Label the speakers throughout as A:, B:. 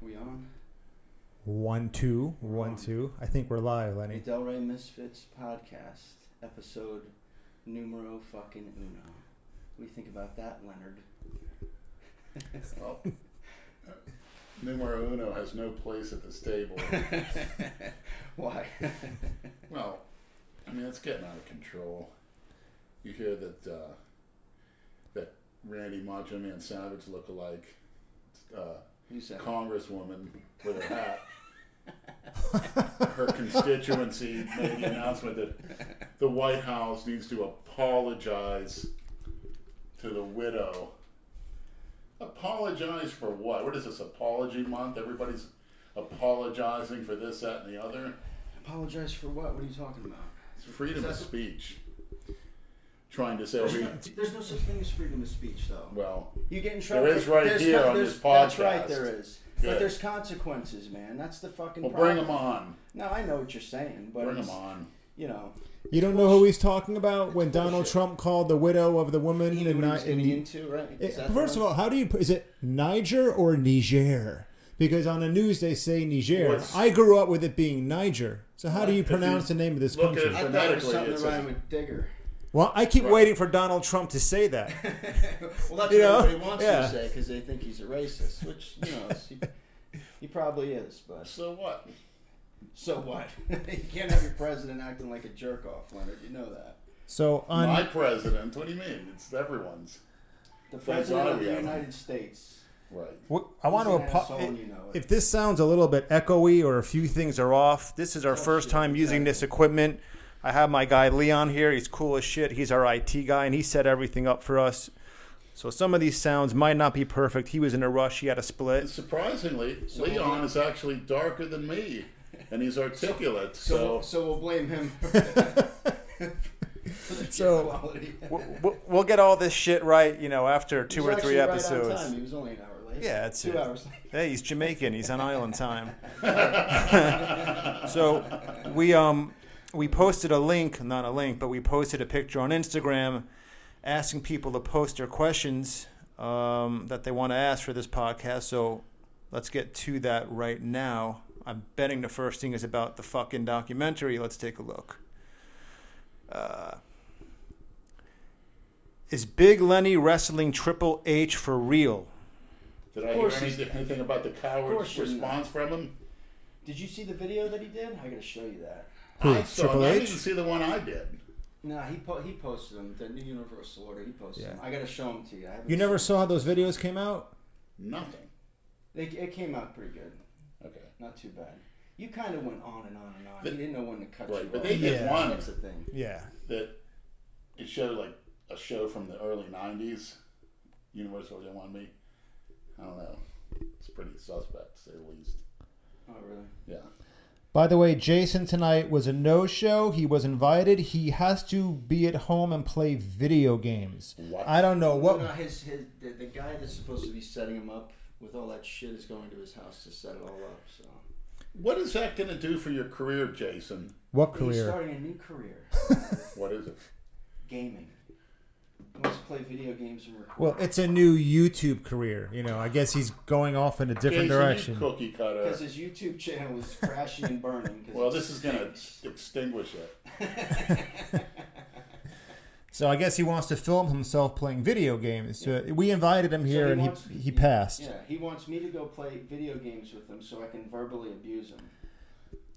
A: We on?
B: One two one
A: on.
B: two. I think we're live,
A: The
B: Lenny.
A: Delray Misfits podcast, episode numero fucking uno. We think about that, Leonard.
C: Well, numero uno has no place at this table.
A: Why?
C: well, I mean, it's getting out of control. You hear that uh, that Randy Macho Man Savage lookalike uh,
A: You said
C: congresswoman with her hat. her constituency made the announcement that the White House needs to apologize to the widow. Apologize for what? What is this apology month? Everybody's apologizing for this, that, and the other.
A: apologize for what? What are you talking about?
C: It's freedom of
A: That's-
C: speech. Trying to say, "Oh,
A: There's
C: we,
A: no, there's no such thing as freedom of speech, though.
C: well,
A: You get in
C: There
A: trouble.
C: is right
A: there's
C: here
A: con-
C: on
A: there's-
C: this
A: That's right,
C: podcast.
A: there is. But
C: Good.
A: there's consequences, man. That's the fucking
C: well, bring
A: problem.
C: them on.
A: No, I know what you're saying, but
C: Bring
A: it's,
C: them on.
A: you know,
B: You don't know who he's talking about when Donald
A: bullshit.
B: Trump called the widow of the woman
A: he knew
B: and
A: what he
B: not
A: was getting
B: and he-
A: into, right?
B: it-
A: Is that the
B: First
A: one?
B: of all, how do you pr- is it Niger or Niger? Because on the news they say Niger.
C: What's-
B: I grew up with it being Niger. So how do you
C: If you
B: pronounce the name of this
C: look at
B: country?
C: it-
A: I thought it was
C: Phonetically,
A: something
C: it
A: to
C: says-
A: rhyme with digger.
B: Well, I keep
C: Right.
B: waiting for Donald Trump to say that.
A: well, that's
B: You
A: what
B: know?
A: everybody wants you to
B: Yeah.
A: say because they think he's a racist, which you know he, he probably is. But
C: So what?
A: so what? you can't have your president acting like a jerk off, Leonard. You know that.
B: So on
C: My president. What do you mean? It's everyone's.
A: The
C: Thank
A: president
C: God
A: of
C: we
A: the
C: have him.
A: United States.
C: Right.
B: w- I eh, want to
A: He's an asshole
B: apologize.
A: and you know it.
B: If this sounds a little bit echoey or a few things are off, this is our
A: Oh,
B: first
A: shit,
B: time using this equipment. I have my guy Leon here. He's cool as shit. He's our IT guy and he set everything up for us. So some of these sounds might not be perfect. He was in a rush. He had a
C: And
B: split.
C: surprisingly,
A: So
C: Leon
A: we'll-
C: is actually darker than me, and he's articulate.
A: so,
C: So,
A: we'll- so we'll blame him. for the
B: So-
A: quality.
B: We'll, we'll- we'll get all this shit right, you know, after
A: He
B: two
A: was
B: or
A: actually
B: three
A: right on
B: episodes.
A: time. He was only an hour late.
B: Yeah, that's
A: two
B: it.
A: hours late.
B: Hey, he's Jamaican. He's on island time. so we um we posted a link, not a link, but we posted a picture on Instagram asking people to post their questions um, that they want to ask for this podcast. So let's get to that right now. I'm betting the first thing is about the fucking documentary. Let's take a look. Uh, is Big Lenny wrestling Triple H for real?
C: did I
A: Of
C: hear
A: course
C: any-
A: he's-
C: anything about the
A: course
C: coward's
A: you're not.
C: response from him?
A: Did you see the video that he did? I gotta show you that.
B: Who,
C: I saw.
B: Triple
C: I
B: H?
C: didn't see the one I did.
A: No, he po- he posted them. The New Universal Order. He posted
B: Yeah.
A: them. I gotta show them to you. I haven't
B: You never
A: seen
B: saw how those videos came out?
C: Nothing.
A: They, it came out pretty good.
C: Okay.
A: Not too bad. You kind of went on and on and on.
C: But-
A: you didn't know when to cut
C: Right,
A: you
C: but
A: off.
C: they
B: did Yeah.
C: one.
A: That's the thing.
B: Yeah.
C: That it showed like a show from the early '90s. Universal didn't want me. I don't know. It's pretty suspect, to say the least.
A: Oh, really?
C: Yeah.
B: By the way, Jason tonight was a no show. He was invited. He has to be at home and play video games.
C: What?
B: I don't know
A: Well, no,
B: what.
A: his, his the, the guy that's supposed to be setting him up with all that shit is going to his house to set it all up. So
C: What is that going to do for your career, Jason?
B: What
A: he's
B: career?
A: starting a new career,
C: What is it?
A: gaming. He wants to play video games and record.
B: Well, it's a new YouTube career. You know, I guess he's going off in a different
C: Jason, you
B: direction.
C: Cookie cutter.
A: because his YouTube channel is crashing and burning. 'cause
C: Uh, Well,
A: it's-
C: this is going to extinguish it.
B: So I guess he wants to film himself playing video games. So we invited him
A: So
B: here, and
A: wants-
B: he he passed.
A: Yeah, he wants me to go play video games with him so I can verbally abuse him.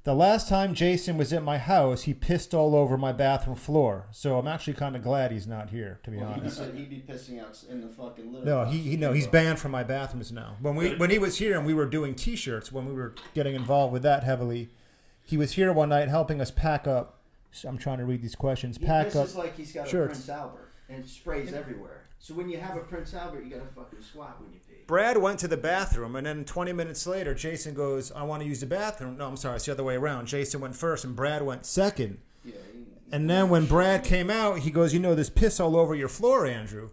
B: The last time Jason was at my house, he pissed all over my bathroom floor. So I'm actually kind of glad he's not here, to be
A: Well, he
B: honest.
A: said he'd be pissing out in the fucking litter.
B: No, he, he no, he's banned from my bathrooms now. When we
C: Really?
B: when he was here and we were doing T-shirts, when we were getting involved with that heavily, he was here one night helping us pack up. so I'm trying to read these questions.
A: He
B: Pack up.
A: pisses like he's got a
B: shirts.
A: Prince Albert and sprays everywhere. So when you have a Prince Albert, you gotta fucking squat when you pee.
B: Brad went to the bathroom, and then 20 minutes later, Jason goes, "I want to use the bathroom." No, I'm sorry, it's the other way around. Jason went first, and Brad went second.
A: Yeah. he-
B: And then when Brad came out, he goes, "You know, this piss all over your floor, Andrew."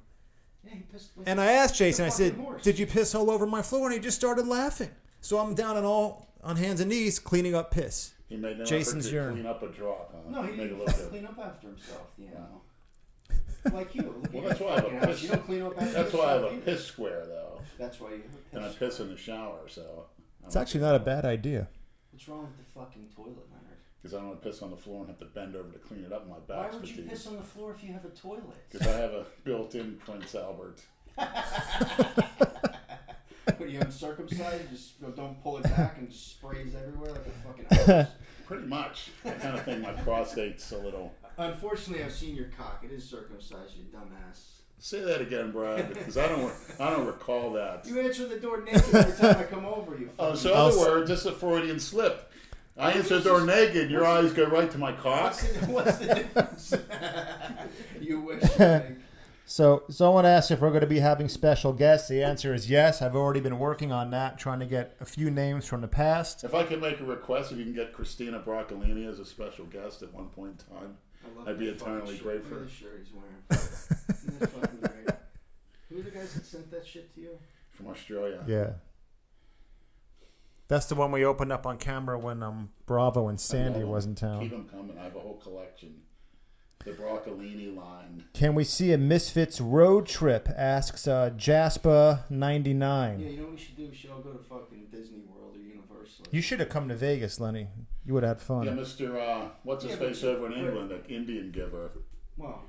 A: yeah, he pissed.
B: And I asked Jason, I
A: You're a
B: said,
A: fucking horse.
B: "Did you piss all over my floor?" And he just started laughing. So I'm down on all on hands and knees cleaning up piss.
C: He made no
B: Jason's
C: effort to
B: urine.
C: clean up a drop. Huh?
A: no, he
C: made a
A: didn't
C: little bit.
A: clean up after himself. You know, like you. Look
C: Well,
A: at
C: that's
A: your
C: why I have
A: fucking
C: a
A: house.
C: piss.
A: You don't clean up after
C: That's why I have
A: yourself
C: a
A: either.
C: piss square though,
A: That's why you have a
C: and I
A: piss.
C: piss in the shower. So
B: It's actually not a bad idea.
A: What's wrong with the fucking toilet, Leonard?
C: Because I don't want to piss on the floor and have to bend over to clean it up. My
A: Why
C: back's
A: would you
C: fatigued.
A: piss on the floor if you have a toilet?
C: Because I have a built-in Prince Albert.
A: what, you uncircumcised? Just you know, don't pull it back and just sprays everywhere like a fucking hose?
C: Pretty much. I kind of think my prostate's a little.
A: Unfortunately, I've seen your cock. It is circumcised, you dumbass.
C: Say that again, Brad, because I don't. I don't recall that.
A: You answer the door naked every time I come over, you fucking...
C: Oh, so other
B: I'll s-
C: words, just a Freudian slip. I
A: What's
C: answer the
A: this-
C: door naked. Your eyes go right to my cock.
A: What's the, what's the difference? you wish, like...
B: So someone asked if we're going to be having special guests. The answer is yes. I've already been working on that, trying to get a few names from the past.
C: If I could make a request, if you can get Christina Broccolini as a special guest at one point in time,
A: I love
C: I'd be
A: that fucking
C: eternally
A: shirt.
C: grateful.
A: Look at the shirt he's wearing. Isn't that fucking great? Who are the guys that sent that shit to you?
C: from Australia.
B: Yeah. That's the one we opened up on camera when um, Bravo and Sandy was in
C: Keep
B: town.
C: them coming. I have a whole collection. The broccolini line.
B: Can we see a Misfits road trip? Asks uh, Jaspa99.
A: Yeah, you know what we should do? We should all go to fucking Disney World or Universal.
B: You should have come to Vegas, Lenny. You would have had fun.
C: Yeah, Mr. Uh, what's his
A: Yeah,
C: face
A: but-
C: over in England, that Indian giver.
A: Well,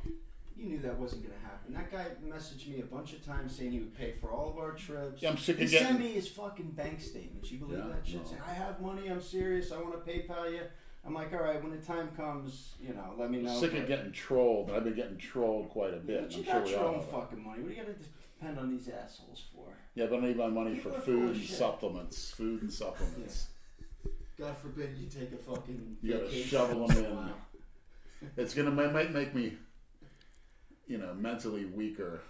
A: you knew that wasn't going to happen. That guy messaged me a bunch of times saying he would pay for all of our trips.
C: Yeah, I'm sick
A: he
C: of
A: sent
C: getting.
A: me his fucking bank statements. You believe
C: Yeah,
A: that shit?
C: no.
A: Saying, I have money. I'm serious. I want to PayPal you. I'm like, all right, when the time comes, you know, let me know.
C: Sick of
A: But-
C: getting trolled, and I've been getting trolled quite a bit.
A: But you
C: I'm sure
A: got
C: we
A: your
C: all
A: own
C: have.
A: fucking money. What do you got to depend on these assholes for?
C: Yeah, but I need my money
A: People
C: for
A: are full
C: food
A: of
C: and
A: shit.
C: supplements. Food and supplements.
A: God forbid you take a fucking.
C: You gotta
A: vacation
C: shovel
A: once
C: 'em
A: a
C: in.
A: while.
C: It's gonna ma- might make me, you know, mentally weaker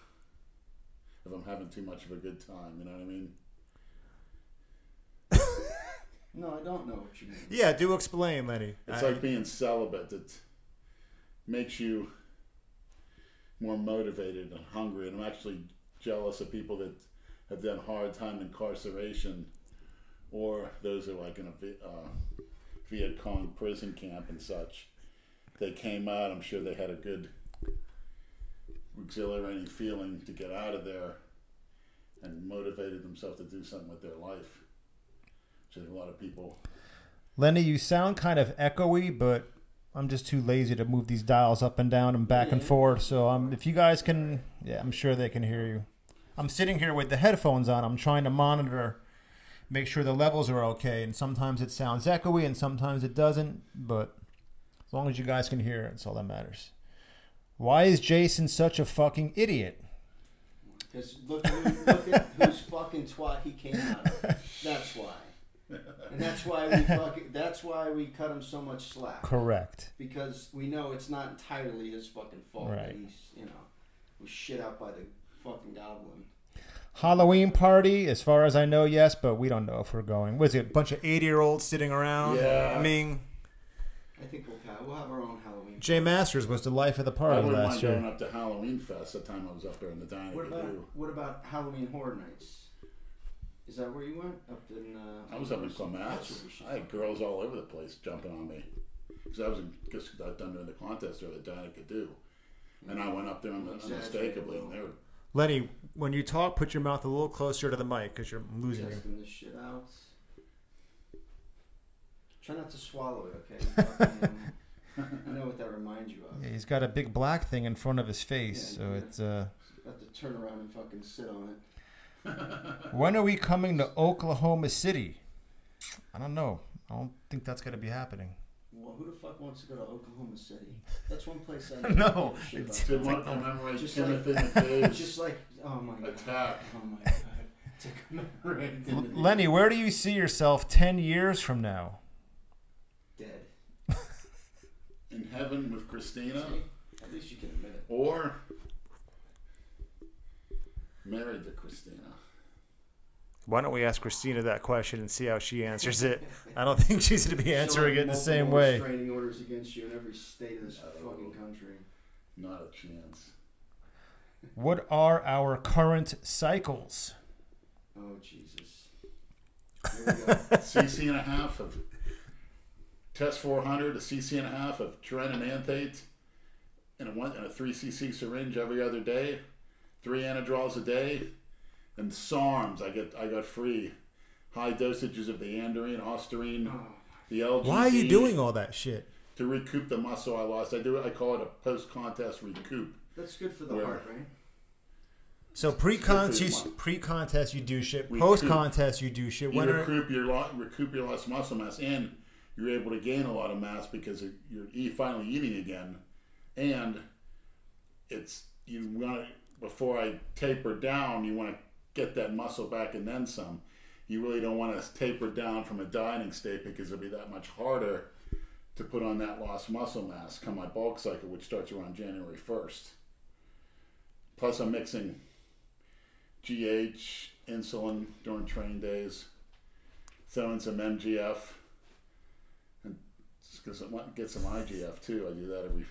C: if I'm having too much of a good time. You know what I mean?
A: No, I don't know what you mean.
D: Yeah, do explain, Lenny.
C: It's
D: I-
C: like being celibate. It makes you more motivated and hungry. And I'm actually jealous of people that have done hard time incarceration, or those who are like in a Vi- uh, Viet Cong prison camp and such. They came out. I'm sure they had a good, exhilarating feeling to get out of there, and motivated themselves to do something with their life. Which a lot of people
B: Lenny, you sound kind of echoey, but I'm just too lazy to move these dials up and down and back and forth. So um, if you guys can, yeah, I'm sure they can hear you. I'm sitting here with the headphones on. I'm trying to monitor, make sure the levels are okay. And sometimes it sounds echoey and sometimes it doesn't. But as long as you guys can hear, it's all that matters. Why is Jason such a fucking idiot?
A: Because look, who- look at whose fucking twat he came out of. That's why. And that's why we fucking. That's why we cut him so much slack.
B: Correct.
A: Because we know it's not entirely his fucking fault. that
B: Right.
A: He's you know was shit out by the fucking goblin.
B: Halloween party, as far as I know, yes, but we don't know if we're going. Was it a bunch of 80 year olds sitting around?
C: Yeah.
D: Ming.
A: I think we'll have, we'll have our own Halloween.
B: Jay Masters was the life of the
C: I
B: party
C: wouldn't
B: last
C: mind going
B: year.
C: up to Halloween Fest. That time I was up there in the dining
A: What about
C: room.
A: what about Halloween Horror Nights? Is that where you went up in? Uh,
C: I was up in
A: That's
C: Clamats.
A: where we should
C: I had girls all over the place jumping on me because I was in, cause I was done during the contest or the Danica do, and I went up there un-
A: Exaggerate
C: unmistakably,
A: a little.
C: and they were
D: Lenny, when you talk, put your mouth a little closer to the mic because you're
A: go.
D: losing you.
A: testing this shit out. Try not to swallow it, okay? You fucking- I know what that reminds you of.
B: Yeah, he's got a big black thing in front of his face,
A: Yeah,
B: so
A: yeah.
B: it's. Uh,
A: You have to turn around and fucking sit on it.
B: when are we coming to Oklahoma City? I don't know. I don't think that's gonna be happening.
A: Well, who the fuck wants to go to Oklahoma City? That's one place I
B: No,
A: give a shit
B: it's-
A: about.
C: did want to commemorate
A: Just
C: Timothy
A: It's
C: McVeigh's
A: just like, oh my god,
C: attack.
A: oh my god, to commemorate
B: L-
A: Timothy.
B: Lenny, where do you see yourself ten years from now?
A: dead.
C: in heaven with Christina,
A: See? At least you can admit it.
C: or married to Christina.
D: Why don't we ask Christina that question and see how she answers it? I don't think she's going to be answering it the
A: Multiple
B: same way.
A: Restraining orders against you in every state of this
C: No.
A: fucking country.
C: Not a chance.
B: What are our current cycles?
A: Oh Jesus. Here we go.
C: CC and a half of test 400, a CC and a half of Trenananthate, and a one and a three CC syringe every other day, three anadrols a day, and SARMs. I get I got free high dosages of the Andarine, Osterine, the LGD.
E: Why are you doing all that shit?
C: To recoup the muscle I lost. I do. I call it a post-contest recoup.
A: That's good for the
C: Yeah.
A: heart, right?
E: So pre-contest,
C: It's good for
E: you,
C: your
E: pre-contest you do shit.
C: We
E: Post-contest you do shit.
C: You
E: When are,
C: recoup your lot, recoup your lost muscle mass, and you're able to gain a lot of mass because of- you're e- finally eating again. And it's you want to before I taper down, you want to get that muscle back and then some. You really don't want to taper down from a dieting state because it'll be that much harder to put on that lost muscle mass come my bulk cycle, which starts around January first. Plus, I'm mixing GH, insulin during training days, throwing some MGF, and just get some, get some IGF too. I do that every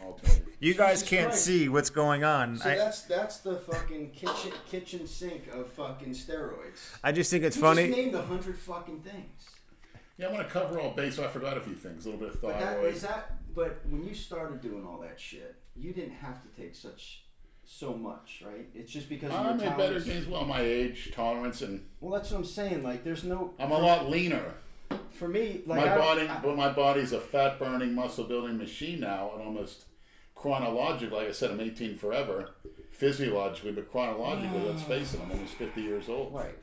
C: alternate.
E: you guys
A: Jesus
E: can't
A: Christ.
E: see what's going on.
A: So
E: I,
A: that's that's the fucking kitchen kitchen sink of fucking steroids.
B: I just think it's
A: You
B: funny.
A: Just named a hundred fucking things.
C: Yeah, I want to cover all base. So I forgot a few things. A little bit of
A: But that
C: thyroid.
A: is that. But when you started doing all that shit, you didn't have to take such so much, right? It's just because of
C: I'm
A: your
C: in better
A: tolerance.
C: gains. Well, my age, tolerance, and
A: Well, that's what I'm saying. Like, there's no
C: I'm a lot leaner.
A: for me. Like,
C: my
A: I,
C: body,
A: I-
C: but my body's a fat burning, muscle building machine now, and almost chronologically. Like I said, I'm 18 forever, physiologically, but chronologically, let's face it, I'm almost 50 years old.
A: Ah. right.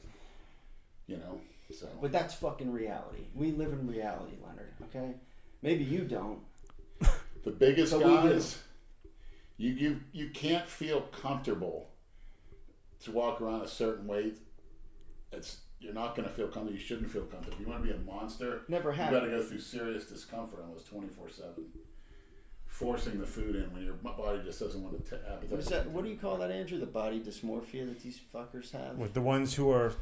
C: You know, so
A: But that's fucking reality. We live in reality, Leonard. Okay. Maybe you don't.
C: the biggest
A: But we do.
C: guys, you you you can't feel comfortable to walk around a certain weight. It's you're not going to feel comfortable. You shouldn't feel comfortable. If you want to be a monster,
A: Never
C: you
A: have.
C: got to go through serious discomfort almost 24 seven. Forcing the food in when your body just doesn't want to. Ta-
A: What is that? What do you call that, Andrew? The body dysmorphia that these fuckers have.
B: With the ones who are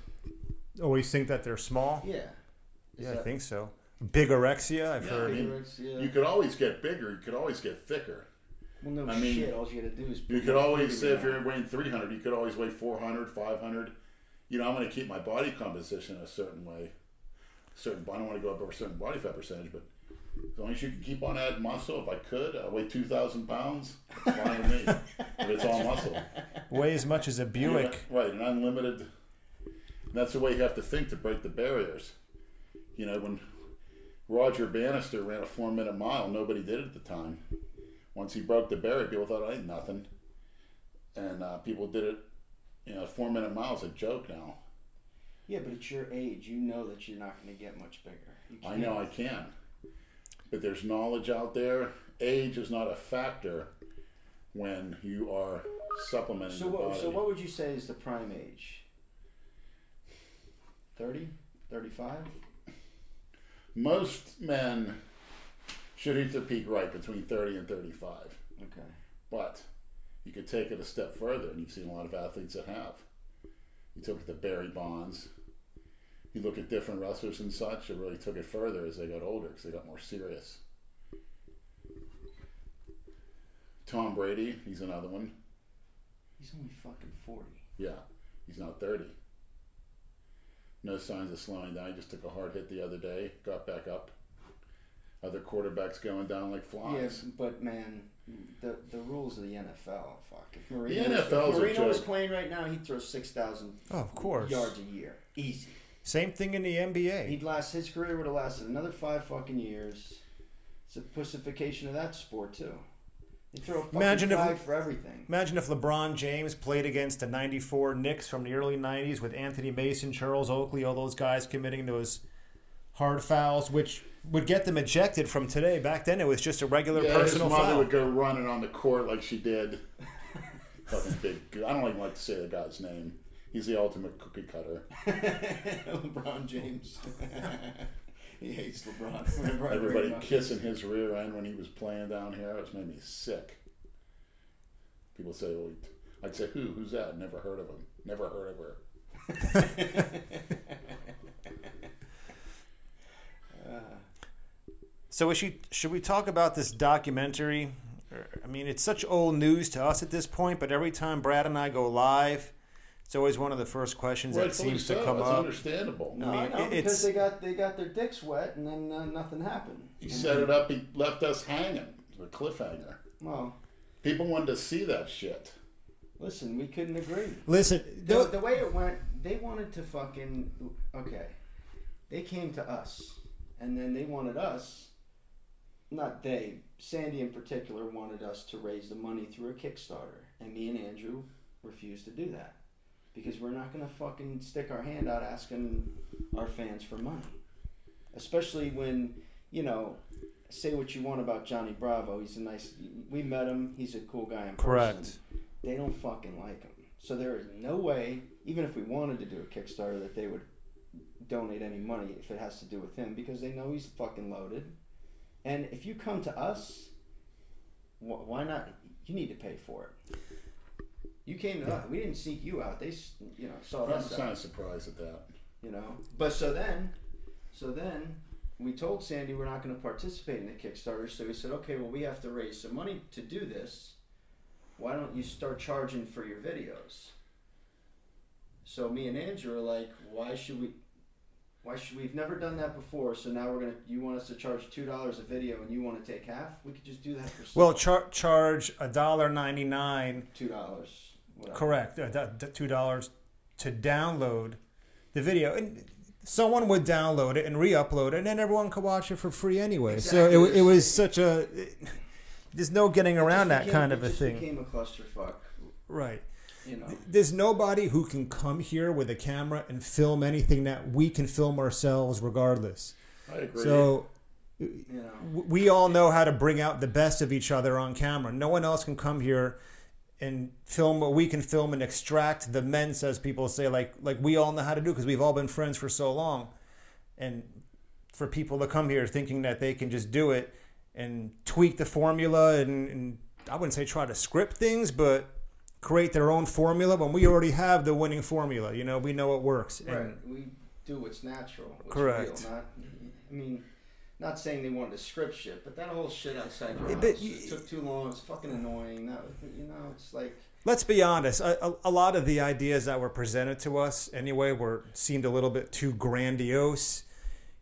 B: always think that they're small.
A: Yeah. Is
B: Yeah, I
A: that-
B: think so. Bigorexia, I've
C: Yeah,
B: heard.
C: I mean,
A: Yeah.
C: you could always get bigger. You could always get thicker.
A: Well, no
C: I mean,
A: shit. All you gotta do is.
C: You could always say if you're weighing 300, you could always weigh 400, 500. You know, I'm going to keep my body composition a certain way. Certain, I don't want to go up over a certain body fat percentage, but as long as you can keep on adding muscle, if I could, I weigh 2,000 pounds. It's fine with me. but it's all muscle.
B: Weigh as much as a Buick.
C: Right, an unlimited. That's the way you have to think to break the barriers. You know, when Roger Bannister ran a four minute mile, nobody did it at the time. Once he broke the barrier, people thought, I ain't nothing. And uh, people did it, you know, four minute miles a joke now.
A: Yeah, but at your age, you know that you're not gonna get much bigger. You
C: I
A: can't-
C: know I can. But there's knowledge out there. Age is not a factor when you are supplementing
A: So
C: the
A: what,
C: body.
A: so what would you say is the prime age? 30? 35?
C: most men should hit their peak right between 30 and 35
A: Okay.
C: but you could take it a step further and you've seen a lot of athletes that have you took it to barry bonds you look at different wrestlers and such that really took it further as they got older because they got more serious tom brady he's another one
A: He's only fucking 40.
C: yeah he's now 30 no signs of slowing down he just took a hard hit the other day got back up other quarterbacks going down like flies
A: Yes, but man, the the rules of the NFL, fuck. If Marino,
C: The
A: was- if
C: NFL 's a
A: Marino was
C: joke.
A: playing right now, he'd throw 6,000
B: Oh, of course.
A: yards a year. Easy.
B: Same thing in the NBA.
A: He'd last, his career would have lasted another five fucking years. It's a pussification of that sport, too. They throw a fucking
B: Imagine if-
A: flag for everything.
B: Imagine if LeBron James played against the 94 Knicks from the early 90s with Anthony Mason, Charles Oakley, all those guys committing those hard fouls, which would get them ejected from today. Back then, it was just a regular
C: Yeah, his
B: personal
C: mother
B: foul.
C: would go running on the court like she did. Fucking big. g- I don't even like to say the guy's name. He's the ultimate cookie cutter.
A: LeBron James. he hates LeBron. Whenever I bring
C: Everybody
A: him up.
C: kissing his rear end when he was playing down here. It's made me sick. People say, well, he- I'd say, who? Who's that? Never heard of him. Never heard of her.
A: Uh,
B: So, is she, should we talk about this documentary? Or- I mean, it's such old news to us at this point, but every time Brad and I go live, it's always one of the first questions that
C: Rightfully
B: seems
C: so.
B: to come
C: It's
B: up.
C: understandable.
A: No, I
B: mean,
A: know
B: it- it's-
A: because they got they got their dicks wet and then uh, nothing happened.
C: He set it up. He left us hanging. A cliffhanger.
A: Well,
C: People wanted to see that shit.
A: listen, we couldn't agree.
E: Listen,
A: The,
E: th-
A: the way it went they wanted to fucking okay. They came to us, and then they wanted us. Not they. Sandy in particular wanted us to raise the money through a Kickstarter, and me and Andrew refused to do that because we're not gonna fucking stick our hand out asking our fans for money, especially when you know. Say what you want about Johnny Bravo. He's a nice. We met him. He's a cool guy in person.
B: Correct.
A: They don't fucking like him. So there is no way, even if we wanted to do a Kickstarter, that they would donate any money if it has to do with him because they know he's fucking loaded. And if you come to us, wh- why not? You need to pay for it. You came to us. We didn't seek you out. They, s- you know, sought
C: I'm
A: us out
C: kind of surprised at that.
A: you know. But so then, so then we told Sandy we're not going to participate in the Kickstarter. So we said, okay, well we have to raise some money to do this. Why don't you start charging for your videos? So me and Andrew are like, why should we? Why should we've never done that before? So now we're gonna. You want us to charge two dollars a video, and you want to take half? We could just do that for
B: Well, char- charge a dollar ninety nine.
A: two dollars.
B: Correct. Uh, that- that two dollars to download the video, and someone would download it and re-upload it, and then everyone could watch it for free anyway. So it,
A: Exactly.
B: it was such a. it- there's no getting around that kind of a thing,
A: Became a clusterfuck,
B: right?
A: you know.
B: There's nobody who can come here with a camera and film anything that we can film ourselves, regardless.
C: I agree.
B: So
A: You know.
B: w- we all know how to bring out the best of each other on camera. No one else can come here and film what we can film and extract the men's, as people say, like like we all know how to do because we've all been friends for so long. And for people to come here thinking that they can just do it and tweak the formula and, and I wouldn't say try to script things, but create their own formula when we already have the winning formula. You know, we know it works. And
A: Right. We do what's natural. What's
B: Correct.
A: Real, not, I mean, not saying they wanted to script shit, but that whole shit outside your
B: Yeah,
A: house
B: but
A: it
B: you-
A: took too long. It's fucking annoying. That, you know, it's like
B: Let's be honest. A, a, a lot of the ideas that were presented to us, anyway, were seemed a little bit too grandiose.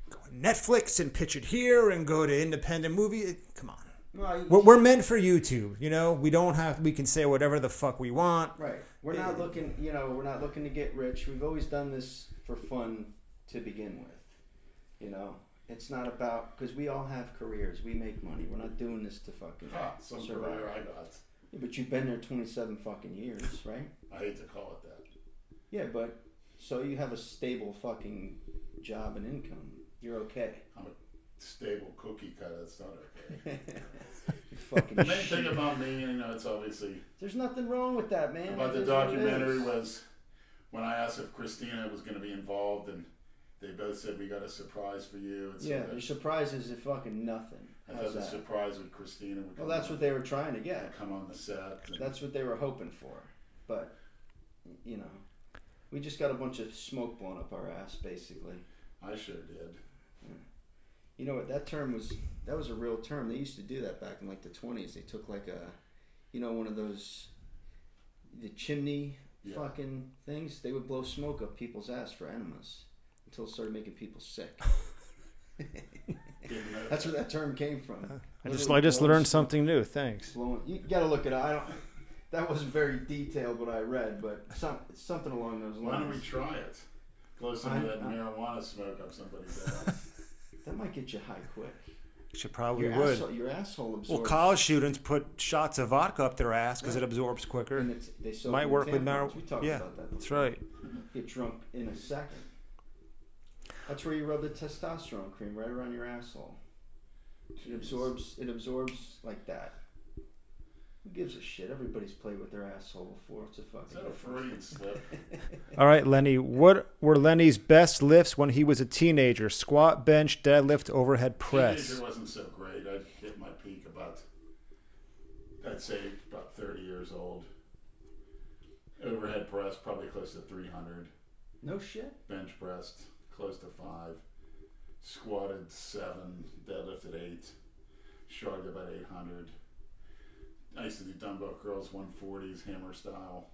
B: Go to Netflix and pitch it here, and go to independent movie. it- Come on,
A: well, you-
B: we're, we're meant for YouTube. You know, we don't have. We can say whatever the fuck we want.
A: right. We're not looking. You know, we're not looking to get rich. We've always done this for fun to begin with. You know. It's not about because we all have careers. We make money. We're not doing this to fucking
C: Ha, Ah, some
A: survive.
C: career I got.
A: Yeah, but you've been there twenty-seven fucking years, right?
C: I hate to call it that.
A: Yeah, but so you have a stable fucking job and income. You're okay.
C: I'm a stable cookie cutter. That's not okay.
A: You fucking
C: The main
A: shit.
C: thing about me, you know, it's obviously
A: There's nothing wrong with that, man.
C: about the
A: That's what it
C: documentary
A: is.
C: was when I asked if Christina was going to be involved, and they both said we got a surprise for you. And so
A: Yeah,
C: that-
A: your surprise is it fucking nothing.
C: I
A: How's
C: thought the
A: that?
C: surprise with Christina would
A: well,
C: come,
A: that's what they were trying to get.
C: come on the set. and-
A: That's what they were hoping for. But you know, we just got a bunch of smoke blown up our ass, basically.
C: I sure did.
A: You know what? That term was that was a real term. They used to do that back in like the twenties. They took like a, you know, one of those, the chimney
C: Yeah.
A: fucking things. They would blow smoke up people's ass for enemas until it started making people sick.
C: Didn't know
A: That's where that term came from.
B: I just I just learned something new. Thanks.
A: Blowing, you gotta look it up. I don't. That wasn't very detailed what I read, but some something along those
C: Why don't we
A: lines.
C: try it? Blow some of
A: I-
C: that
A: I-
C: marijuana smoke up somebody's ass.
A: That might get you high quick.
B: Should probably
A: your
B: would.
A: asshole, your asshole
B: Well,
A: absorbs.
B: college students put shots of vodka up their ass because it absorbs
A: and
B: quicker.
A: it's, they soak
B: Might
A: in
B: work with
A: tampons.
B: marijuana.
A: We talked
B: yeah,
A: about that.
B: that's right.
A: get drunk in a second. That's where you rub the testosterone cream right around your asshole. It absorbs. It absorbs like that. Who gives a shit? Everybody's played with their asshole before. It's a fucking.
C: Is that a Freudian slip?
B: All right, Lenny. What were Lenny's best lifts when he was a teenager? Squat, bench, deadlift, overhead
C: Teenager
B: press.
C: wasn't so great. I hit my peak about, I'd say about 30 years old. Overhead press, probably close to 300.
A: no shit.
C: Bench pressed, close to five. Squatted seven. Deadlifted eight. Shrugged about 800. I used to do dumbbell curls, 140s, hammer style.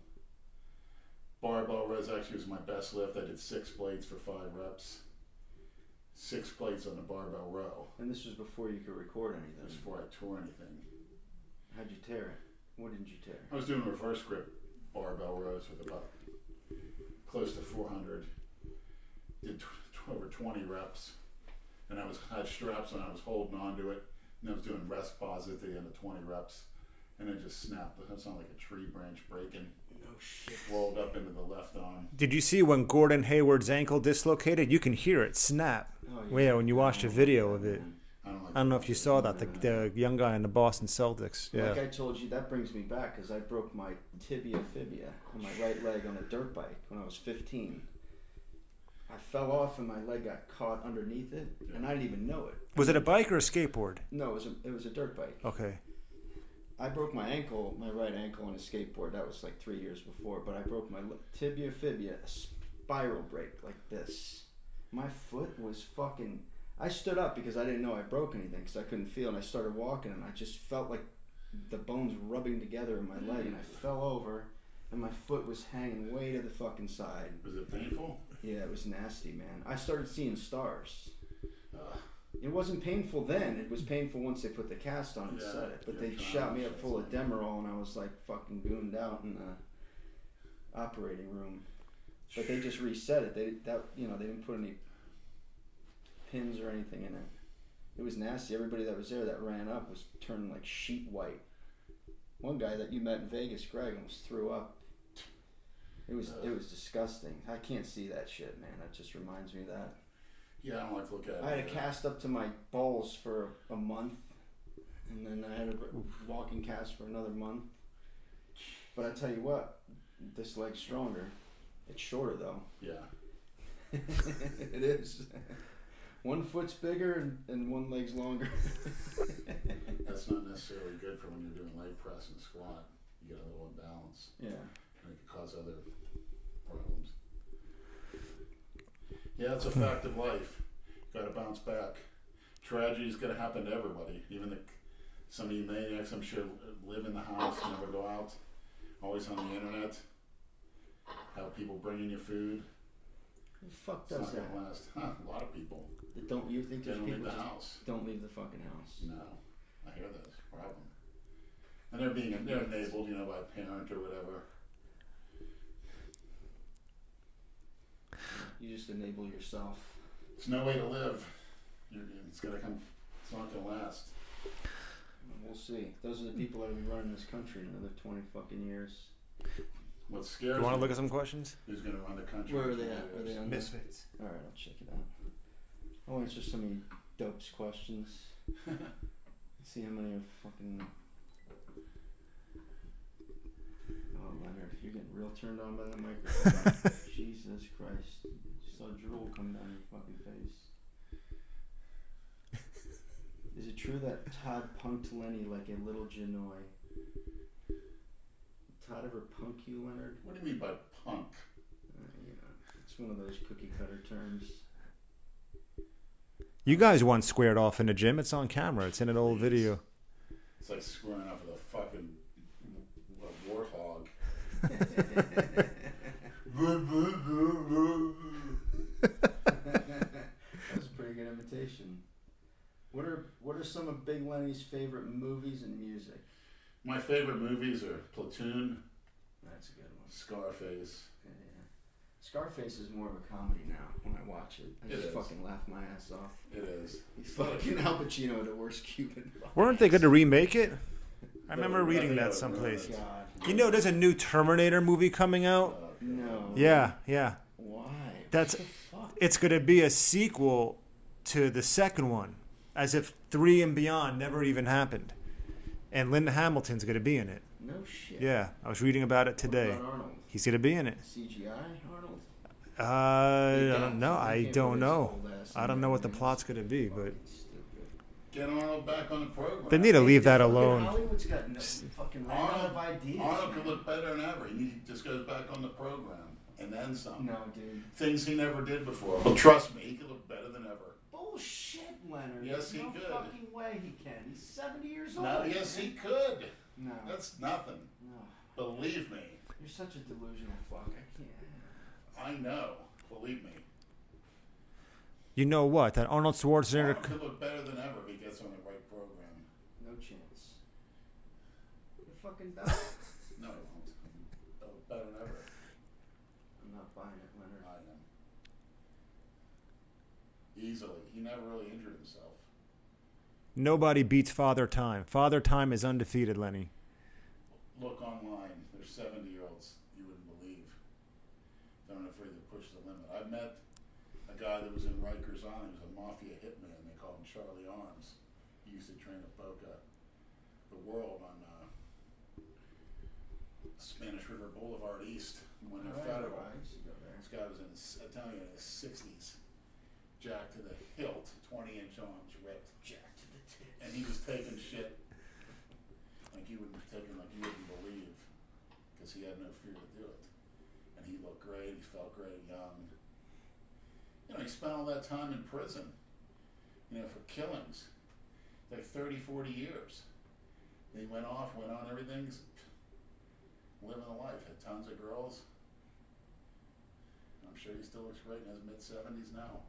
C: Barbell rows actually was my best lift. I did six plates for five reps. Six plates on the barbell row.
A: And this was before you could record
C: That was
A: anything.
C: before I tore anything. Mm.
A: How'd you tear it? What did you tear?
C: I was doing reverse grip barbell rows with about close to 400. Did tw- tw- over 20 reps, and I was had straps and I was holding on to it, and I was doing rest pauses at the end of 20 reps, and it just snapped. It sounded like a tree branch breaking,
A: No Oh, shit.
C: rolled up into the left arm.
B: Did you see when Gordon Hayward's ankle dislocated? You can hear it snap.
A: Oh,
B: yeah. when you watched a video of it.
C: I don't like.
B: I don't know if you saw that, the, the young guy in the Boston Celtics. Yeah.
A: Like I told you, that brings me back because I broke my tibia fibia on my right leg on a dirt bike when I was 15. I fell off and my leg got caught underneath it, and I didn't even know it.
B: Was it a bike or a skateboard?
A: No, it was a, it was a dirt bike.
B: Okay.
A: I broke my ankle, my right ankle, on a skateboard. That was like three years before, but I broke my le- tibia fibia, a spiral break like this. My foot was fucking. I stood up because I didn't know I broke anything because I couldn't feel, and I started walking, and I just felt like the bones rubbing together in my leg, and I fell over, and my foot was hanging way to the fucking side.
C: Was it painful?
A: Yeah, it was nasty, man. I started seeing stars.
C: Ugh.
A: It wasn't painful then. It was painful once they put the cast on and
C: Yeah,
A: set it. But
C: yeah,
A: they
C: try
A: shot
C: and
A: me
C: shut
A: up full of
C: something.
A: Demerol, and I was like fucking gooned out in the operating room. But they just reset it. They that you know they didn't put any pins or anything in it. It was nasty. Everybody that was there that ran up was turning like sheet white. One guy that you met in Vegas, Greg, almost threw up. It was it was disgusting. I can't see that shit, man. That just reminds me of that.
C: Yeah, I don't like to look at it.
A: I had a
C: either.
A: cast up to my balls for a month, and then I had a walking cast for another month. But I tell you what, this leg's stronger. It's shorter though.
C: Yeah.
A: it is. One foot's bigger and, and one leg's longer.
C: That's not necessarily good for when you're doing leg press and squat. You get a little imbalance,
A: Yeah.
C: and it could cause other problems. Yeah, it's a fact of life. Got to bounce back. Tragedy's going to happen to everybody. Even the some of you maniacs, I'm sure, live in the house, never go out, always on the internet. Have people bringing you food.
A: Who the fuck
C: It's
A: does
C: not
A: that?
C: going to last. Huh, a lot of people.
A: Don't you think
C: They
A: there's
C: don't leave
A: people
C: the
A: just
C: house.
A: don't leave the fucking house?
C: No, I hear that's a problem. And they're being they're enabled, you know, by a parent or whatever.
A: You just enable yourself.
C: It's no way to live. You're, it's gonna come. It's not gonna last.
A: We'll see. Those are the people that will be running this country in another twenty fucking years.
C: What's
B: You
C: scares
B: want to
C: me
B: look at some questions?
C: who's gonna run the country?
A: Where
C: in
A: are they
C: 20
A: at? Where are
C: years.
A: they on? the-
E: Misfits.
A: All right, I'll check it out. I'll answer some of you dopes questions. See how many are fucking. Oh, Leonard, you're getting real turned on by that microphone. Jesus Christ. Just saw drool come down your fucking face. Is it true that Todd punked Lenny like a little Janoi? Todd ever punk you, Leonard?
C: What do you mean by punk?
A: Uh, you know, it's one of those cookie cutter terms.
B: You guys once squared off in the gym. It's on camera. It's in an old video.
C: It's like squaring off with a fucking a warthog.
A: That was a pretty good imitation. What are what are some of Big Lenny's favorite movies and music?
C: My favorite movies are Platoon,
A: That's a good one.
C: Scarface.
A: Yeah. Scarface is more of a comedy now when I watch it. I
C: It
A: just
C: is.
A: fucking laugh my ass off.
C: It is.
A: Fucking Al Pacino, the worst Cuban.
B: Weren't they going to remake it? I
C: They
B: remember
C: were- I
B: reading
C: think
B: that
C: they were
B: someplace.
C: really-
A: God.
B: You know, there's a new Terminator movie coming out.
C: Uh,
A: No.
B: Yeah, yeah.
A: Why?
B: That's-
A: what the fuck.
B: It's going to be a sequel to the second one, as if three and beyond never even happened. And Linda Hamilton's going to be in it.
A: No shit.
B: Yeah, I was reading about it
A: What
B: today.
A: about Arnold?
B: He's going to be in it.
A: CGI Arnold.
B: Uh, I don't know.
A: They
B: I
A: can't
B: don't
A: release
B: know.
A: old ass
B: I don't know what the
A: Americans.
B: plot's going to be, but
A: Fucking stupid.
C: Get Arnold back on the program.
B: they need to leave that
A: Fucking
B: alone.
A: Hollywood's got no fucking ran out of ideas.
C: Arnold
A: man.
C: could look better than ever. He just goes back on the program and then some.
A: No, dude.
C: Things he never did before. Well, trust me, he could look better than ever.
A: Bullshit, Leonard. There's
C: Yes, he
A: no
C: could.
A: fucking way he can. He's 70 years old.
C: No, yes, he could.
A: No.
C: That's nothing.
A: no.
C: Believe me.
A: You're such a delusional fuck. I can't.
C: I know. Believe me.
B: You know what? That Arnold Schwarzenegger.
C: Arnold could look better than ever if he gets on the right program.
A: No chance. You're fucking dumb.
C: No, he won't. He'll look better than ever.
A: I'm not buying it.
C: easily. He never really injured himself.
B: Nobody beats Father Time. Father Time is undefeated, Lenny.
C: Look online. There's 70 year olds you wouldn't believe. They're not afraid to push the limit. I met a guy that was in Rikers Island. He was a mafia hitman. They called him Charlie Arms. He used to train at Boca, the world on uh, Spanish River Boulevard East when they're federal.
A: I used to go there.
C: This guy was in his, I'm telling you, in his 60s, jacked to the hilt, 20 inch arms ripped,
A: Jack to the tip.
C: and he was taking shit like you wouldn't take him, like you wouldn't believe, because he had no fear to do it. And he looked great. He felt great, young. You know, he spent all that time in prison. You know, for killings, like 30, 40 years. And he went off, went on everything's living the life. Had tons of girls. I'm sure he still looks great in his mid 70s now.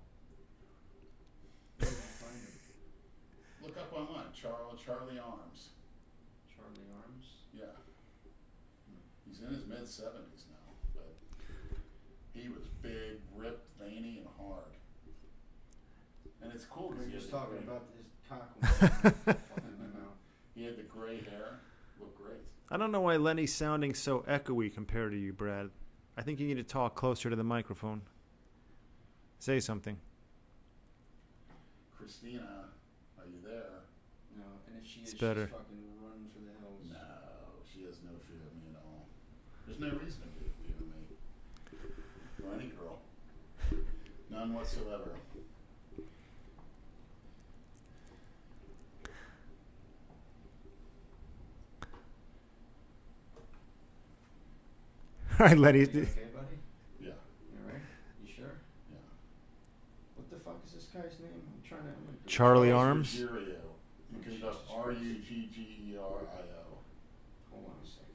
A: Where did you find him?
C: Look up online, Charlie Charlie Arms.
A: Charlie Arms.
C: Yeah. He's in his mid seventies now, but he was big, ripped, veiny, and hard. And it's cool
A: We were
C: because he, had
A: just
C: the
A: talking
C: gray-
A: about this cock. in my mouth.
C: he had the gray hair, looked great.
B: I don't know why Lenny's sounding so echoey compared to you, Brad. I think you need to talk closer to the microphone. Say something.
C: Christina, are you there?
A: No, and if she
B: It's
A: is,
B: better.
A: she's fucking running for the hills.
C: No, she has no fear of me at all. There's no reason to be fear of me. Or any girl. None whatsoever.
B: All right,
A: You
B: Lenny.
A: okay, buddy?
C: Yeah,
A: You all right? You sure?
C: yeah.
A: What the fuck is this guy's name? I'm trying to. I'm gonna Google
B: Charlie
C: Carlos
B: Arms?
C: Ruggiero. You can just R U G G E R I O.
A: it. Hold on a second.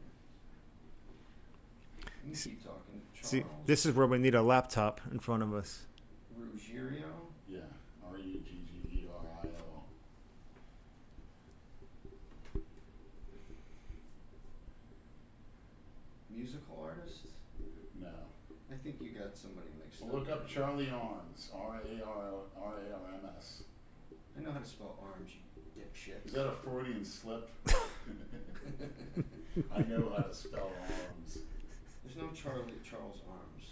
A: Let me
B: See-
A: keep talking. Charles
B: See, this is where we need a laptop in front of us.
A: Ruggiero.
C: Yeah, R U G G E R I O.
A: musical artist?
C: No.
A: I think you got somebody mixed
C: Well,
A: up.
C: look up Charlie Arms. R A R O R A R M S.
A: I know how to spell arms, you dipshit.
C: Is that a Freudian slip? I know how to spell arms.
A: There's no Charlie Charles Arms.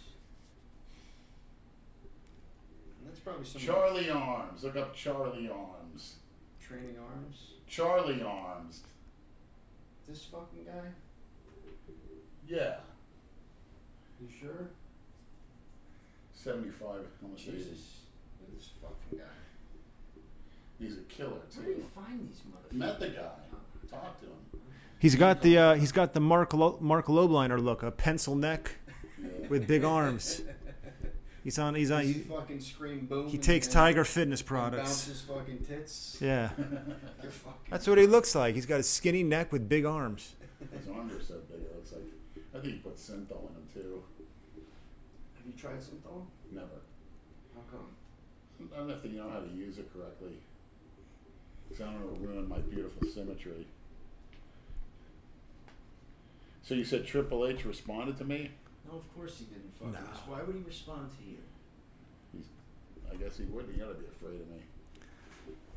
A: And that's probably some
C: Charlie Arms. Look up Charlie Arms.
A: training arms.
C: Charlie Arms.
A: This fucking guy?
C: Yeah.
A: You sure?
C: 75, almost 80.
A: Jesus. Look at This fucking guy.
C: He's a killer,
A: Where do you
C: too.
A: find these motherfuckers?
C: Met the guy. Talked to him.
B: He's got the uh, he's got the Mark Lo- Mark Lobliner look, a pencil neck
C: Yeah.
B: with big arms. He's on he's on
A: Does he
B: he,
A: fucking scream boom.
B: he
A: and-
B: takes
A: and-
B: Tiger Fitness
A: and
B: products.
A: Bounces fucking tits.
B: Yeah.
A: They're fucking.
B: That's what he looks like. He's got a skinny neck with big arms.
C: His arms are so big, it looks like. I think he put synthol in them too.
A: Have you tried synthol?
C: Never.
A: How come?
C: I don't know if they know how to use it correctly. Because I don't want to ruin my beautiful symmetry. So you said Triple H responded to me?
A: No, of course he didn't fucking.
B: No.
A: res- Why would he respond to you?
C: I guess he wouldn't. You gotta be afraid of me.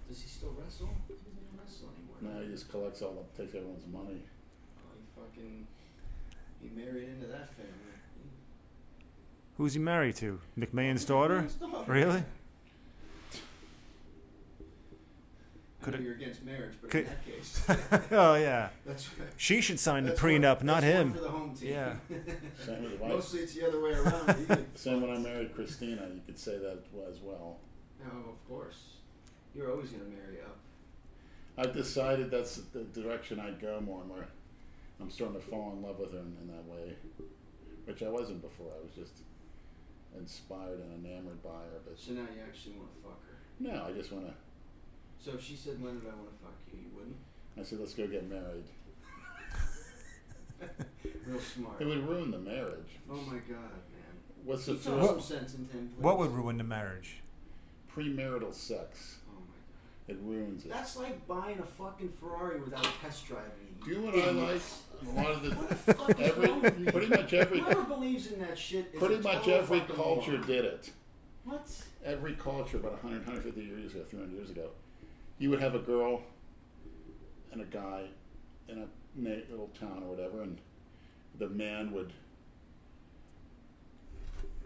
A: Does he still wrestle? He doesn't even wrestle anymore.
C: No, he just collects all, the- takes everyone's money.
A: Oh, he fucking. He married into that family.
B: Who's he married to? McMahon's daughter?
A: His daughter.
B: Really?
A: I
B: Could
A: know
B: it-
A: you're against marriage, but
B: could-
A: in that case,
B: oh yeah.
A: that's
B: She should sign the
A: that's
B: prenup,
A: one-
B: not
A: that's one
B: him.
A: For the home team.
B: Yeah.
C: Same with the wife.
A: Mostly it's the other way around. You could-
C: Same when I married Christina, you could say that as well.
A: No, of course. You're always gonna marry up.
C: I've decided that's the direction I'd go more and more. I'm starting to fall in love with her in, in that way, which I wasn't before. I was just inspired and enamored by her. But
A: So now you actually want to fuck her.
C: no, I just want to.
A: So if she said, "Leonard, I want to fuck you," you wouldn't.
C: I said, let's go get married.
A: Real smart.
C: It would ruin the marriage.
A: Oh my god, man.
C: What's the
A: Keep
C: first
A: throwing some sense into him, please.
B: What would ruin the marriage?
C: premarital sex?
A: Oh my
C: It ruins it.
A: god. That's like buying a fucking Ferrari without test driving it.
C: Do you know what I like?
A: idiots.
C: A lot
A: What
C: of
A: the
C: the
A: fuck is wrong with
C: every
A: you?
C: pretty much every
A: Whoever believes in that shit is a
C: pretty much
A: total
C: every
A: fucking
C: culture
A: moron.
C: did it.
A: What?
C: every culture about 100, 150 years ago, 300 years ago, you would have a girl and a guy in a ma- little town or whatever, and the man would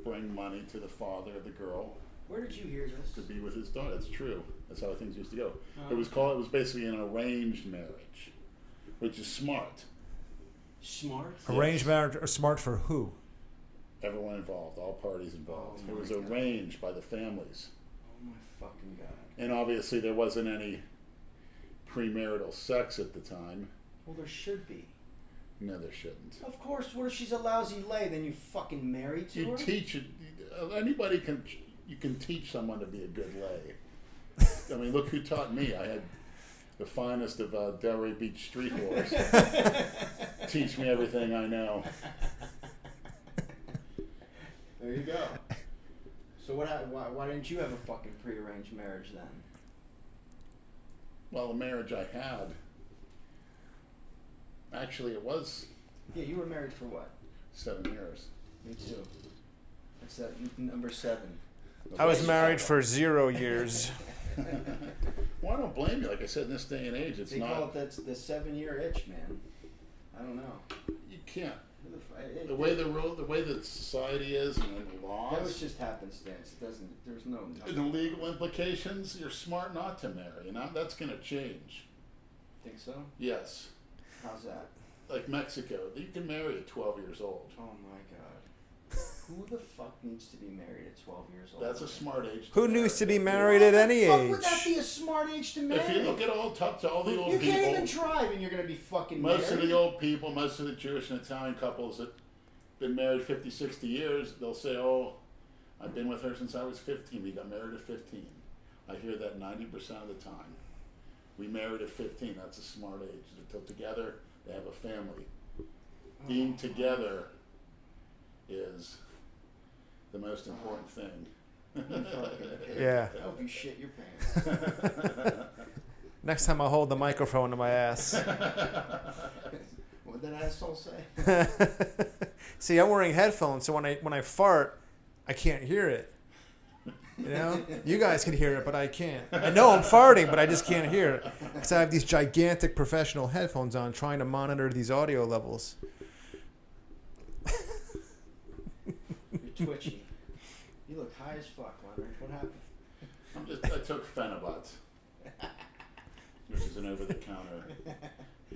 C: bring money to the father of the girl
A: Where did you hear
C: to
A: this?
C: be with his daughter. It's true. That's how things used to go.
A: Uh-huh.
C: It was called. It was basically an arranged marriage, which is smart.
A: Smart.
B: Arranged marriage or smart for who?
C: Everyone involved, all parties involved.
A: Oh
C: it was
A: my God.
C: arranged by the families.
A: Oh my fucking god.
C: And obviously, there wasn't any premarital sex at the time.
A: Well, there should be.
C: No, there shouldn't.
A: Of course. What if she's a lousy lay? Then you fucking married to
C: You
A: her.
C: teach it. Anybody can. You can teach someone to be a good lay. I mean, look who taught me. I had the finest of uh, Delray Beach street whores teach me everything I know.
A: there you go. So what? hap- Why, why didn't you have a fucking prearranged marriage then?
C: Well, the marriage I had. Actually, it was
A: Yeah, you were married for what?
C: seven years.
A: Me too. That's that n- number seven.
B: I was married for zero years.
C: Well, I don't blame you. Like I said, in this day and age, it's
A: They call it
C: not.
A: that's the seven-year itch, man. I don't know.
C: You can't.
A: Who the f- it-
C: The way the rule, the way that society is, and the
A: that was
C: laws,
A: just happenstance. It doesn't. There's no.
C: and the legal implications. You're smart not to marry, and I'm- that's going to change.
A: Think so?
C: Yes,
A: How's that?
C: like Mexico, you can marry at 12 years old.
A: Oh my god. Who the fuck needs to be married at 12 years old?
C: That's a smart age.
B: Who
C: marry.
B: needs to be
A: Why
B: married
A: the
B: at any
A: fuck Would
B: age?
A: that be a smart age to marry?
C: If you look at all, talk to all the old
A: You
C: people.
A: can't even drive, and you're gonna be fucking
C: Most of
A: married.
C: the old people, most of the Jewish and Italian couples that been married 50, 60 years, they'll say, Oh, I've been with her since I was 15. We got married at 15. I hear that 90% of the time. We married at 15. That's a smart age. They're still together, they have a family. Being together is the most important thing.
B: Yeah.
A: I hope you shit your pants.
B: Next time I hold the microphone to my ass.
A: What'd that asshole say?
B: See, I'm wearing headphones, so when I when I fart, I can't hear it. You know, you guys can hear it, but I can't. I know I'm farting, but I just can't hear it because I have these gigantic professional headphones on, trying to monitor these audio levels.
A: You're twitchy. You look high as fuck, Leonard. What happened?
C: I'm just, I took Phenobut, which is an over-the-counter.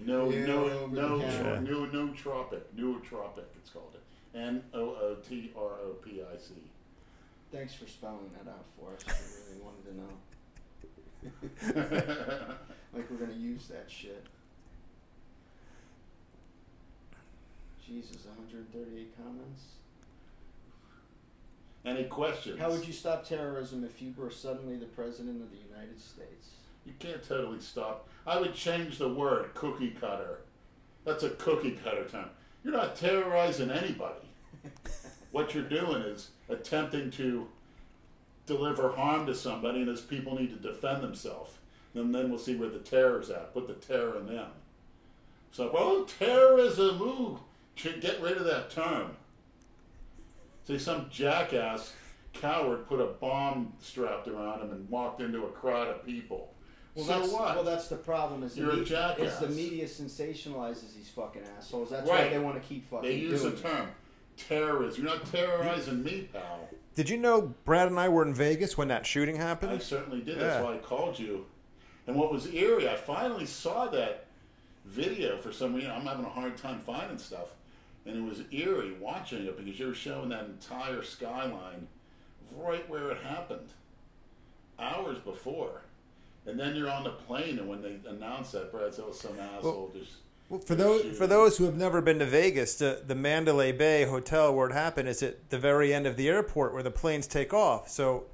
C: No,
A: Yeah,
C: no, no,
A: over-the-counter.
C: tro- no, no tropic, nootropic. It's called it. N o o t r o p i c.
A: Thanks for spelling that out for us. I really wanted to know. Like we're gonna use that shit. Jesus, 138 comments.
C: Any questions?
A: How would you stop terrorism if you were suddenly the president of the United States?
C: You can't totally stop. I would change the word cookie cutter. That's a cookie cutter term. You're not terrorizing anybody. what you're doing is attempting to deliver harm to somebody, and those people need to defend themselves. And then we'll see where the terror's at. Put the terror in them. So, oh, terrorism, ooh, should get rid of that term. See, some jackass coward put a bomb strapped around him and walked into a crowd of people. so
A: that's,
C: what?
A: Well, that's the problem. Is the
C: You're a
A: media, is the
C: jackass.
A: media sensationalizes these fucking assholes. That's why
C: Right.
A: they want to keep fucking
C: they use the
A: doing it.
C: term terrorism. You're not terrorizing me, pal.
B: Did you know Brad and I were in Vegas when that shooting
C: I
B: happened?
C: certainly did. That's
B: Yeah.
C: why I called you. And what was eerie, I finally saw that video for some reason. I'm having a hard time finding stuff. And it was eerie watching it because you were showing that entire skyline right where it happened hours before. And then you're on the plane, and when they announced that, Brad said, oh, some asshole just.
B: Well, for those for those who have never been to Vegas, the, the Mandalay Bay Hotel where it happened is at the very end of the airport where the planes take off. So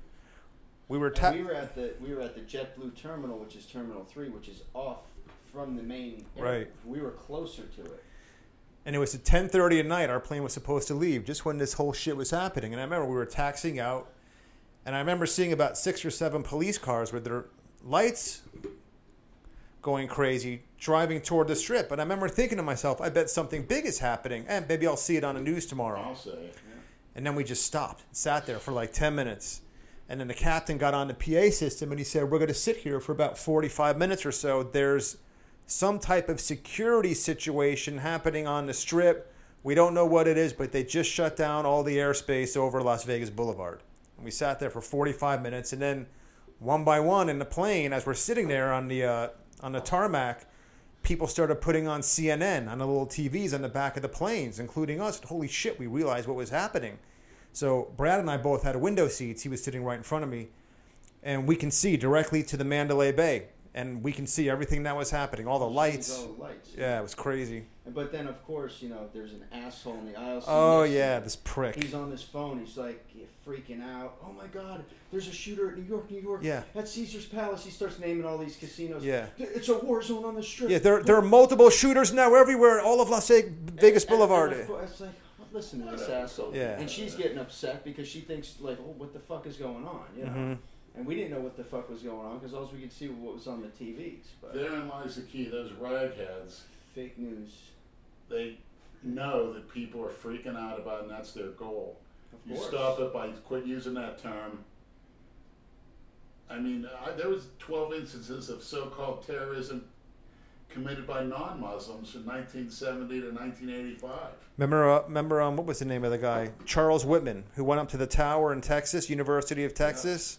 B: we were ta-
A: And we were at the we were at the JetBlue terminal, which is Terminal Three, which is off from the main. airport. We were closer to it.
B: and it was at 10.30 at night our plane was supposed to leave just when this whole shit was happening and i remember we were taxing out and i remember seeing about six or seven police cars with their lights going crazy driving toward the strip and i remember thinking to myself i bet something big is happening and maybe i'll see it on the news tomorrow
C: I'll say.
B: and then we just stopped and sat there for like 10 minutes And then the captain got on the PA system and he said, We're going to sit here for about 45 minutes or so. There's some type of security situation happening on the strip. We don't know what it is, but they just shut down all the airspace over Las Vegas Boulevard. And we sat there for 45 minutes. And then one by one in the plane, as we're sitting there on the, uh, on the tarmac, people started putting on CNN on the little TVs on the back of the planes, including us. Holy shit, we realized what was happening. So Brad and I both had window seats. He was sitting right in front of me, and we can see directly to the Mandalay Bay, and we can see everything that was happening, all the lights.
A: All the lights.
B: Yeah, it was crazy.
A: But then, of course, you know, there's an asshole in the aisle. seat
B: Oh
A: next to
B: yeah,
A: you.
B: this prick.
A: He's on his phone. He's like freaking out. Oh my God! There's a shooter at New York, New York.
B: Yeah.
A: At Caesar's Palace, he starts naming all these casinos.
B: Yeah.
A: It's a war zone on the strip.
B: Yeah, there, there are multiple shooters now everywhere, all of Las Ve- Vegas
A: And- and-
B: Boulevard.
A: and of course, it's like, well, listen to this asshole.
B: Yeah.
A: And she's getting upset because she thinks like, oh, what the fuck is going on? You know.
B: Mhm.
A: And we didn't know what the fuck was going on because all we could see was what was on the TVs. But
C: Therein lies the key. Those ragheads,
A: fake news.
C: they know that people are freaking out about, it and that's their goal.
A: Of
C: You
A: course.
C: stop it by quit using that term. I mean, I, there was 12 instances of so-called terrorism committed by non-Muslims from 1970 to 1985.
B: Remember, uh, remember, um, what was the name of the guy? Charles Whitman, who went up to the tower in Texas, University of Texas.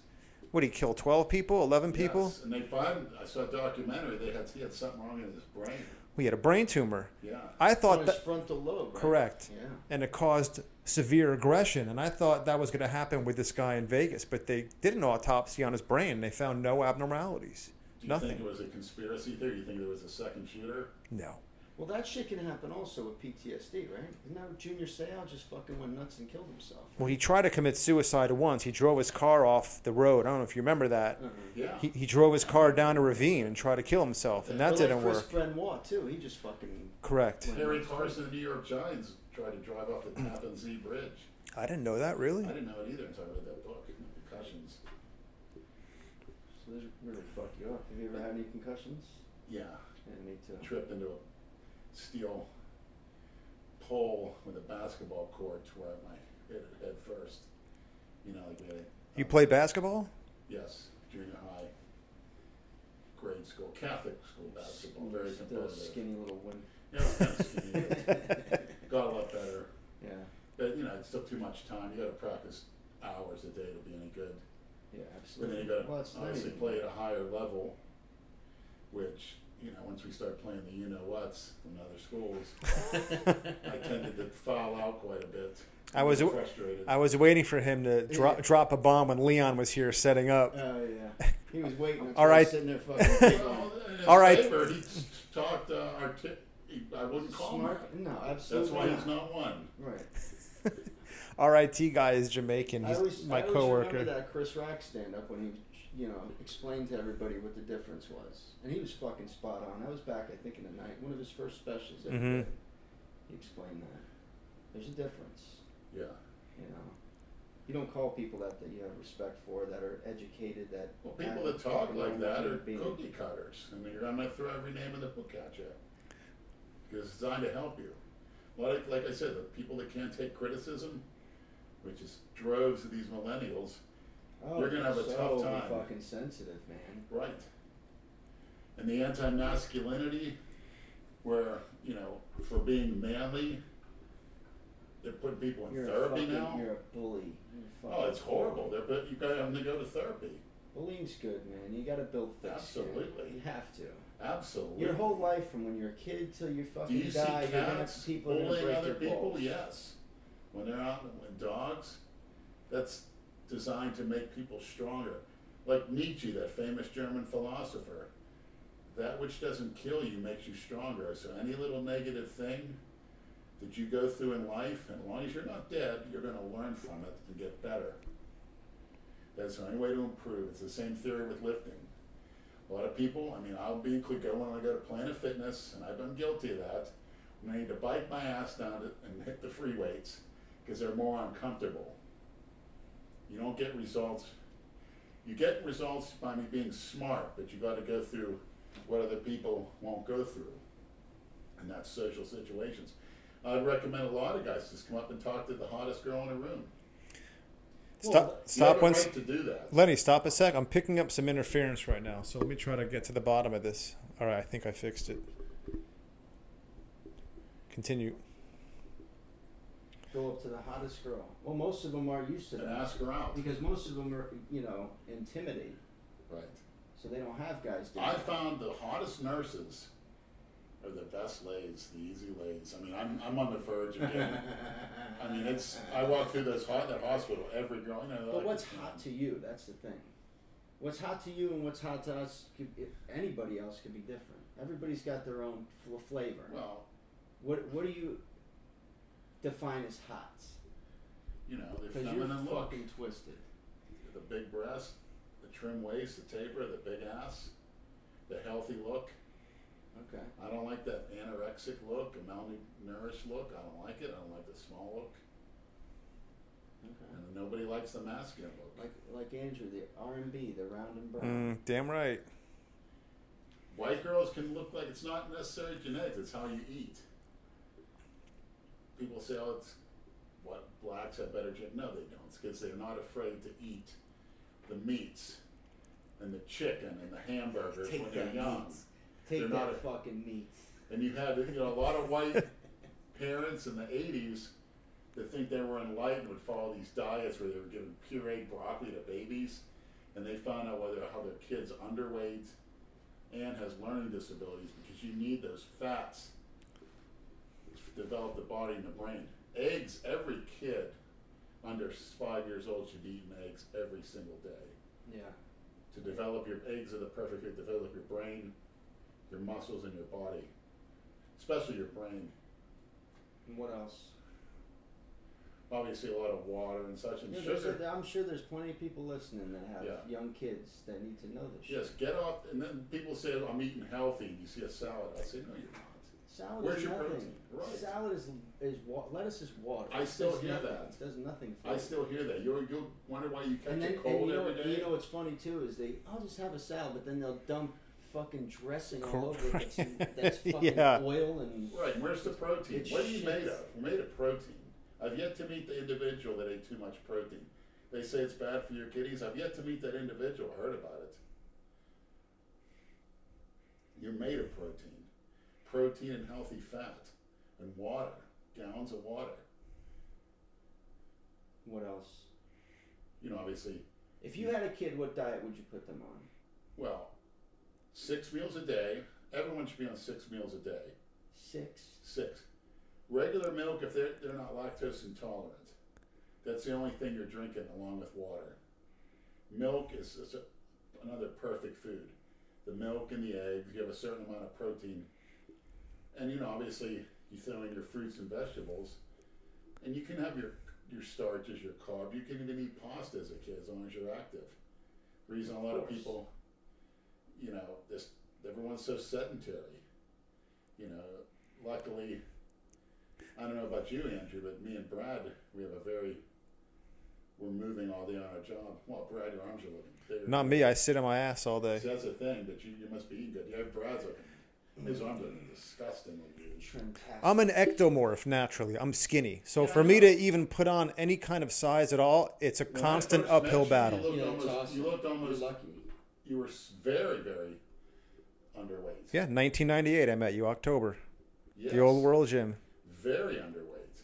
B: What did he kill? Twelve people, eleven people.
C: Yes, and they find I saw a documentary. They had he had something wrong in his brain.
B: He had a brain tumor.
C: Yeah.
B: I
A: On
B: thought
A: his
B: Oh, that
A: frontal lobe. right?
B: correct.
A: Yeah.
B: and it caused severe aggression. And I thought that was going to happen with this guy in Vegas, but they did an autopsy on his brain. and They found no abnormalities.
C: Do you think
B: Nothing.
C: it was a conspiracy theory? You think there was a second shooter?
B: No.
A: Well, that shit can happen also with PTSD, right? Isn't that what Junior Seau just fucking went nuts and killed himself?
B: Well, he tried to commit suicide once. He drove his car off the road. I don't know if you remember that.
A: Uh-huh.
C: Yeah.
B: He, he drove his car down a ravine and tried to kill himself, and that
A: But like
B: didn't
A: Chris
B: work.
A: Benoit too. He just fucking.
B: Correct.
C: Harry Carson, of the New York Giants, tried to drive off the Tappan Zee Bridge.
B: I didn't know that
C: I
B: really.
C: didn't know it either until I read that book. The concussions.
A: So those really fuck you up. Have you ever had any concussions?
C: Yeah.
A: Yeah, me too.
C: Tripped into a steel pole with a basketball court where I hit it head first. You know, like really.
B: You play basketball?
C: Yes, junior high, grade school, Catholic school basketball,
A: Still
C: very
A: Still a
C: competitive.
A: skinny little one.
C: Yeah, it was kind of skinny. Got a lot better.
A: Yeah,
C: But, you know, it's still too much time. You got to practice hours a day to be any good.
A: yeah,
C: And
A: absolutely.
C: then you got to
A: well, it's
C: obviously
A: learning.
C: play at a higher level, which, you know, once we start playing the you know whats from other schools, I tended to foul out quite a bit.
B: I was-
C: frustrated.
B: I was waiting for him to dro- drop a bomb when Leon was here setting up.
A: Oh yeah, he was waiting.
B: All right.
A: sitting there fucking.
C: Well, in his
B: All right.
C: favor, he s- talked uh, arti- he- I wouldn't call him.
A: Smart? No, absolutely.
C: That's why he's not one.
A: Right.
B: RIT guy is Jamaican.
A: I
B: He's
A: always,
B: my
A: I always
B: coworker.
A: remember that Chris Rock stand up when he, you know, explained to everybody what the difference was, and he was fucking spot on. That was back, I think, in the night, one of his first specials. That he,
B: Mhm.
A: did. he explained that there's a difference.
C: Yeah.
A: You know, you don't call people that that you have respect for, that are educated, that
C: Well,
A: have
C: people that talk
A: fucking
C: like that are
A: being-
C: cookie cutters. I mean, you're, I'm going to throw every name in the book at you because it's designed to help you. Like, like I said, the people that can't take criticism, which is droves of these millennials,
A: Oh,
C: You're gonna have a
A: so
C: tough time.
A: Fucking sensitive, man.
C: right? And the anti-masculinity, where you know, for being manly, they're putting people in
A: You're
C: therapy
A: a fucking,
C: now.
A: You're a bully. You're a
C: Oh, it's
A: fucking-
C: horrible. They're, but you got them to go to therapy.
A: Bullying's good, man. You got to build thick
C: Absolutely.
A: skin. You have to.
C: Absolutely.
A: Your whole life, from when you're a kid till you
C: Do
A: fucking
C: you see
A: die, you're gonna
C: cats
A: have people are gonna
C: bullying
A: break
C: other
A: your
C: people?
A: balls.
C: Yes. When they're out with dogs, that's designed to make people stronger. Like Nietzsche, that famous German philosopher, that which doesn't kill you makes you stronger. So any little negative thing that you go through in life, and as long as you're not dead, you're going to learn from it and get better. That's the only way to improve. It's the same theory with lifting. A lot of people, I mean, I'll be included go when I go to Planet Fitness, and I've been guilty of that. When I need to bite my ass down to, and hit the free weights because they're more uncomfortable. You don't get results. You get results by me being smart, but you got to go through what other people won't go through, and that's social situations. I'd recommend a lot of guys just come up and talk to the hottest girl in a room.
B: Stop!
C: you
B: stop
C: have a
B: one.
C: right
B: s-
C: to do that.
B: Lenny, stop a sec. I'm picking up some interference right now, so let me try to get to the bottom of this. All right, I think I fixed it. Continue.
A: Go up to the hottest girl. Well, most of them are used to
C: And
A: that
C: ask her out.
A: because most of them are, you know, intimidated,
C: Right.
A: so they don't have guys. do
C: I
A: that.
C: found the hottest nurses are the best lays, the easy lays. I mean, I'm, I'm on the verge of getting. I mean, it's. I walk through this hot that hospital every girl. You know, they're
A: But
C: like,
A: what's hot to you? That's the thing. What's hot to you and what's hot to us? Could, if anybody else could be different. Everybody's got their own fl- flavor.
C: Well,
A: What What do you define as hot?
C: you know, the
A: Because you're
C: feminine look,
A: fucking twisted.
C: the big breast, the trim waist, the taper, the big ass, the healthy look.
A: Okay.
C: I don't like that anorexic look, a malnourished look. I don't like it. I don't like the small look,
A: Okay.
C: and nobody likes the masculine look.
A: Like Like Andrew, the R and B, the round and brown.
B: Mm, damn right.
C: White girls can look like it's not necessarily genetics, it's how you eat. People say, oh, it's what blacks have better gen. No, they don't. It's because they're not afraid to eat the meats and the chicken and the hamburgers when
A: Take
C: they're
A: that
C: young.
A: meat. Take
C: They're
A: that
C: not a-
A: fucking meat.
C: And you had you know, a lot of white parents in the 80s that think they were enlightened would follow these diets where they were giving pureed broccoli to babies, and they found out whether how their kids underweight and has learning disabilities because you need those fats to develop the body and the brain. Eggs, every kid under five years old should be eating eggs every single day
A: Yeah.
C: to develop your eggs are the perfect way to develop your brain, your muscles, and your body, especially your brain.
A: And what else?
C: Obviously, a lot of water and such, and
A: Yeah, there's
C: sugar.
A: a, I'm sure there's plenty of people listening that have
C: Yeah.
A: young kids that need to know this.
C: Yes, get off. And then people say, "I'm eating healthy." and You see a salad. I say, "No, you're not."
A: Salad
C: Where's
A: is
C: your
A: nothing.
C: protein? Right.
A: Salad is is wa- lettuce is water.
C: I
A: It
C: still
A: does
C: hear
A: nothing.
C: that.
A: It does nothing for
C: I
A: you.
C: still hear that. You you wonder why you catch
A: and then
C: a
A: and
C: cold
A: you know
C: every
A: what,
C: day.
A: you know what's funny too is they I'll just have a salad, but then they'll dump fucking dressing all
B: Cor-
A: over it that's, that's fucking
B: Yeah.
A: oil and
C: right? and Where's the protein?
A: It's
C: what are you
A: shit.
C: made of? We're made of protein. I've yet to meet the individual that ate too much protein. They say it's bad for your kidneys. I've yet to meet that individual. I heard about it. You're made of protein. Protein and healthy fat and water, gallons of water.
A: what else?
C: You know, obviously,
A: If you had a kid, what diet would you put them on?
C: well, six meals a day. Everyone should be on six meals a day.
A: Six.
C: Six. Regular milk if they're, they're not lactose intolerant. That's the only thing you're drinking along with water. Milk is, is a- another perfect food. The milk and the eggs, you have a certain amount of protein. And you know, obviously, you throw in your fruits and vegetables. And you can have your, your starches, your carb. You can even eat pasta as a kid as long as you're active. The reason a lot of
A: course.
C: people, you know, this everyone's so sedentary. You know, luckily, I don't know about you, Andrew, but me and Brad, we have a very, we're moving all day on our job. Well, Brad, your arms are looking bigger.
B: Not me. I sit on my ass all
C: See,
B: day.
C: that's the thing, that you, you must be eating good. Yeah, Brad's looking, his arms are looking disgustingly huge.
A: Fantastic.
B: I'm an ectomorph naturally. I'm skinny, so for me to even put on any kind of size at all, it's a
C: When I
B: constant
C: first met
B: uphill
C: you, You
B: battle.
C: looked
A: yeah,
C: almost,
A: it's awesome.
C: you looked almost,
A: You're lucky.
C: you were s- very, very underweight.
B: Yeah, 1998. I met you October,
C: Yes.
B: the old World Gym.
C: very underweight.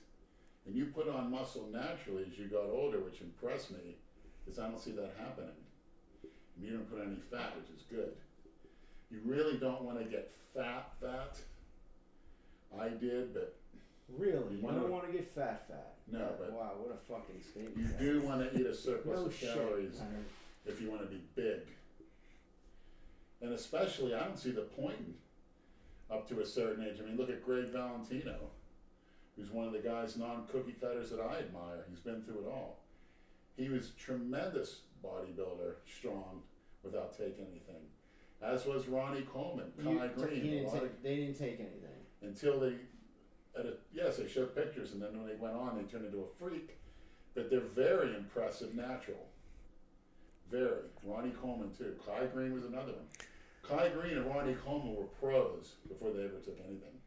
C: And you put on muscle naturally as you got older, which impressed me because I don't see that happening. And you don't put on any fat, which is good. You really don't want to get fat, fat. I did, but
A: Really,
C: You
A: you
C: know-
A: don't want to get fat, fat.
C: No,
A: Uh,
C: but-
A: wow, what a fucking statement.
C: you
A: that
C: do
A: is.
C: want to eat a surplus
A: No
C: of
A: shit.
C: calories
A: Leonard.
C: if you want to be big. And especially, I don't see the point up to a certain age. I mean, look at Greg Valentino, who's one of the guys, non cookie cutters that I admire. He's been through it all. He was tremendous bodybuilder, strong, without taking anything. As was Ronnie Coleman,
A: You-
C: Kai
A: he
C: Green, a
A: didn't
C: lot of-
A: take, they didn't take anything.
C: until they, at a, yes, they showed pictures, and then when they went on, they turned into a freak. But they're very impressive, natural. Very. Ronnie Coleman too. Kai Green was another one. Kai Green and Ronnie Coleman were pros before they ever took anything.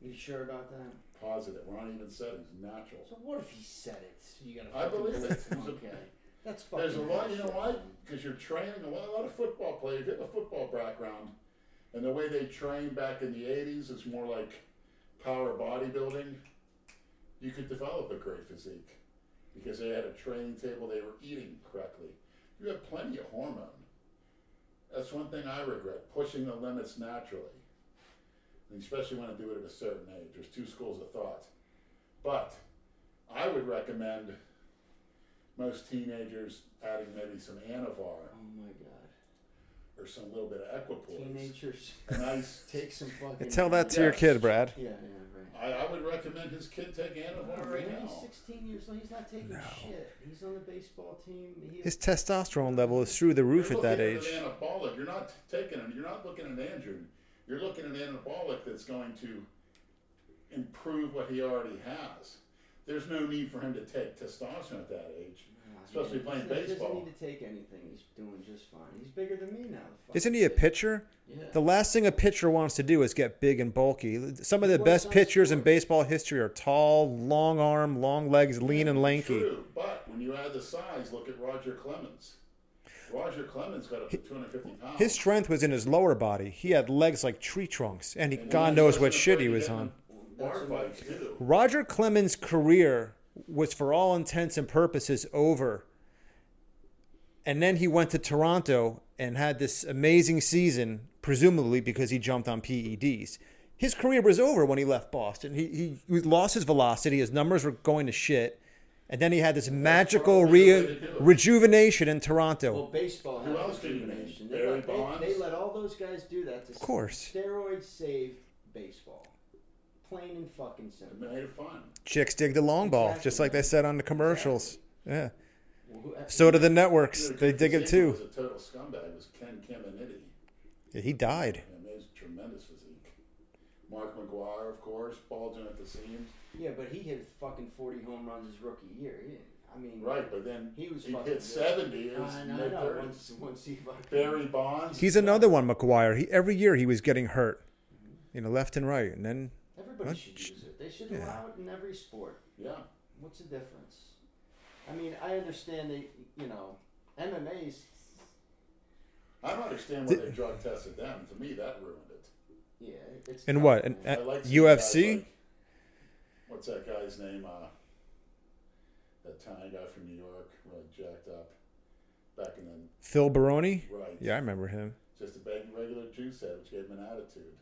A: You sure about that?
C: positive. We're not even settings. Natural.
A: So what if he said it? You gotta.
C: I
A: fucking
C: believe
A: believe
C: it.
A: him. Okay, that's fucking.
C: There's a lot, you know
A: bullshit.
C: why? Because you're training a lot, a lot of football players. You have a football background, and the way they train back in the '80s is more like power bodybuilding. You could develop a great physique because they had a training table. They were eating correctly. You have plenty of hormone. That's one thing I regret: pushing the limits naturally, and especially when I do it at a certain age. There's two schools of thought, but I would recommend most teenagers adding maybe some Anavar
A: Oh my god.
C: or some little bit of Equipoise.
A: Teenagers
C: A nice.
A: take some fucking.
B: Tell that to your
C: Yes.
B: kid, Brad.
A: Yeah, yeah, right.
C: I, I would recommend his kid take Anavar right
A: Man,
C: now.
A: he's 16 years old. He's not taking shit. He's on the baseball team. He
B: His testosterone level is through the roof
C: You're
B: at that
C: looking
B: age.
C: An anabolic. You're not taking it. You're not looking at Andrew. You're looking at an anabolic that's going to improve what he already has. There's no need for him to take testosterone at that age.
A: Nah,
C: Especially
A: man,
C: playing
A: he's not- He
C: baseball.
A: doesn't need to take anything. He's doing just fine. He's bigger than me now. Fuck
B: Isn't he a pitcher?
A: Yeah.
B: The last thing a pitcher wants to do is get big and bulky. Some of the
A: Well,
B: best
A: that's
B: pitchers in
A: true.
B: baseball history are tall, long arm, long legs, lean and lanky.
C: True, but when you add the size, look at Roger Clemens. Roger Clemens got up to 250 pounds.
B: His strength was in his lower body. He had legs like tree trunks, and he,
C: And
B: God
C: he
B: knows
C: wasn't
B: what shit
C: afraid
B: he
C: to
B: was
C: get in
B: on.
C: Bar
A: That's
C: fights too.
B: Roger Clemens' career was, for all intents and purposes, over. And then he went to Toronto and had this amazing season, presumably because he jumped on PEDs. His career was over when he left Boston. He, he, he lost his velocity, his numbers were going to shit. And then he had this magical re- rejuvenation in Toronto.
A: Well, baseball
C: Who
A: had
C: else did you name?
A: rejuvenation. They,
C: Barry
A: let, they,
C: Bonds?
A: they let all those guys do that. To of
B: course.
A: Steroids saved baseball. Plain and fucking simple.
C: It made it fun.
B: Chicks dig the long ball, just
A: Exactly.
B: like they said on the commercials. Yeah.
A: Well, who- uh,
B: So do the networks.
C: Peter
B: They dig it
C: Kuznick
B: too.
C: Was a total scumbag. Was Ken Caminiti.
B: Yeah, he died.
C: And he was tremendous physique. Mark McGuire, of course, bulging at the seams.
A: yeah, but he hit fucking 40 home runs his rookie year. He, didn't- I mean,
C: Right, but then
A: He was
C: he
A: fucking
C: hit
A: good.
C: 70 in his
A: I know, I
C: mid
A: know.
C: 30s.
A: Once, once he fucking
C: Barry Bonds.
B: He's another one, McGuire. He every year he was getting hurt, you know, left and right, and then
A: Everybody
B: What?
A: should use it. They should
B: Yeah.
A: allow it in every sport.
C: Yeah.
A: What's the difference? I mean, I understand that you know, MMA's.
C: I don't understand why they drug tested them. To me, that ruined it.
A: Yeah, it's.
B: and
A: tough,
B: what? And,
A: man.
B: uh,
C: I like seeing guys
B: UFC.
C: like- what's that guy's name? Uh, that tiny guy from New York, really jacked up. Back in the
B: Phil Baroni.
C: right.
B: Yeah, I remember him.
C: Just a bag regular juice head, which gave him an attitude.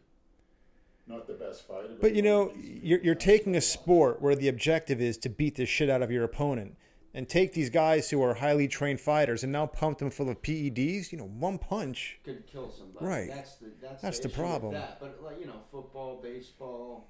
C: Not the best fighter.
B: But you
C: he was
B: know,
C: a piece of
B: you're you're
C: business.
B: taking a sport where the objective is to beat the shit out of your opponent, and take these guys who are highly trained fighters and now pump them full of PEDs. You know, one punch.
A: could kill somebody.
B: Right.
A: That's the that's,
B: That's the
A: the, issue with
B: problem.
A: that. But like you know, football, baseball,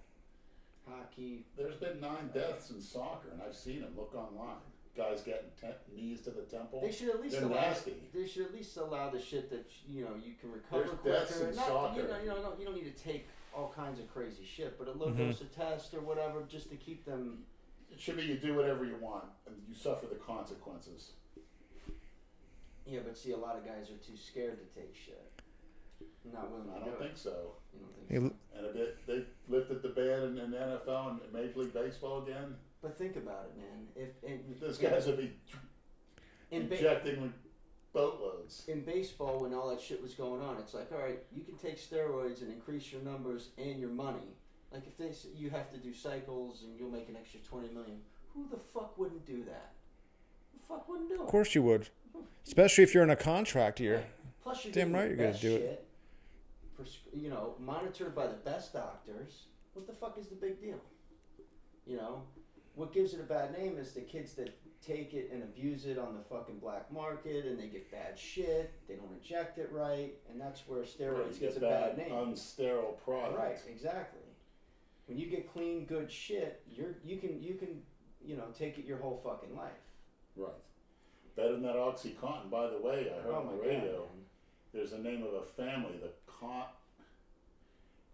A: hockey.
C: There's been nine deaths in soccer, and I've seen them. Look online. Guys getting te- knees to the temple.
A: They should at least
C: They're
A: allow.
C: nasty.
A: They should at least allow the shit that you know you can recover
C: There's
A: quicker.
C: deaths in
A: and not, You
C: soccer.
A: know, you know, don't- you don't need to take all kinds of crazy shit, but a low
B: Mm-hmm.
A: dose of test or whatever just to keep them.
C: It should be you do whatever you want, and you suffer the consequences.
A: Yeah, but see, a lot of guys are too scared to take shit. Not willing to
C: I
A: do
C: don't
A: it.
C: think so.
A: You don't think
B: Hey,
A: so?
B: l-
C: And if it, they lifted the ban in, in the NFL and Major League Baseball again,
A: But think about it, man. If and,
C: those
A: yeah,
C: guys would be
A: in ba-
C: injecting with boatloads.
A: in baseball when all that shit was going on it's like all right you can take steroids and increase your numbers and your money like if they s- you have to do cycles and you'll make an extra 20 million who the fuck wouldn't do that who the fuck wouldn't do it
B: Of course you would, especially if you're in a contract year.
A: plus you're
B: Damn
A: getting
B: right
A: the
B: you're gonna
A: best
B: do it.
A: shit, Prescri- you know monitored by the best doctors what the fuck is the big deal you know what gives it a bad name is the kids that take it and abuse it on the fucking black market and they get bad shit they don't inject it right and that's where steroids gets a bad, name
C: unsterile product.
A: right exactly when you get clean good shit you're you can you can you know take it your whole fucking life
C: Right. Better than that OxyContin. By the way, I heard
A: oh
C: on
A: my
C: the
A: god
C: radio.
A: man.
C: there's the name of a family, the Con.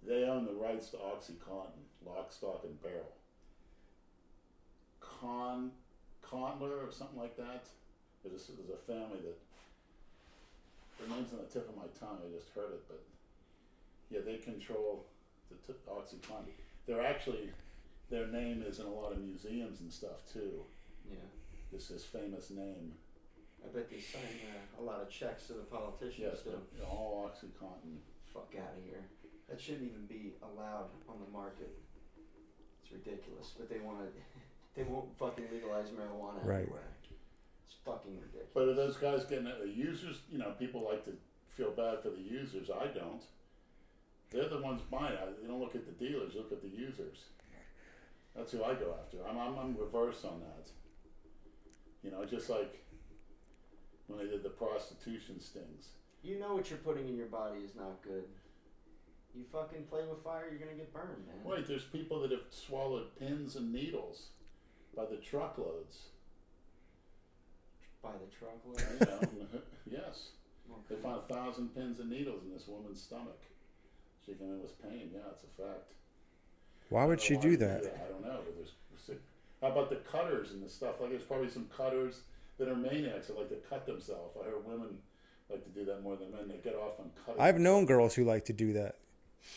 C: They own the rights to OxyContin, lock, stock, and barrel. Con, Condler or something like that. There's a, there's a family that. Their name's on the tip of my tongue. I just heard it, but yeah, they control the t- OxyContin. They're actually their name is in a lot of museums and stuff too.
A: Yeah.
C: It's this famous name.
A: I bet they sign uh, a lot of checks to the politicians
C: Yes,
A: too.
C: but all OxyContin.
A: Fuck out of here. That shouldn't even be allowed on the market. It's ridiculous. But they want to. They won't fucking legalize marijuana
B: Right.
A: everywhere. It's fucking ridiculous.
C: But are those guys getting it? The users, you know, people like to feel bad for the users. I don't. They're the ones buying. it. They don't look at the dealers. Look at the users. That's who I go after. I'm, I'm, I'm reverse on that. You know, just like when they did the prostitution stings.
A: You know what you're putting in your body is not good. You fucking play with fire, you're gonna get burned, man.
C: Wait, there's people that have swallowed pins and needles by the truckloads.
A: By the truckload.
C: You know, yes. They
A: Okay.
C: found a thousand pins and needles in this woman's stomach. She came in with pain. Yeah, it's a fact.
B: Why would
C: I
B: she
C: don't
B: do
C: know why they
B: that?
C: I don't know. But there's, there's- how about the cutters and the stuff? Like, there's probably some cutters that are maniacs that like to cut themselves. I heard women like to do that more than men. They get off on cutting.
B: I've known girls who like to do that.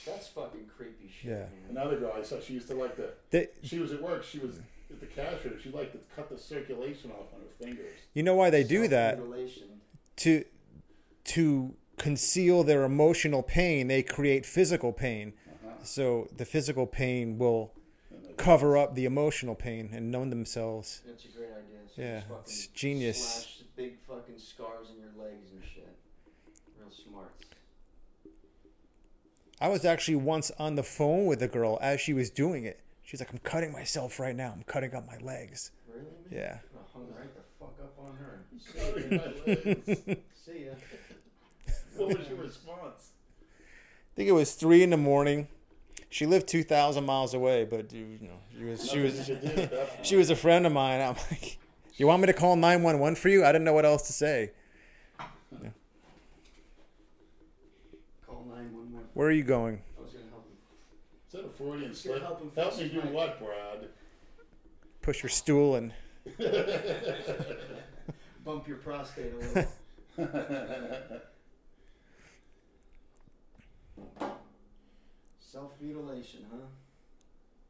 A: That's fucking creepy shit,
B: Yeah.
A: man.
C: Another girl I saw, she used to like to.
B: They,
C: She was at work. She was at the cash register. She liked to cut the circulation off on her fingers.
B: you know why they do that?
A: Self-mutilation.
B: to to conceal their emotional pain, they create physical pain.
C: Uh-huh.
B: So the physical pain will cover up the emotional pain and numb themselves.
A: That's a great idea. So
B: Yeah,
A: just fucking
B: it's genius.
A: Slash big fucking scars in your legs and shit. Real smart.
B: I was actually once on the phone with a girl as she was doing it. She's like, "I'm cutting myself right now. I'm cutting up my legs."
A: Really, man?
B: Yeah.
A: I hung right the fuck up on her.
C: Sorry, my legs.
A: See ya.
C: what was your response?
B: I think it was three in the morning. She lived two thousand miles away, but you know, she was she
C: Nothing
B: was
C: you could do at that point.
B: she was a friend of mine. I'm like, "You want me to call nine one one for you?" I didn't know what else to say.
A: Call 911.
B: Where are you going?
A: I was gonna help him.
C: Is that a Freudian
A: Should
C: slip?
A: help him
C: Help
A: fix
C: me
A: his
C: do
A: mic.
C: what, Brad?
B: Push your stool and
A: Bump your prostate a little. Self mutilation, huh?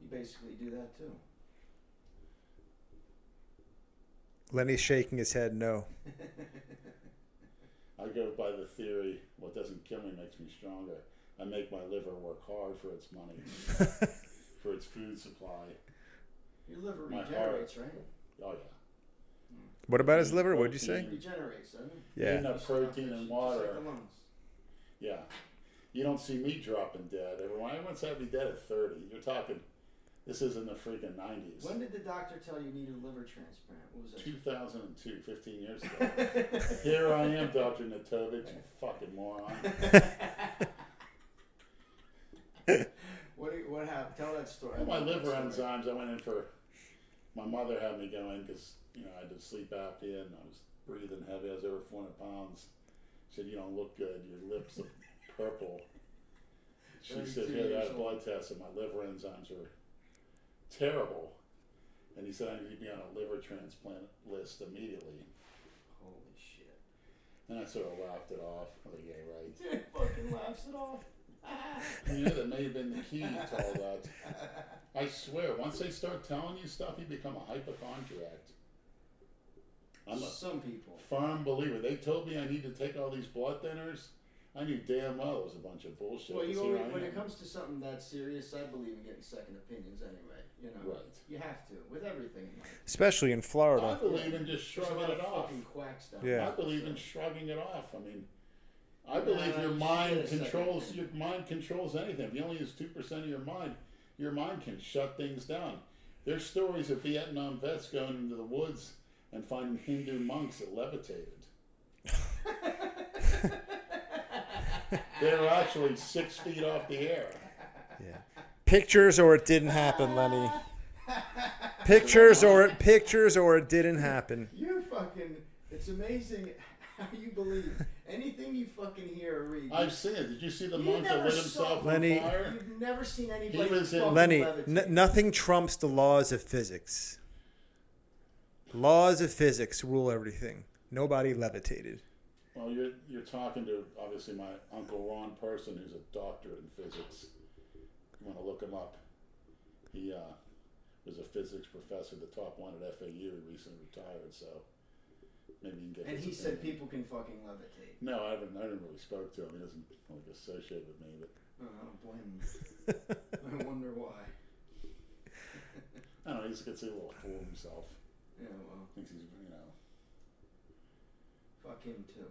A: You basically do that too.
B: Lenny's shaking his head no.
C: I go by the theory what doesn't kill me makes me stronger. I make my liver work hard for its money, for its food supply.
A: Your liver
C: My heart.
A: regenerates, right?
C: Oh, yeah.
B: What about his liver? What'd you
A: It
B: say?
A: regenerates, doesn't it?
C: Yeah.
B: Yeah.
C: Enough protein and water.
A: Just like the lungs.
C: Yeah. You don't see me dropping dead. Everyone, everyone's had me dead at 30. You're talking, this is in the freaking 90s.
A: When did the doctor tell you needed a liver transplant? What was that?
C: 2002, 15 years ago. Here I am, Dr. Natovich, you fucking moron.
A: What, do you- what happened? Tell that story.
C: Well, my liver
A: Story.
C: enzymes, I went in for. My mother had me go in because you know I had sleep apnea and I was breathing heavy. I was over 400 pounds. She said, "You don't look good. Your lips are purple." She
A: 32
C: said, "Yeah, they
A: years
C: had a blood test and my liver enzymes were terrible." And he said, "I need to be on a liver transplant list immediately."
A: Holy shit.
C: And I sort of laughed it off. I was like, "Yeah, right."
A: Dude fucking laughs it off.
C: You know, that may have been the key to all that. I swear, once they start telling you stuff, you become a hypochondriac. I'm a
A: Some people.
C: firm believer. They told me I need to take all these blood thinners. I knew damn well it was a bunch of bullshit.
A: Well, you
C: So
A: always,
C: here I
A: when it
C: am.
A: comes to something that serious, I believe in getting second opinions anyway. You know,
C: Right.
A: you have to with everything. in life.
B: Especially in
C: I
B: Florida.
C: believe in just
A: There's a lot
C: shrugging it
A: of
C: off.
A: fucking quacks down
B: Yeah.
C: I
A: there.
C: believe in
A: So,
C: shrugging it off. I mean, I
A: Nah,
C: believe
A: you
C: your
A: should
C: mind
A: get a second
C: controls your
A: opinion.
C: mind controls anything. If you only use two percent of your mind, your mind can shut things down. There's stories of Vietnam vets going into the woods and finding Hindu monks that levitated. they were actually six feet off the air.
B: Yeah. Pictures or it didn't happen, Lenny. Pictures or it pictures or it didn't happen.
A: you fucking. It's amazing how you believe anything you fucking hear or read.
C: I've seen it. Did you see the
A: You
C: monk that
A: never
C: lit
A: saw-
C: himself
B: Lenny-
C: on fire?
A: You've never seen anybody
C: was in-
A: fucking
B: Lenny,
A: levitate.
B: n- nothing trumps the laws of physics. Laws of physics rule everything. Nobody levitated.
C: Well, you're you're talking to obviously my uncle Ron Person, who's a doctorate in physics. You want to look him up. He uh, was a physics professor, the top one at FAU, who recently retired. So maybe you can get.
A: And
C: his
A: he said
C: opinion.
A: people can fucking levitate.
C: No, I haven't. I haven't really spoke to him. He doesn't like associate with me, but
A: Oh, I don't blame him. I wonder why.
C: I don't know. He just gets a little fool himself.
A: Yeah, well,
C: Thinks he's you know.
A: fuck him too.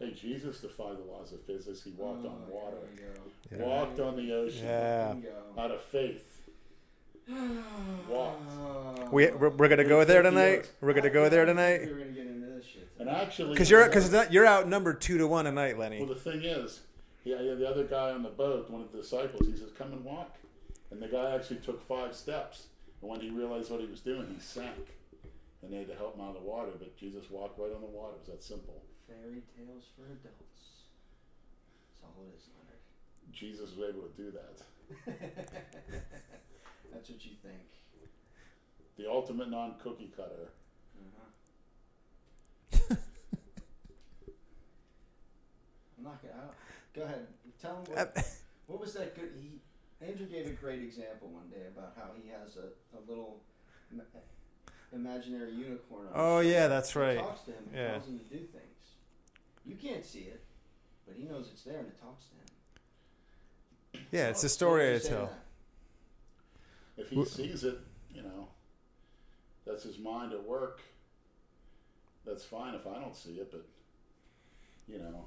C: Hey, Jesus defied the laws of physics. He walked on
A: Oh,
C: water.
A: there we go.
B: Yeah.
C: Walked on the ocean.
B: Yeah.
A: Bingo.
C: Out of faith. Walked.
B: We we're, we're gonna go there tonight. We're gonna go there
A: Oh. We
B: tonight.
A: We're gonna get into this shit.
C: And actually,
B: Cause you're cause that, you're outnumbered two to one tonight,
C: Well,
B: Lenny.
C: the thing is, yeah, yeah, the other guy on the boat, one of the disciples, he says, "Come and walk," and the guy actually took five steps. And when he realized what he was doing, he sank, and they had to help him out of the water. But Jesus walked right on the water. It was that simple.
A: Fairy tales for adults. That's all it is, Leonard.
C: Jesus was able to do that.
A: That's what you think.
C: The ultimate non-cookie cutter.
A: Uh-huh. I'm not gonna. I don't- Go ahead. Tell him what, what was that good. He, Andrew gave a great example one day about how he has a, a little ma- imaginary unicorn. On his
B: Oh
A: shoulder.
B: yeah, that's
A: He
B: right.
A: Talks to him. and
B: Yeah.
A: Tells him to do things. You can't see it, but he knows it's there and it talks to him.
B: Yeah, it's
A: Oh,
B: a story
A: why'd
B: I
A: you say
B: tell.
A: that?
C: If he
B: Wh-
C: sees it, you know, that's his mind at work. That's fine if I don't see it, but you know,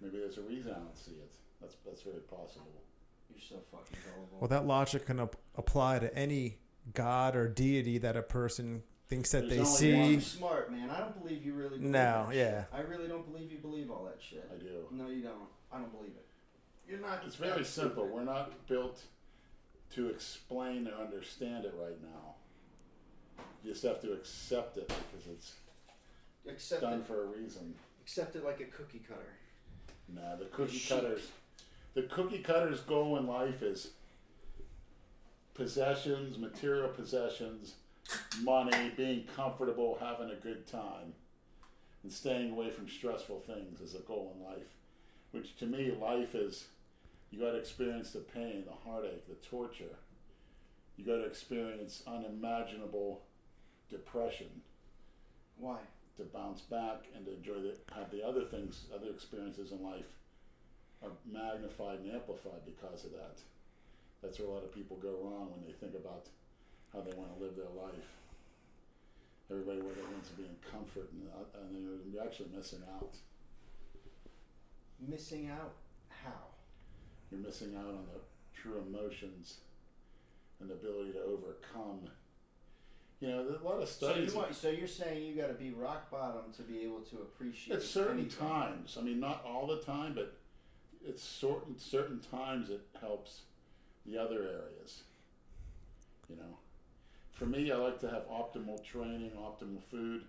C: maybe there's a reason I don't see it. That's that's very possible.
A: You're so fucking gullible.
B: Well, that logic can ap- apply to any god or deity that a person thinks that they
C: There's
A: You're
C: only
B: see.
C: one.
A: smart, man. I don't believe you really believe
B: No,
A: that shit.
B: yeah.
A: I really don't believe you believe all that shit.
C: I do.
A: No, you don't. I don't believe it. You're not.
C: It's very simple. We're not built to explain or understand it right now. You just have to accept it because it's
A: Accept
C: done
A: it,
C: for a reason.
A: accept it like a cookie cutter.
C: Nah, the cookie
A: Shit.
C: cutters. The cookie cutters' goal in life is possessions, material possessions, money, being comfortable, having a good time, and staying away from stressful things is a goal in life. Which to me, life is you got to experience the pain, the heartache, the torture. You got to experience unimaginable depression
A: Why?
C: to bounce back and to enjoy the have the other things, other experiences in life are magnified and amplified because of that. That's where a lot of people go wrong when they think about how they want to live their life. Everybody where they wants to be in comfort and, uh, and they're actually missing out.
A: Missing out? How?
C: You're missing out on the true emotions and the ability to overcome. You know, there's a lot of
A: So,
C: studies.
A: you want, so you're saying you got to be rock bottom to be able to appreciate
C: At certain
A: anything.
C: times, I mean, not all the time, but it's certain certain times it helps the other areas. You know, for me, I like to have optimal training, optimal food,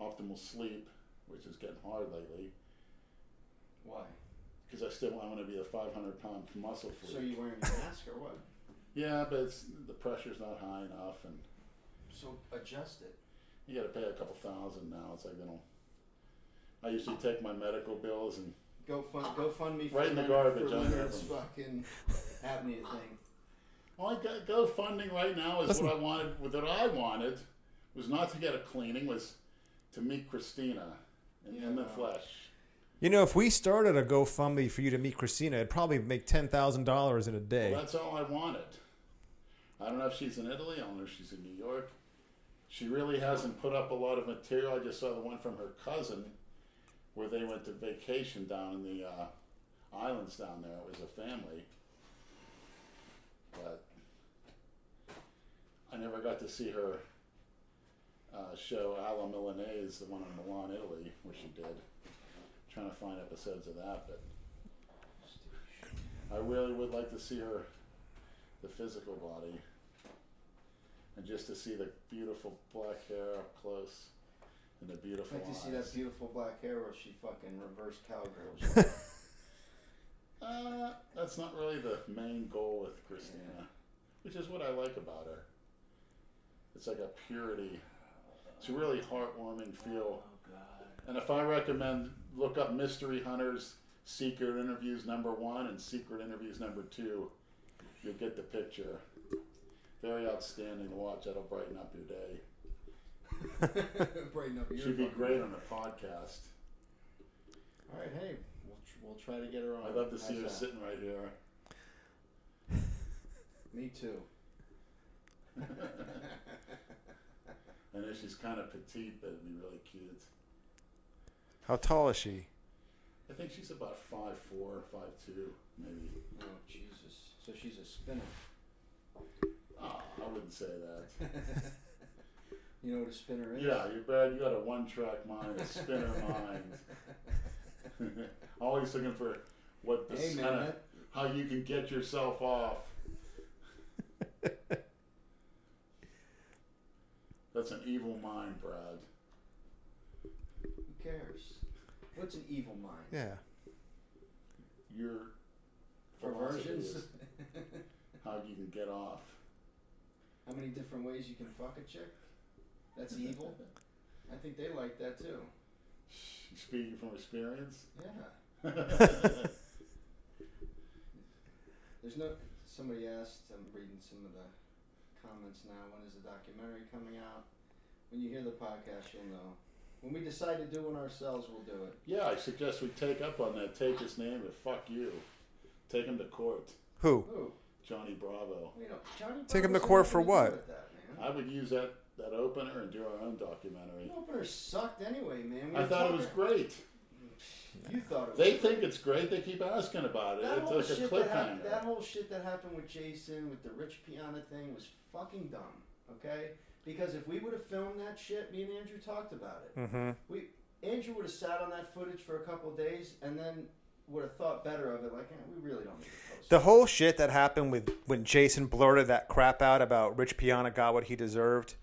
C: optimal sleep, which is getting hard lately
A: Why?
C: because I still I want to be a 500 pound muscle freak.
A: So you wearing a mask or what?
C: yeah, but it's, the pressure's not high enough, and
A: So adjust it.
C: you got to pay a couple thousand now. It's like you know, I usually take my medical bills and
A: Go fund, go fund me for
C: Right in the
A: Leonard-
C: garbage,
A: for
C: I
A: Leonard's
C: have 'em.
A: fucking apnea thing.
C: Well, go, go funding right now is
B: Listen.
C: what I wanted. What that I wanted was not to get a cleaning. Was to meet Christina in, in the
A: Yeah.
C: flesh.
B: You know, if we started a GoFundMe for you to meet Christina, it'd probably make ten thousand dollars in a
C: Well,
B: day.
C: that's all I wanted. I don't know if she's in Italy. I don't know if she's in New York. She really hasn't put up a lot of material. I just saw the one from her cousin, where they went to vacation down in the uh, islands down there. It was a family, but I never got to see her uh, show Alla Milanese, the one in Milan, Italy, where she did. trying to find episodes of that, but I really would like to see her, the physical body, and just to see the beautiful black hair up close and the
A: I'd
C: beautiful
A: like to
C: eyes.
A: see that beautiful black hair where she fucking reverse cowgirls.
C: Uh, that's not really the main goal with Christina, which is what I like about her. It's like a purity. It's a really heartwarming feel. And if I recommend, look up Mystery Hunters Secret Interviews Number One and Secret Interviews Number Two. you get the picture. Very outstanding to watch. That'll brighten up your day.
A: Brighten up your
C: She'd be
A: fucking
C: great
A: day.
C: on a podcast.
A: All right, hey, we'll, tr- we'll try to get her on.
C: I'd love to see
A: How's
C: her
A: that?
C: sitting right here.
A: Me too.
C: I know she's kind of petite, but it'd be really cute.
B: How tall is she?
C: I think she's about five four, five two, maybe.
A: Oh Jesus! So she's a spinner.
C: Ah, I wouldn't say that.
A: You know what a spinner is?
C: Yeah, you're bad. You got a one-track mind, a spinner mind. Always looking for what the
A: Hey man,
C: kinda-
A: that,
C: how you can get yourself off. That's an evil mind, Brad.
A: who cares? What's an evil mind?
B: Yeah.
C: Your philosophy
A: Perversions.
C: is How you can get off.
A: How many different ways you can fuck a chick? That's evil. I think they like that too.
C: Speaking from experience.
A: Yeah.
C: That's
A: There's no. Somebody asked. I'm reading some of the comments now. When is the documentary coming out? When you hear the podcast, you'll know. When we decide to do one ourselves, we'll do it.
C: Yeah, I suggest we take up on that. Take his name and fuck you. Take him to court,
B: Who?
A: Ooh,
C: Johnny Bravo.
A: you know, Johnny.
B: Take 'em to
A: Bravo's
B: court
A: nothing
B: for
A: do
B: what?
A: with That, man.
C: I would use that that opener and do our own documentary.
A: The opener sucked anyway, man. We
C: I
A: were
C: thought it was
A: talking-
C: great.
A: You thought it was.
C: They think it's great. They keep asking about it.
A: that
C: It's
A: whole
C: like a
A: shit that happened. That
C: cliffhanger.
A: whole shit that happened with Jason with the rich piano thing was fucking dumb. Okay, because if we would have filmed that shit, me and Andrew talked about it.
B: Mm-hmm.
A: We Andrew would have sat on that footage for a couple of days and then would have thought better of it. Like, eh, we really don't need to post.
B: The whole shit that happened with when Jason blurted that crap out about Rich Piana got what he deserved.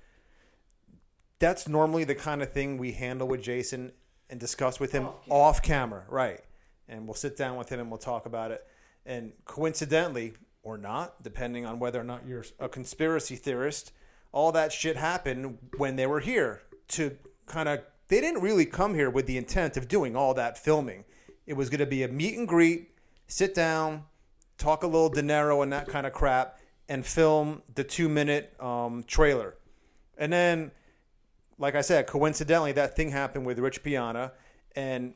B: That's normally the kind of thing we handle with Jason and discuss with him
A: Off camera.
B: off camera, right? And we'll sit down with him and we'll talk about it. And coincidentally, or not, depending on whether or not you're a conspiracy theorist, all that shit happened when they were here to kind of. They didn't really come here with the intent of doing all that filming. It was going to be a meet and greet, sit down, talk a little dinero and that kind of crap, and film the two minute um, trailer. And then like I said, coincidentally, that thing happened with Rich Piana, and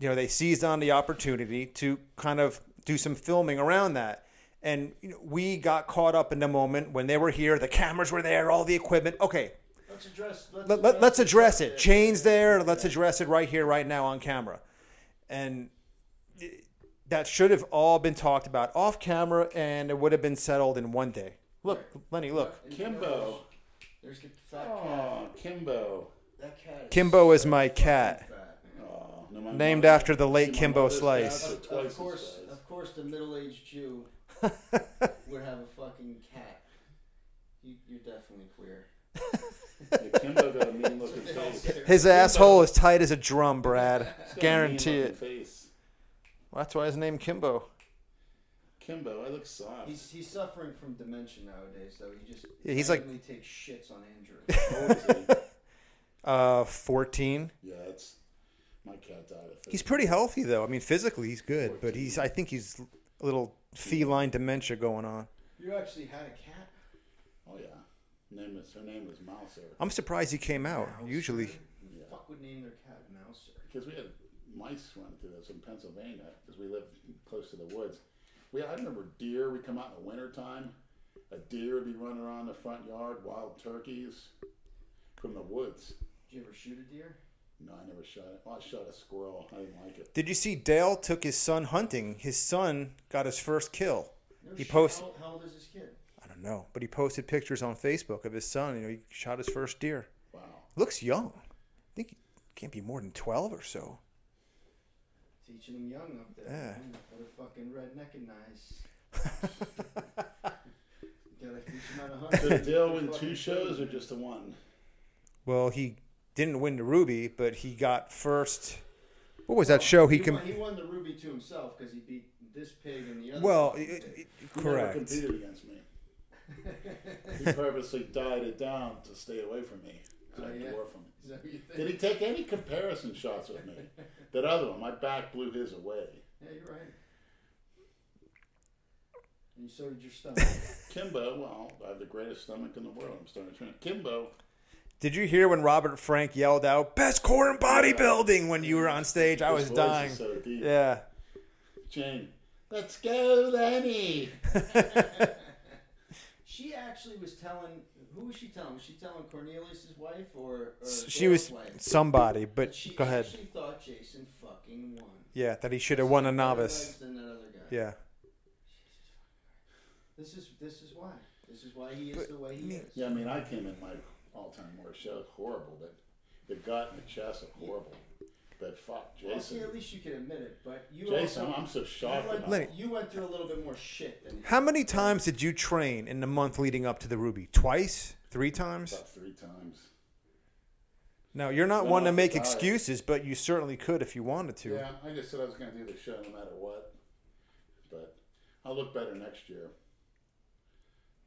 B: you know they seized on the opportunity to kind of do some filming around that. And you know, we got caught up in the moment when they were here. The cameras were there, all the equipment. Okay,
A: Let's address. Let's
B: let,
A: address,
B: let, us address it.
A: Yeah.
B: Chains there. Let's address it right here, right now on camera. And it- that should have all been talked about off camera, and it would have been settled in one day. Look, Lenny, look.
A: And you know
C: Kimbo.
A: There's the fat cat.
C: Oh, Kimbo.
A: That cat. Is
B: Kimbo is
A: so
B: my
A: fucking
B: cat.
A: fat, man.
C: Oh, no, my
B: Named
C: mother-
B: after the late
C: see, my
B: Kimbo
C: mother's
B: Slice.
C: cats are
A: Of-
C: twice
A: Of
C: as
A: course,
C: bad.
A: of course, the middle-aged Jew would have a fucking cat. You, you're definitely queer.
C: Yeah, Kimbo got a mean looking face.
B: His asshole is tight as a drum, Brad.
C: He's got a
B: Guarantee
C: mean-looking
B: it.
C: Face.
B: Well, that's why his name Kimbo.
C: Kimbo, I look soft.
A: He's he's suffering from dementia nowadays, though. He just
B: Yeah, he's like-
A: randomly takes shits on Andrew.
C: How old is he?
B: Uh, fourteen.
C: yeah, it's my cat died at 50.
B: He's pretty healthy though. I mean, physically he's good, but he's I think he's a little feline dementia going on.
A: you actually had a cat.
C: Oh yeah, name is her name is Mouser
B: I'm surprised he came out. Usually,
A: Who the fuck would name their cat Mouser?
C: because we had mice running through this in Pennsylvania because we lived close to the woods. We I remember deer. We come out in the wintertime, a deer would be running around the front yard, wild turkeys from the woods.
A: Did you ever shoot a deer?
C: No, I never shot it. Well, I shot a squirrel. I didn't like it.
B: did you see Dale took his son hunting? His son got his first kill.
A: No
B: He
A: shit.
B: posted.
A: How, how old is this kid?
B: I don't know, but he posted pictures on Facebook of his son. You know, he shot his first deer.
C: Wow,
B: Looks young. I think he can't be more than twelve or so.
A: Teaching him young up there.
B: Yeah.
A: man. What a fucking redneck and nice. Gotta teach him how to hunt.
C: did the deal
A: They're
C: win
A: fucking
C: two shows or
A: children.
C: just the one?
B: Well, he didn't win the Ruby, but he got first. What was that show? Oh, He
A: won-
B: com-
A: he won the ruby to himself because he beat this pig and the other.
B: well,
A: fucking pig.
B: it, it,
C: You never
B: correct.
C: competed against me. he purposely died it down to stay away from me. So I
A: Oh, yeah?
C: dwarf him.
A: Is that what you think?
C: Did he take any comparison shots with me? That other one, my back blew his away.
A: Yeah, you're right. and so did your stomach.
C: Kimbo, well, I have the greatest stomach in the world. I'm starting to train. Kimbo,
B: Did you hear when Robert Frank yelled out "Best core in bodybuilding" when you were on stage? I was
C: his voice
B: dying.
C: Is so deep.
B: Yeah.
C: Jane, let's go, Lenny.
A: she actually was telling who was she telling? Was she telling Cornelius' wife or, or
B: S- She
A: Gail's
B: was
A: wife?
B: somebody, but
A: she
B: go ahead.
A: actually thought Jason fucking won.
B: Yeah, that he should have won a
A: Better legs
B: novice.
A: Than that other guy.
B: Yeah.
A: This is this is why. This is why he is
B: But-
A: the way he
B: me-
A: is.
C: Yeah, I mean, I came in my all-time worst. That was horrible. But the gut and the chest are horrible. But fuck,
A: Well, see,
C: Jason.
A: at least you can admit it, but you
C: Jason,
A: also
C: I'm so
A: you
C: shocked.
A: went,
C: about it.
A: you went through a little bit more shit than
B: How many times did you train in the month leading up to the Ruby? Twice? Three times?
C: About three times.
B: Now, you're not
C: No,
B: one to
C: I'm
B: make
C: tired.
B: excuses, but you certainly could if you wanted to.
C: Yeah, I just said I was going to do the show no matter what. But I'll look better next year.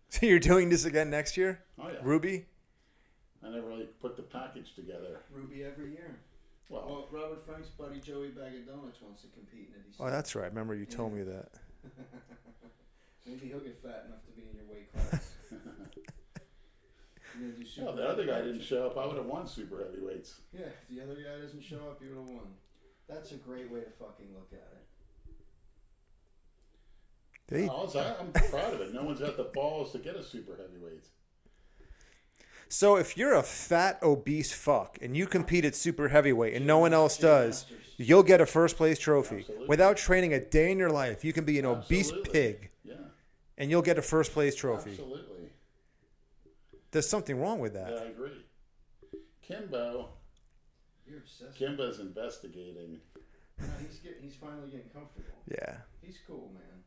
B: So you're doing this again next year?
C: Oh yeah.
B: Ruby?
C: I never really put the package together.
A: Ruby every year.
C: Well,
A: Well, Robert Frank's buddy Joey Bag of Donuts wants to compete in it. He's
B: Oh, that's right. Remember you told me that.
A: Maybe he'll get fat enough to be in your weight class. And then do
C: yeah,
A: super
C: Oh, the other guy didn't
A: heavyweight.
C: show up. I would have won super heavyweights.
A: Yeah, if the other guy doesn't show up, you would have won. That's a great way to fucking look at it.
B: They-
C: I was, Oh, I'm proud of it. No one's got the balls to get a super heavyweight.
B: So if you're a fat, obese fuck and you compete at super heavyweight and no one else does, you'll get a first place trophy.
C: Absolutely.
B: Without training a day in your life, you can be an obese
C: Absolutely.
B: pig
C: Yeah,
B: and you'll get a first place trophy.
C: absolutely.
B: There's something wrong with that.
C: Yeah, I agree. Kimbo,
A: You're obsessed.
C: Kimbo's investigating.
A: No, he's getting, he's finally getting comfortable.
B: Yeah.
A: He's cool, man.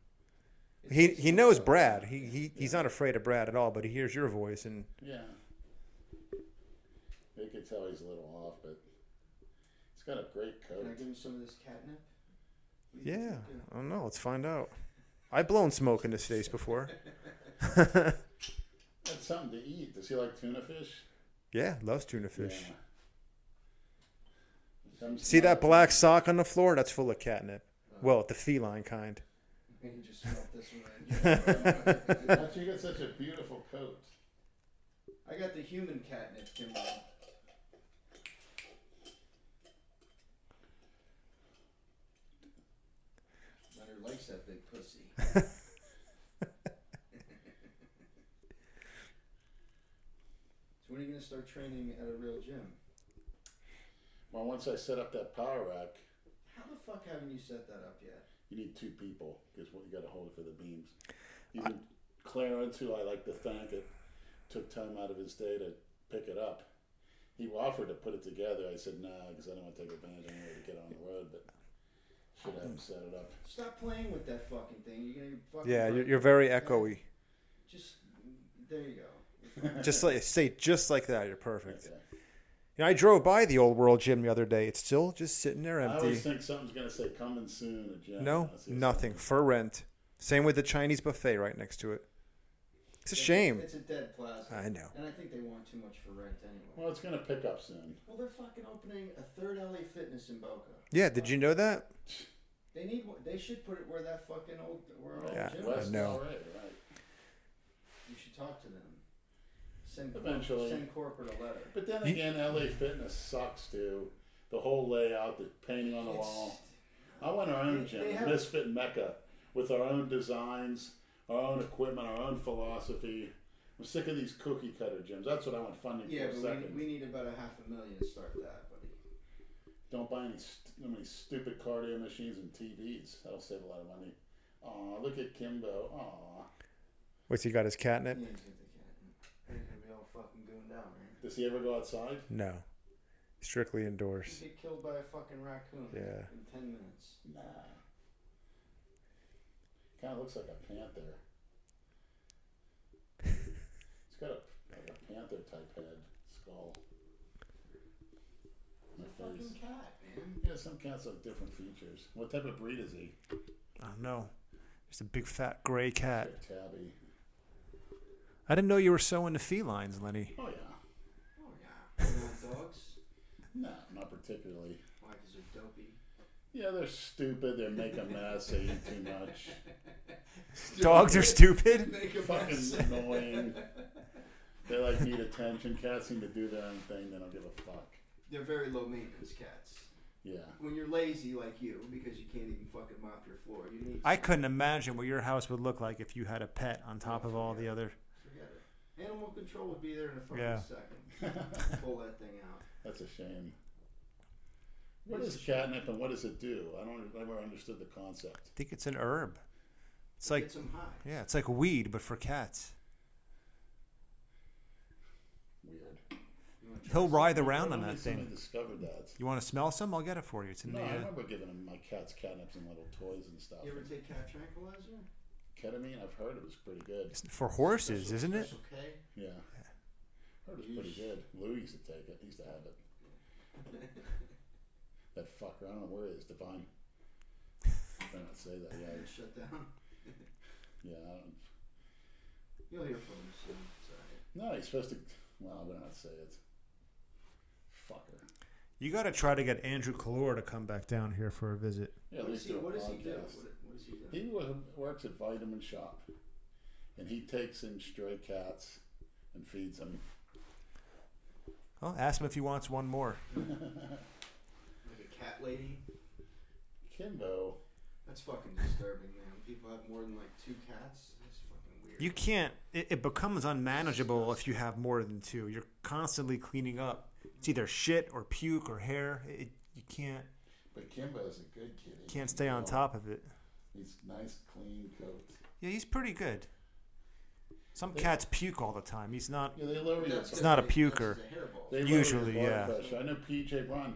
A: It's
B: He
A: easy
B: he
A: to
B: knows
A: tell.
B: Brad. He, he he's not afraid of Brad at all, but he hears your voice and
C: Yeah, they could tell he's a little off, but he's got a great
A: Can I
C: coat.
A: give him some of this catnip? What do you
B: yeah,
A: think?
B: I don't know. Let's find out. I've blown smoke in this face before.
C: That's something to eat. Does he like tuna fish?
B: yeah, loves tuna fish.
C: Yeah. Comes
B: See that
C: smiling.
B: black sock on the floor? That's full of catnip. Well, the feline kind.
A: He can just smelt this one. in.
C: How'd you get such a beautiful coat?
A: I got the human catnip, Kimbo. Leonard likes that big pussy. so when are you gonna start training at a real gym?
C: Well, once I set up that power rack,
A: How the fuck haven't you set that up yet?
C: you need two people because what you got to hold it for the beams. Even Clarence, who I like to thank, it took time out of his day to pick it up. He offered to put it together. I said no because I don't want to take advantage of anyway to get on the road, but should have him set it up.
A: Stop playing with that fucking thing. You're gonna fucking
B: Yeah,
A: break
B: you're,
A: it.
B: you're very echoey.
A: just there you go.
B: Just like say just like that, you're perfect.
C: Okay.
B: You know, I drove by the old world gym the other day. It's still just sitting there
C: I always
B: empty.
C: think something's going to say coming soon. A gym.
B: No,
C: I see
B: nothing for rent. Same with the Chinese buffet right next to it. It's a shame.
A: It's a dead plaza.
B: I know.
A: And I think they want too much for rent anyway.
C: Well, it's going to pick up soon.
A: Well, they're fucking opening a third LA Fitness in Boca.
B: Yeah, did you know that?
A: They need. one- They should put it where that fucking old where our
B: Yeah,
A: old gym
B: I
A: is.
B: know.
C: LA, right.
A: You should talk to them. Send corp-
C: Eventually.
A: Send corporate a letter.
C: But then
B: You-
C: again, LA Fitness sucks too. The whole layout, the painting on the
A: It's-
C: wall. I want our own
A: They-
C: gym,
A: they have-
C: Misfit Mecca, with our own designs, our own equipment, our own philosophy. I'm sick of these cookie cutter gyms. That's what I want funding
A: Yeah,
C: for a
A: but
C: second.
A: we, we need about a half a million to start that, buddy.
C: Don't buy any, st- so many stupid cardio machines and TVs. That'll save a lot of money. Aw, look at Kimbo. Aw.
B: What's he got his
A: Yeah,
B: catnip?
A: he's got the cat. They're gonna be all fucking gooned down, man.
C: Does he ever go outside?
B: No. Strictly indoors.
A: You get killed by a fucking raccoon.
B: Yeah.
A: In ten minutes.
C: Nah. Kind of looks like a panther. He's got a, like a panther type head skull.
A: He's a
C: My
A: fucking
C: face.
A: cat, man.
C: Yeah, some cats have different features. What type of breed is he?
B: I don't know. Just a big fat gray
C: A
B: cat.
C: tabby.
B: I didn't know you were so into felines, Lenny.
C: Oh yeah.
A: Oh yeah. You want dogs?
C: Nah, not particularly.
A: Why? Because they're dopey.
C: Yeah, they're stupid. They make a mess. They eat too much.
B: Dogs are stupid.
F: Make a
C: Fucking
F: mess.
C: annoying. They like need attention. Cats seem to do their own thing. They don't give a fuck.
A: They're very low maintenance cats.
C: Yeah.
A: When you're lazy like you, because you can't even fucking mop your floor, you need.
B: I couldn't imagine what your house would look like if you had a pet on top of all the other.
A: Forget it. Animal control would be there in a fucking
B: Yeah.
A: second. Pull that thing out.
C: That's a shame. What is catnip and what does it do? I don't. I never understood the concept.
B: I think it's an herb. It's like
A: Get some high.
B: yeah, it's like weed but for cats.
C: Weird.
A: You wanna try
B: He'll
A: some?
B: writhe around
C: I
B: on
C: don't
B: that
C: think somebody
B: thing.
C: discovered that.
B: You want to smell some? I'll get it for you. It's in
C: No,
B: the.
C: I
B: Uh,
C: remember giving him my cats catnips and little toys and stuff.
A: You ever take cat tranquilizer?
C: Ketamine, I've heard it was pretty good.
B: it's for horses, isn't it?
A: Special K?
C: Yeah. Heard it was pretty good. Lou used to take it. He used to have it. That fucker, I don't know where he is. Divine. I don't say that. Yeah,
A: It's Shut down.
C: yeah. I don't,
A: You'll hear from him soon. It's alright.
C: no, he's supposed to. Well, I'm not say it. Fucker.
B: You got to try to get Andrew
E: Kalora to come back down here for a visit.
C: Yeah,
A: What
C: at
A: does
C: least
A: he?
C: do a
A: What does he do?
C: podcast.
A: What, what does he do?
C: He wa- works at Vitamin Shop, and he takes in stray cats and feeds them.
B: Well, ask him if he wants one more.
A: Like a cat lady?
C: Kimbo.
A: That's fucking disturbing, man. People have more than like two cats. That's fucking weird.
B: You can't. It, it becomes unmanageable if you have more than two. You're constantly cleaning up. It's either shit or puke or hair. It, you can't
C: But Kimbo's a good kitty.
B: can't stay on top of it.
C: He's nice, clean coat.
B: Yeah, he's pretty good. Some
C: They-
B: cats puke all the time. He's not.
C: Yeah, they lower your.
A: That's
B: It's not a
A: that's just
B: puker.
A: a hairball.
C: They lower
B: Usually,
C: your blood
B: yeah.
C: pressure. I know PJ Brown,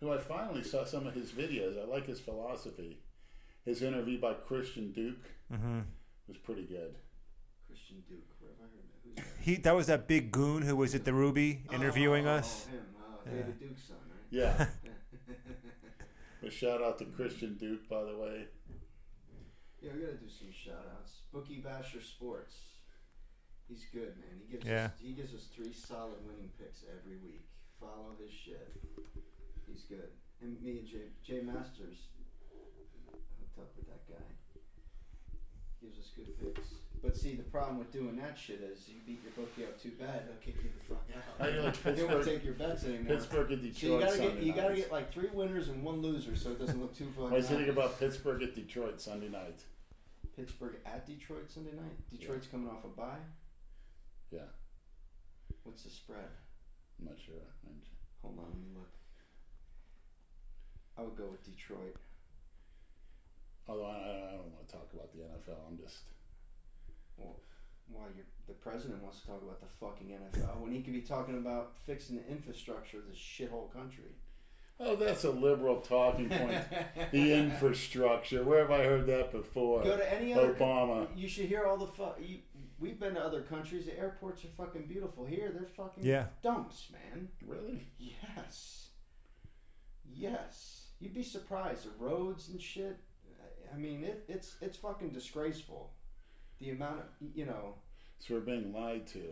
C: who I finally saw some of his videos. I like his philosophy. His interview by Christian Duke
B: hmm
C: was pretty good.
A: Christian Duke. Where have I heard that? Who's that?
B: He that was that big goon who was at the Ruby interviewing
A: Oh,
B: us.
A: Him. Oh,
B: Yeah.
A: David Duke's son, right?
C: Yeah. but shout out to Christian Duke, by the way.
A: Yeah, we gotta do some shout outs. Bookie Basher Sports. He's good, man. He gives
B: Yeah.
A: us he gives us three solid winning picks every week. Follow his shit. He's good. And me and Jay, Jay Masters hooked up with that guy. Gives us good picks. But see, the problem with doing that shit is you beat your bookie up too bad, they'll kick you the fuck
C: How
A: out.
C: you like
A: They won't
C: Pittsburgh?
A: take your bets anymore.
C: Pittsburgh at
A: So you
C: Detroit
A: gotta
C: Sunday
A: get you gotta
C: night.
A: get like three winners and one loser, so it doesn't look too fucking.
C: I was thinking
A: obvious.
C: about Pittsburgh at Detroit Sunday night.
A: Pittsburgh at Detroit Sunday night. Detroit's coming off a bye.
C: Yeah,
A: What's the spread?
C: I'm not sure. I'm-
A: Hold on, let me look. I would go with Detroit.
C: Although I, I don't want to talk about the NFL. I'm just
A: Why your the president wants to talk about the fucking NFL when he could be talking about fixing the infrastructure of this shithole country.
C: oh, that's a liberal talking point. the infrastructure. Where have I heard that before?
A: Go to any other.
C: Obama.
A: You should hear all the fuck. We've been to other countries. The airports are fucking beautiful. Here, they're fucking
B: Yeah.
A: dumps, man.
C: Really?
A: Yes. Yes. You'd be surprised. The roads and shit. I- I mean, it, it's it's fucking disgraceful. The amount of you know.
C: So we're being lied to.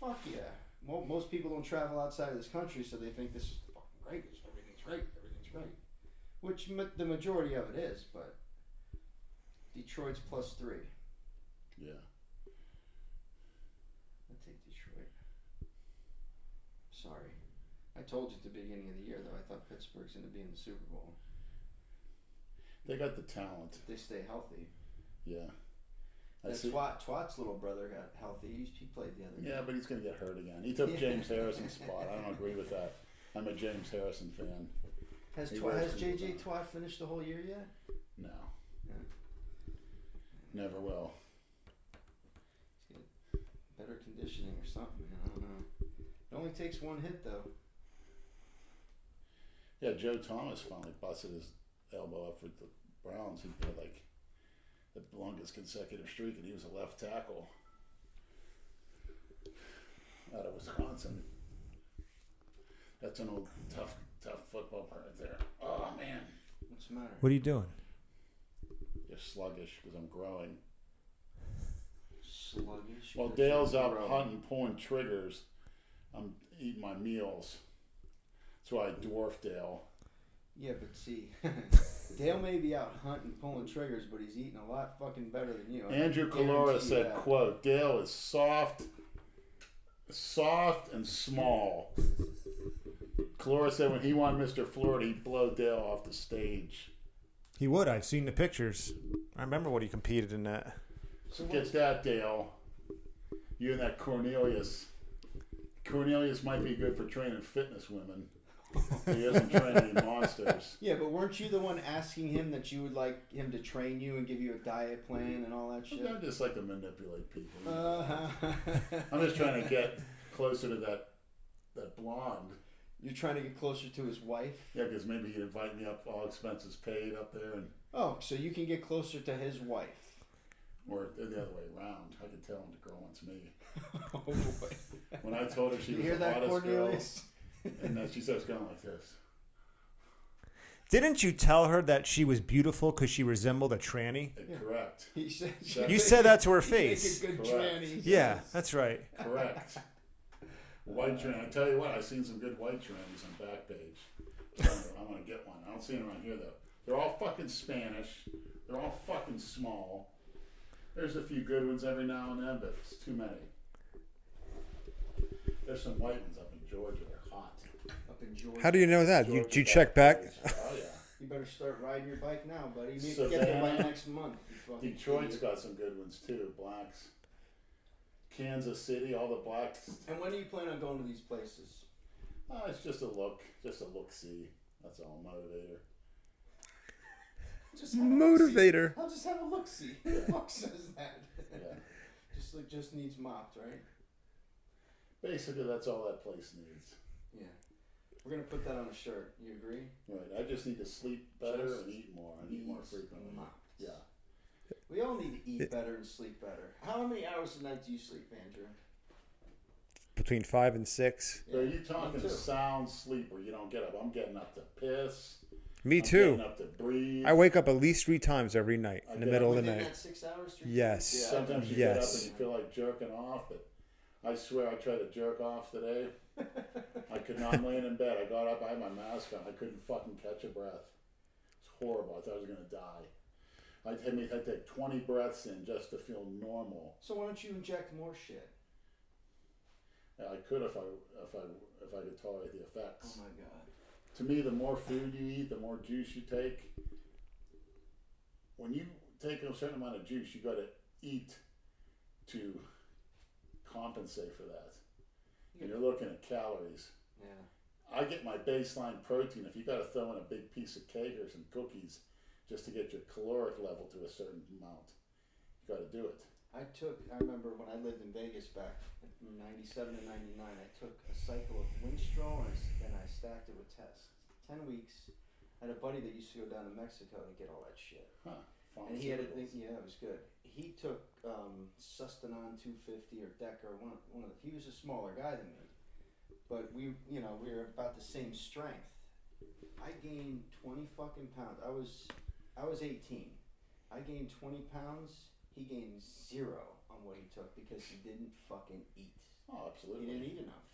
A: Fuck yeah. Mo most people don't travel outside of this country, so they think this is fucking great. Everything's great. Everything's great. Which ma- the majority of it is, but Detroit's plus three.
C: Yeah.
A: I'll take Detroit. Sorry. I told you at the beginning of the year, though, I thought Pittsburgh's going to be in the Super Bowl.
C: They got the talent.
A: If they stay healthy.
C: Yeah. I
A: That
C: see.
A: Twat, Twat's little brother got healthy. He, he played the other
C: Yeah, but he's going to get hurt again. He took
A: Yeah.
C: James Harrison's spot. I don't agree with that. I'm a James Harrison fan.
A: Has,
C: He
A: Twat,
C: was
A: has
C: from
A: JJ
C: the-
A: Twat finished the whole year yet?
C: No.
A: Yeah.
C: Never will.
A: Better conditioning or something. I don't know. It only takes one hit, though.
C: Yeah, Joe Thomas finally busted his elbow up for the Browns. He had like the longest consecutive streak, and he was a left tackle out of Wisconsin. That's an old tough, tough football player right there. Oh man,
A: What's the matter?
B: What are you doing?
C: you're sluggish because I'm growing.
A: Sluggish.
C: While Dale's out hunting, pulling triggers, I'm eating my meals. That's why I dwarf Dale.
A: Yeah, but see, Dale may be out hunting, pulling triggers, but he's eating a lot fucking better than you. I
C: Andrew
A: guarantee
C: Calora
A: you
C: said,
A: that.
C: quote, Dale is soft, soft and small. Calora said when he won Mr. Florida, he'd blow Dale off the stage.
B: He would. I've seen the pictures. I remember what he competed in that.
C: So get that, Dale. You and that Cornelius. Cornelius might be good for training fitness women. He doesn't train any monsters.
A: Yeah, but weren't you the one asking him that you would like him to train you and give you a diet plan and all that shit?
C: I just like to manipulate people.
A: Uh-huh.
C: I'm just trying to get closer to that that blonde.
A: You're trying to get closer to his wife.
C: Yeah, because maybe he'd invite me up, all expenses paid up there, and
A: Oh, so you can get closer to his wife.
C: or the other way around. I could tell him the girl wants me.
A: Oh boy!
C: When I told her she
A: You
C: was
A: hear
C: the
A: that,
C: hottest
A: Cornelius?
C: girl, and then she starts going like this.
B: Didn't you tell her that she was beautiful because she resembled a tranny?
C: Correct.
A: He said.
B: You said that to her
A: He'd make a
B: face.
A: good
C: Correct.
A: tranny.
B: Yeah, that's right.
C: Correct. White train. I tell you what, I've seen some good white trannies on Backpage. I want to get one. I don't see them around here though. They're all fucking Spanish. They're all fucking small. There's a few good ones every now and then, but it's too many. There's some white ones up in Georgia. They're hot.
A: Up in Georgia.
B: How do you know that? You,
C: Georgia
B: you check back?
C: Backpage. Oh yeah.
A: You better start riding your bike now, buddy. You need
C: So
A: to get there by
C: then-
A: next month. you fucking
C: Detroit's
A: idiot.
C: got some good ones too. Blacks. Kansas City, all the blacks.
A: And when do you plan on going to these places?
C: Oh, it's just a look, just a look. See, that's all motivator.
A: Just have a look-see.
B: Motivator.
A: I'll just have a look see. Who the fuck says that?
C: Yeah.
A: just like just needs mopped, right?
C: Basically, that's all that place needs.
A: Yeah. We're gonna put that on a shirt. You agree?
C: Right. I just need to sleep better and eat more. and eat more
A: Needs
C: frequently.
A: mopped.
C: Yeah.
A: We all need to eat better and sleep better. How many hours a night do you sleep, Andrew?
B: Between five and six.
C: So
A: Yeah,
C: you talking
A: me too.
C: sound sleep where you don't get up? I'm getting up to piss.
B: Me
C: I'm Getting
B: too.
C: up to breathe.
B: I wake up at least three times every night in the middle of the
A: Within
B: night.
A: that six hours? Three
B: Yes.
A: Yeah.
C: Sometimes you
B: Yes.
C: get up and you feel like jerking off, but I swear I tried to jerk off today. I could not. I'm laying in bed. I got up. I had my mask on. I couldn't fucking catch a breath. It's horrible. I thought I was gonna die. I had me had to take 20 breaths in just to feel normal.
A: So why don't you inject more shit?
C: Yeah, I could if I if I if I could tolerate the
A: Oh
C: effects.
A: my god.
C: To me, the more food you eat, the more juice you take. When you take a certain amount of juice, you got to eat to compensate for that. And you're looking at calories.
A: Yeah.
C: I get my baseline protein. If you got to throw in a big piece of cake or some cookies just to get your caloric level to a certain amount, you got to do it.
A: I took, I remember when I lived in Vegas back in 97 and 99, I took a cycle of Winstrol and I, s- and I stacked it with tests. 10 weeks. I had a buddy that used to go down to Mexico and get all that shit.
C: Huh.
A: And he had a thing,
C: Pharmaceuticals.
A: yeah, it was good. He took um, Sustanon 250 or Decker, one, of- one of the, he was a smaller guy than me. But we, you know, we were about the same strength. I gained 20 fucking pounds. I was, I was 18. I gained 20 pounds. He gained zero on what he took because he didn't fucking eat.
C: Oh,
A: He didn't
C: absolutely.
A: eat enough.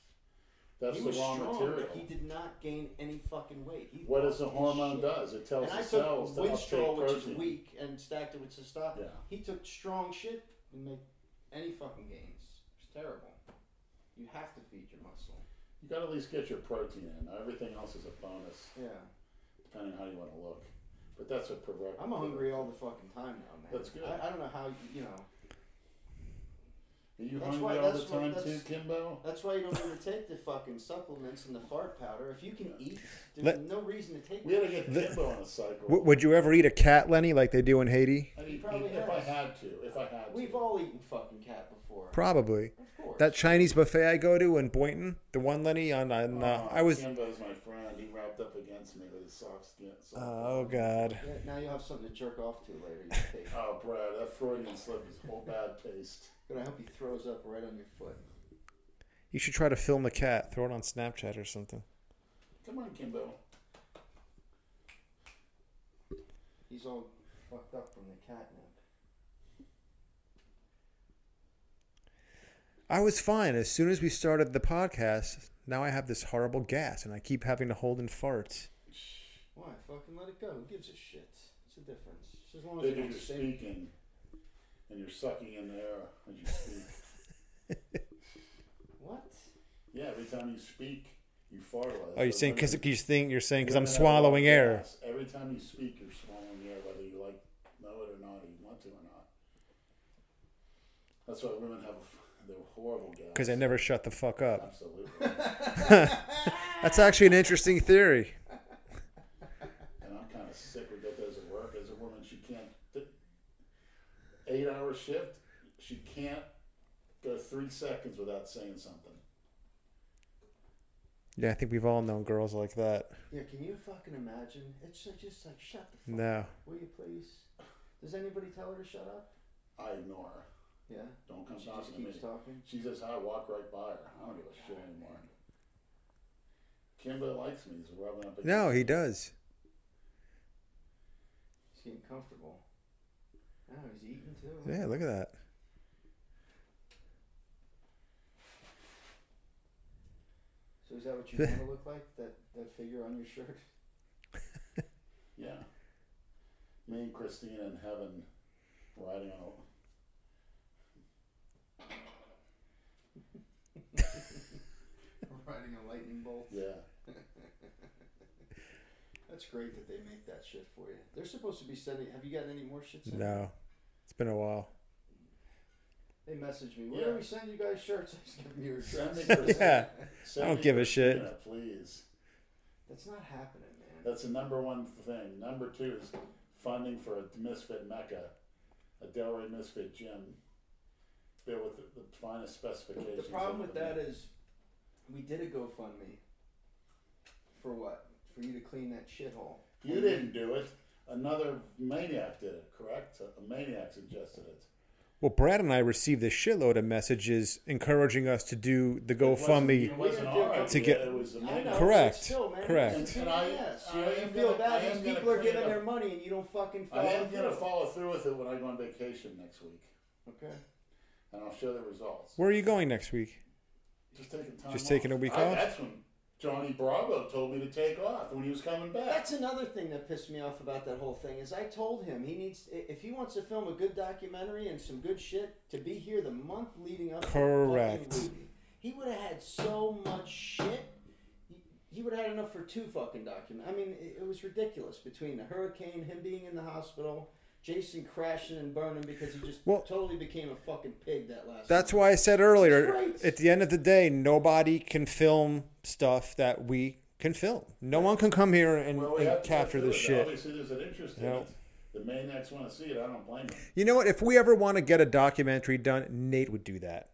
C: That's
A: he
C: the
A: was
C: wrong
A: strong,
C: material.
A: but he did not gain any fucking weight. He
C: What
A: lost
C: does the
A: his
C: hormone
A: shit.
C: does? It tells
A: And I
C: the
A: took
C: cells to uptake
A: Winstrol, which is
C: protein.
A: weak, and stacked it with Sestata.
C: Yeah.
A: He took strong shit and make any fucking gains. It's terrible. You have to feed your muscle.
C: You got to at least get your protein in. Everything else is a bonus,
A: Yeah.
C: depending on how you want to look. But that's a proverb.
A: I'm hungry all the fucking time now, man.
C: That's good.
A: I, I don't know how you, you know.
C: Are you
A: That's
C: hungry
A: why-
C: all the
A: that's why-
C: time too,
A: that's-
C: Kimbo?
A: That's why you don't even take the fucking supplements and the fart powder. If you can eat, there's
B: Let-
A: no reason to take
C: We got
A: it.
C: to get Kimbo on a cycle.
B: W- would you ever eat a cat, Lenny, like they do in Haiti?
C: I
A: He
C: mean,
A: probably
C: if I
A: has.
C: had to, if I had
A: We've
C: to.
A: all eaten fucking cat before.
B: Probably.
A: Of course.
B: That Chinese buffet I go to in Boynton, the one Lenny on, on uh,
C: Oh,
B: I was.
C: Kimbo's my friend. He wrapped up against me with his soft skin. soft-
B: Oh God.
A: Yeah, now you'll have something to jerk off to later. You take.
C: oh, Brad, that Freudian slip is whole bad taste.
A: But I hope he throws up right on your foot.
B: You should try to film the cat. Throw it on Snapchat or something.
C: Come on, Kimbo.
A: He's all fucked up from the catnip.
B: I was fine as soon as we started the podcast. Now I have this horrible gas, and I keep having to hold in farts.
A: Why? Fucking let it go. Who gives a shit? What's the difference? It's as long as
C: If
A: you
C: you're
A: don't stink.
C: speaking and you're sucking in the air as you speak.
A: What?
C: yeah, every time you speak, you fart a lot.
B: Oh, you're
C: So
B: saying because
C: women-
B: you think you're saying because I'm
C: women have a lot of
B: swallowing air.
C: gas. Every time you speak, you're swallowing air, whether you like know it or not, or you want to or not. That's why women have a, f- they're horrible gas.
B: Because I never shut the fuck up.
C: Absolutely.
B: That's actually an interesting theory.
C: and I'm kind of sick with that doesn't work. As a woman, she can't th- eight hour shift. She can't go three seconds without saying something.
B: Yeah, I think we've all known girls like that.
A: Yeah, can you fucking imagine? It's like, just like, shut the fuck up.
B: No.
A: Will you please? Does anybody tell her to shut up?
C: I ignore her.
A: Yeah.
C: Don't come
A: she
C: talking
A: just
C: to me.
A: keeps talking.
C: She says hi, walk right by her. I don't give a shit anymore. Kimbo likes me. He's rubbing up against
B: No,
C: me.
B: he does.
A: He's getting comfortable. Oh, he's eating too.
B: Yeah, look at that.
A: So is that what you want to look like? That that figure on your shirt?
C: Yeah. Me and Christina in heaven riding out.
A: Riding a lightning bolt.
C: Yeah.
A: That's great that they make that shit for you. They're supposed to be sending. Have you gotten any more shit? Sent?
B: No, it's been a while.
A: They messaged me.
C: Yeah.
A: Where do we send you guys shirts? I just give them your
C: Send me
A: address.
B: Yeah,
C: Christina. Send
B: I don't
C: me
B: give a shit.
C: Christina, Please.
A: That's not happening, man.
C: That's the number one thing. Number two is funding for a misfit mecca, a Delray misfit gym, built with the, the finest specifications.
A: The problem
C: of
A: with
C: the-
A: that is, we did a GoFundMe. For what? For you to clean that shithole.
C: you didn't do it. Another maniac did it. Correct? A maniac suggested it.
B: Well, Brad and I received a shitload of messages encouraging us to do the GoFundMe.
C: It wasn't,
A: We
C: it
A: didn't
C: wasn't
A: do
C: our
A: it.
B: To
C: idea,
B: get-
C: it was the
A: I know,
C: maniac.
A: but
B: Correct,
A: Still, man,
B: correct.
A: It's
C: And I-
A: BS. You,
C: I
A: know,
C: am
A: you feel
C: gonna- I
A: bad
C: am
A: because
C: gonna
A: people are
C: clean
A: giving
C: up.
A: their money and you don't fucking
C: I
A: follow
C: am gonna
A: through.
C: follow through with it when I go on vacation next week,
A: Okay.
C: and I'll show the results.
B: Where are you going next week?
C: Just taking time.
B: Just taking a
C: off.
B: week
C: I-
B: off?
C: That's when Johnny Bravo told me to take off when he was coming back.
A: That's another thing that pissed me off about that whole thing is I told him he needs if he wants to film a good documentary and some good shit to be here the month leading up. to the fucking
B: Correct.
A: movie. He would have had so much shit. He- He would have had enough for two fucking documents. I mean, it, it was ridiculous between the hurricane, him being in the hospital, Jason crashing and burning because he just
B: Well-
A: totally became a fucking pig that last.
B: That's
A: month.
B: why I said earlier.
A: Right.
B: At the end of the day, nobody can film stuff that we can film. No one can come here and,
C: Well, we
B: and
C: have to
B: capture
C: go
B: this
C: through it.
B: shit.
C: Obviously, there's an interest in
B: No.
C: it. The maniacs want to see it. I don't blame them.
B: You know what? If we ever want to get a documentary done, Nate would do that.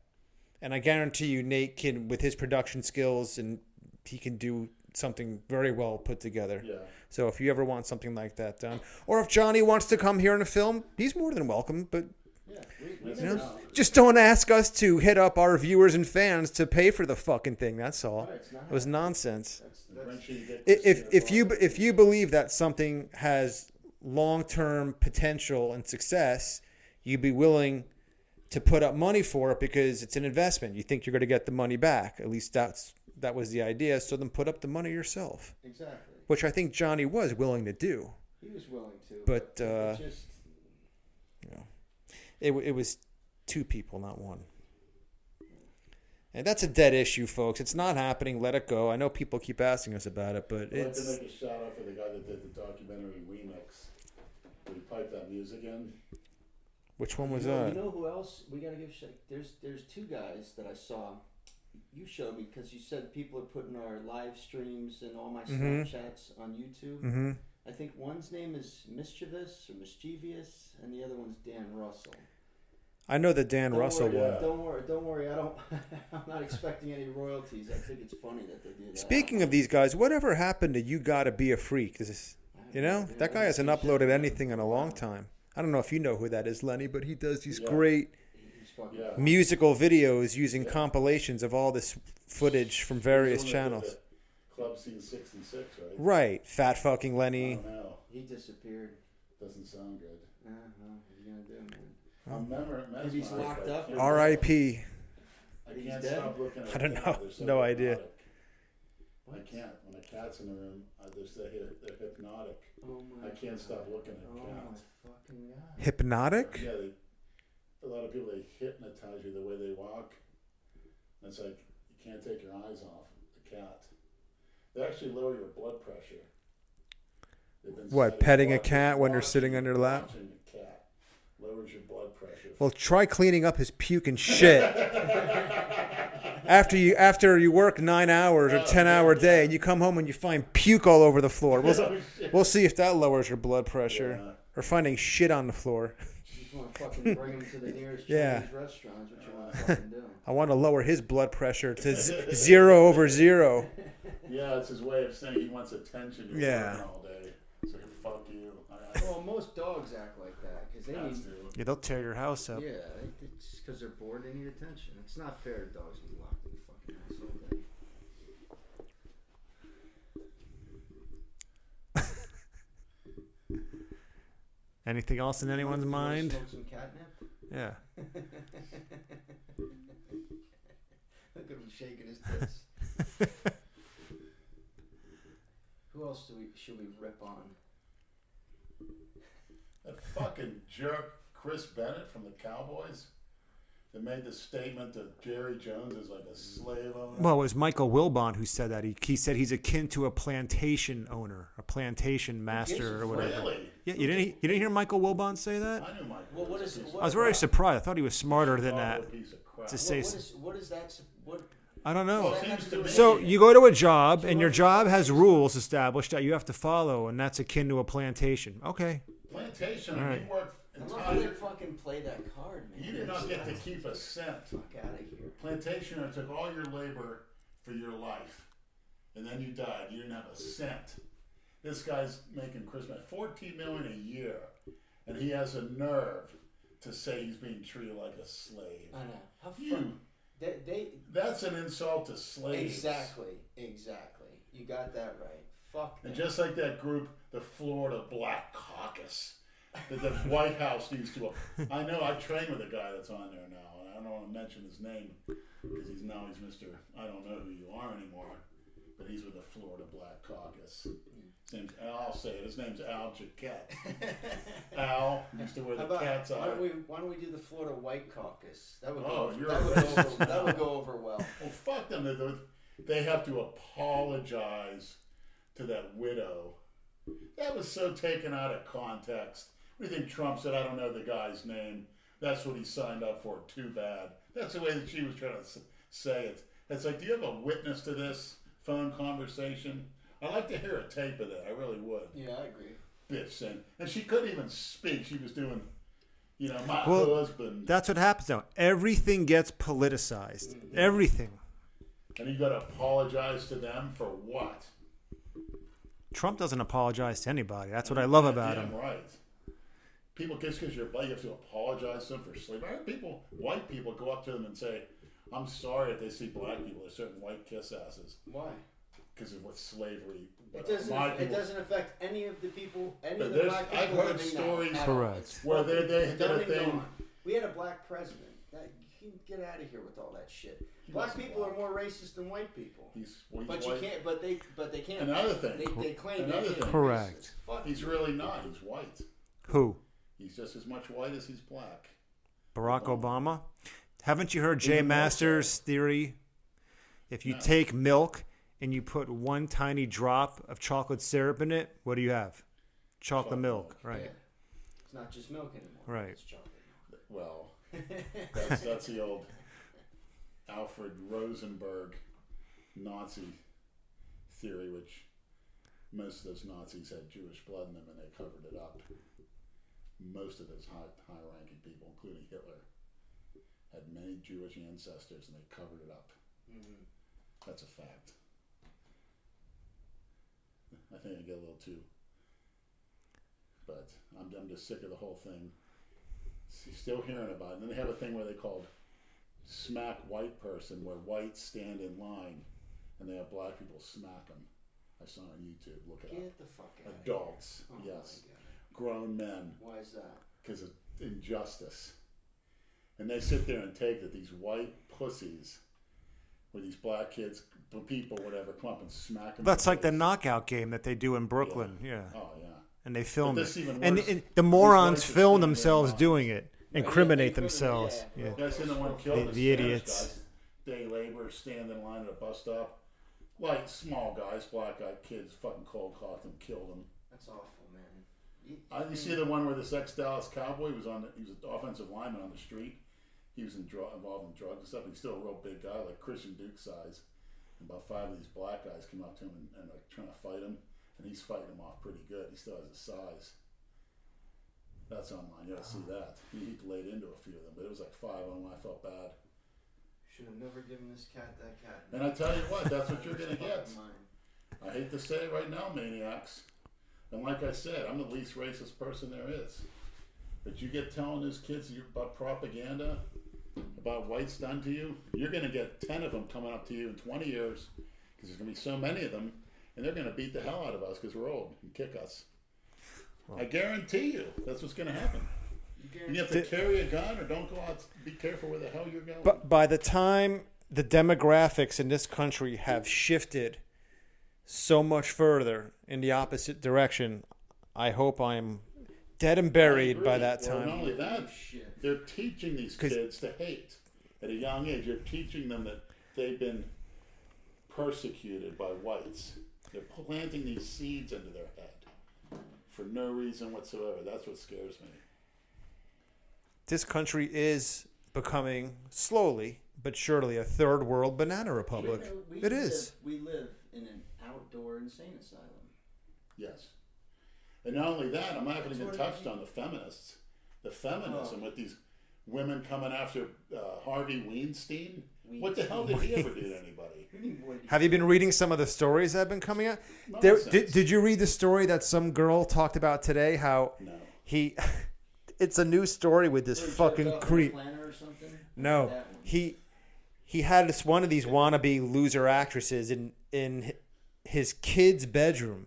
B: And I guarantee you, Nate can, with his production skills, and he can do something very well put together.
C: Yeah.
B: So if you ever want something like that done, or if Johnny wants to come here and film, he's more than welcome. But
A: Yeah, we, we
C: That's
B: you know,
A: never,
C: No.
B: just don't ask us to hit up our viewers and fans to pay for the fucking thing. That's all.
A: Right, it's not
B: It was nonsense.
A: that's,
C: And
A: that's,
C: eventually you get
B: I- If
C: Christina
B: if you
C: Barlow.
B: if you believe that something has long term potential and success, you'd be willing to put up money for it because it's an investment. You think you're going to get the money back. At least that's that was the idea. So then put up the money yourself,
A: exactly.
B: which I think Johnny was willing to do.
A: He was willing to,
B: But,
A: it
B: uh,
A: just
B: It, w- it was two people, not one. And that's a dead issue, folks. It's not happening. Let it go. I know people keep asking us about it, but
C: I'd like to
B: it's
C: make a shout out for the guy that did the documentary remix. We piped that music in.
B: which one was
A: you know, you
B: that?
A: know who else we gotta give shit? There's there's two guys that I saw. You showed me because you said people are putting our live streams and all my
B: Mhm.
A: Snapchats on YouTube.
B: Mm-hmm.
A: I think one's name is Mischievous or Mischievous, and the other one's Dan Russell.
B: I know the Dan
A: Don't
B: Russell
A: worry, uh,
B: one.
C: yeah.
A: Don't worry, don't worry. I don't. I'm not expecting any royalties. I think it's funny that they do that.
B: Speaking of these guys, whatever happened to you gotta be a freak? This is, you know, that guy hasn't uploaded anything in a long time. I don't know if you know who that is, Lenny, but he does these
C: Yeah.
B: great
A: He's fucking.
C: Yeah.
B: musical videos using compilations of all this footage from various
C: He's the one that did
B: channels.
C: the Club Scene 6 and 6, right?
B: Right, fat fucking
C: I
B: Lenny.
C: don't know.
A: He disappeared.
C: Doesn't sound good.
A: Uh-huh. What are you gonna do, man?
B: Oh.
C: I'm memor-
A: If he's
C: mesmerized
A: locked
C: by
A: up,
C: Kim.
B: R.I.P.
C: I
A: He's
C: can't
A: dead.
C: stop looking at
B: I don't
C: the
B: know.
C: cat. They're so
B: No idea.
C: hypnotic. I can't. When a cat's in the room, I just, they're, they're hypnotic. hypnotic.
A: Oh my
C: I can't stop looking
A: God.
C: at
A: Oh my
C: cats.
A: fucking god.
F: Hypnotic?
C: Yeah, they, a lot of people they hypnotize you the way they walk. And It's like you can't take your eyes off the cat. They actually lower your blood pressure. They've been
F: What,
C: studied.
F: petting a
C: Watching-
F: cat when they're sitting on their lap?
C: Watching a cat lowers your blood pressure.
F: Well, try cleaning up his puke and shit. after you after you work nine hours or ten hour day, and you come home and you find puke all over the floor.
C: Oh,
F: We'll, we'll see if that lowers your blood pressure.
C: Yeah.
F: Or finding shit on the floor.
A: You just want to fucking bring them to the nearest
F: Yeah.
A: Chinese restaurants, what you want to fucking do.
F: I want to lower his blood pressure to z- zero over zero.
C: yeah, it's his way of saying he wants attention. He's
F: Yeah.
C: working all day. It's like fuck you. I, I,
A: Well, most dogs act like that because they
C: cats
A: need.
C: do.
B: Yeah, they'll tear your house up.
A: Yeah, it- it's because they're bored. They need attention. It's not fair to dogs to be locked in the fucking house all day.
B: Anything else in anyone's
A: You wanna
B: mind?
A: Smoke some catnip.
B: Yeah.
A: Look at him shaking his tits. Who else do we should we rip on?
C: That fucking jerk, Chris Bennett from the Cowboys, that made the statement that Jerry Jones is like a slave owner.
B: Well, it was Michael Wilbon who said that. He, he said he's akin to a plantation owner, a plantation master, or whatever.
C: really?
B: Yeah, you didn't you didn't hear Michael Wilbon say that?
C: I knew Michael.
A: Well, what
C: was a
A: is-
C: piece
A: what-
B: I was very surprised. I thought he was smarter
C: of-
B: than that.
C: a piece of crap.
B: To say-
A: what is what is that? sup- What
B: I don't know.
C: Well, it seems to me-
B: So you go to a job, and your job has rules established that you have to follow, and that's akin to a plantation. Okay,
C: plantation.
B: All
C: You
B: right.
C: worked
A: I'm not gonna
C: entire.
A: fucking play that card, man.
C: You did not get to keep a cent.
A: fuck out of here.
C: Plantationer took all your labor for your life, and then you died. You didn't have a cent. This guy's making Christmas fourteen million a year, and he has a nerve to say he's being treated like a slave.
A: I know. How
C: You.
A: fun. They, they
C: That's an insult to slaves.
A: exactly, exactly. You got that right. Fuck.
C: And
A: them.
C: just like that group, the Florida Black Caucus, that the White House needs to. I know I train with a guy that's on there now, and I don't want to mention his name because he's now he's Mister. I don't know who you are anymore, but he's with the Florida Black Caucus.
A: Hmm.
C: His name's Al. I'll say it. His name's Al Jaquette. Al used to wear
A: How
C: the
A: about
C: cat's
A: why
C: eye.
A: don't we why don't we do the Florida White Caucus? That would go
C: Oh,
A: over,
C: you're
A: that,
C: a
A: would go over, that would go over well.
C: Well, fuck them. They, they have to apologize to that widow. That was so taken out of context. We think Trump said, I don't know the guy's name. That's what he signed up for. Too bad. That's the way that she was trying to s- say it. It's like, do you have a witness to this phone conversation? I'd like to hear a tape of that. I really would.
A: Yeah, I agree.
C: Bitch saying. And she couldn't even speak. She was doing, you know, my
B: Well,
C: husband.
B: that's what happens now. Everything gets politicized. Everything.
C: and you got to apologize to them for what?
B: Trump doesn't apologize to anybody. That's what I love about
C: Damn
B: him.
C: right. People, just because you're black, you have to apologize to them for slavery. I heard people, white people, go up to them and say, "I'm sorry if they see black people or certain white kiss asses
A: Why?
C: because of what slavery."
A: It
C: But
A: doesn't.
C: my
A: It
C: people-
A: doesn't affect any of the people. Any
C: But
A: of the
C: there's-
A: black people.
C: I've heard
A: living now
C: stories
A: at all.
B: Correct.
A: It's
C: Where they- they
A: fucking
C: did a
A: done and
C: thing-
A: gone. We had a black president. That, you can get out of here with all that shit. Black
C: wasn't
A: people
C: black.
A: are more racist than white people.
C: He's, well, he's
A: But you
C: white.
A: can't. But they. But they can't.
C: Another thing.
A: They, they claim
C: Another
A: they can't
C: thing.
A: be
B: Correct.
A: racist. Fuck.
C: He's really not. He's white.
B: Who?
C: He's just as much white as he's black.
B: Barack Obama. Haven't you heard Jay
C: Even more so.
B: Masters' theory? If you
C: No.
B: take milk and you put one tiny drop of chocolate syrup in it, what do you have? Chocolate,
C: Chocolate
B: milk.
C: milk.
B: right?
A: Yeah. It's not just milk anymore.
B: Right.
A: It's chocolate. milk.
C: Well, that's, that's the old Alfred Rosenberg Nazi theory, which most of those Nazis had Jewish blood in them and they covered it up. Most of those high, high ranking people, including Hitler, had many Jewish ancestors and they covered it up.
A: Mm-hmm.
C: That's a fact. I think I get a little too. But I'm, I'm just sick of the whole thing. S- Still hearing about it. And then they have a thing where they called smack white person, where whites stand in line and they have black people smack them. I saw it on YouTube. Look it
A: Get the fuck out.
C: up. Adults,
A: Oh my
C: yes. Grown men
A: Why is that?
C: because of injustice. And they sit there and take that these white pussies where these black kids, people, whatever, come up and smack them.
G: That's like the knockout game that they do in Brooklyn. Yeah.
C: Oh yeah.
G: And they film
C: that's
G: it.
C: even
G: And,
C: worse.
G: and
C: These
G: the morons
C: whites are
G: film
C: standing there
G: themselves
C: now.
G: doing it, incriminate
A: they-
G: themselves.
A: yeah.
G: Yeah.
C: You guys seen the one killed
G: The-
C: the,
G: the
C: Spanish
G: idiots.
C: Guys, day labor, stand in line at a bus stop. Like small guys, black eyed kids, fucking cold cocked and killed them.
A: That's awful, man. You-
C: I, you see the one where this ex Dallas Cowboy was on. The, he was an offensive lineman on the street. He was in dr- involved in drugs and stuff. He's still a real big guy, like Christian Duke size. And about five of these black guys come up to him and, and like trying to fight him, and he's fighting them off pretty good. He still has his size. That's online. You gotta see that. He, he laid into a few of them, but it was like five on one. I felt bad.
A: Should have never given this cat that cat.
C: And I tell you what, that's what you're gonna
A: Fucking
C: get.
A: mine.
C: I hate to say it right now, maniacs. And like I said, I'm the least racist person there is. But you get telling those kids you- about propaganda, about what's done to you, you're going to get 10 of them coming up to you in 20 years because there's going to be so many of them, and they're going to beat the hell out of us because we're old and kick us. I guarantee you that's what's going to happen. You have to carry a gun or don't go out. Be careful where the hell you're going.
B: But by the time the demographics in this country have shifted so much further in the opposite direction, I hope I'm dead and buried by that
C: Well,
B: time.
C: Not only that,
A: Shit.
C: they're teaching these
B: 'Cause-
C: kids to hate at a young age. You're teaching them that they've been persecuted by whites. They're planting these seeds into their head for no reason whatsoever. That's what scares me.
B: This country is becoming slowly but surely a third world banana
A: You
B: republic.
A: know, we
B: It is.
A: live- We live in an outdoor insane asylum.
C: Yes. And not only that, I'm not even
A: Sort
C: even
A: of
C: touched
A: you-
C: on the feminists. The feminism
A: Oh.
C: with these women coming after uh, Harvey Weinstein. What the hell did he ever do to anybody?
A: What do you mean, what do you-
B: Have you been reading some of the stories that have been coming out? There, did,
C: Nonsense.
B: did you read the story that some girl talked about today? How
C: No.
B: he. It's a new story with this
A: Or jerked
B: fucking
A: off in a
B: creep.
A: planner or something?
B: No,
A: That one.
B: he he had this one of these wannabe loser actresses in in his kid's bedroom,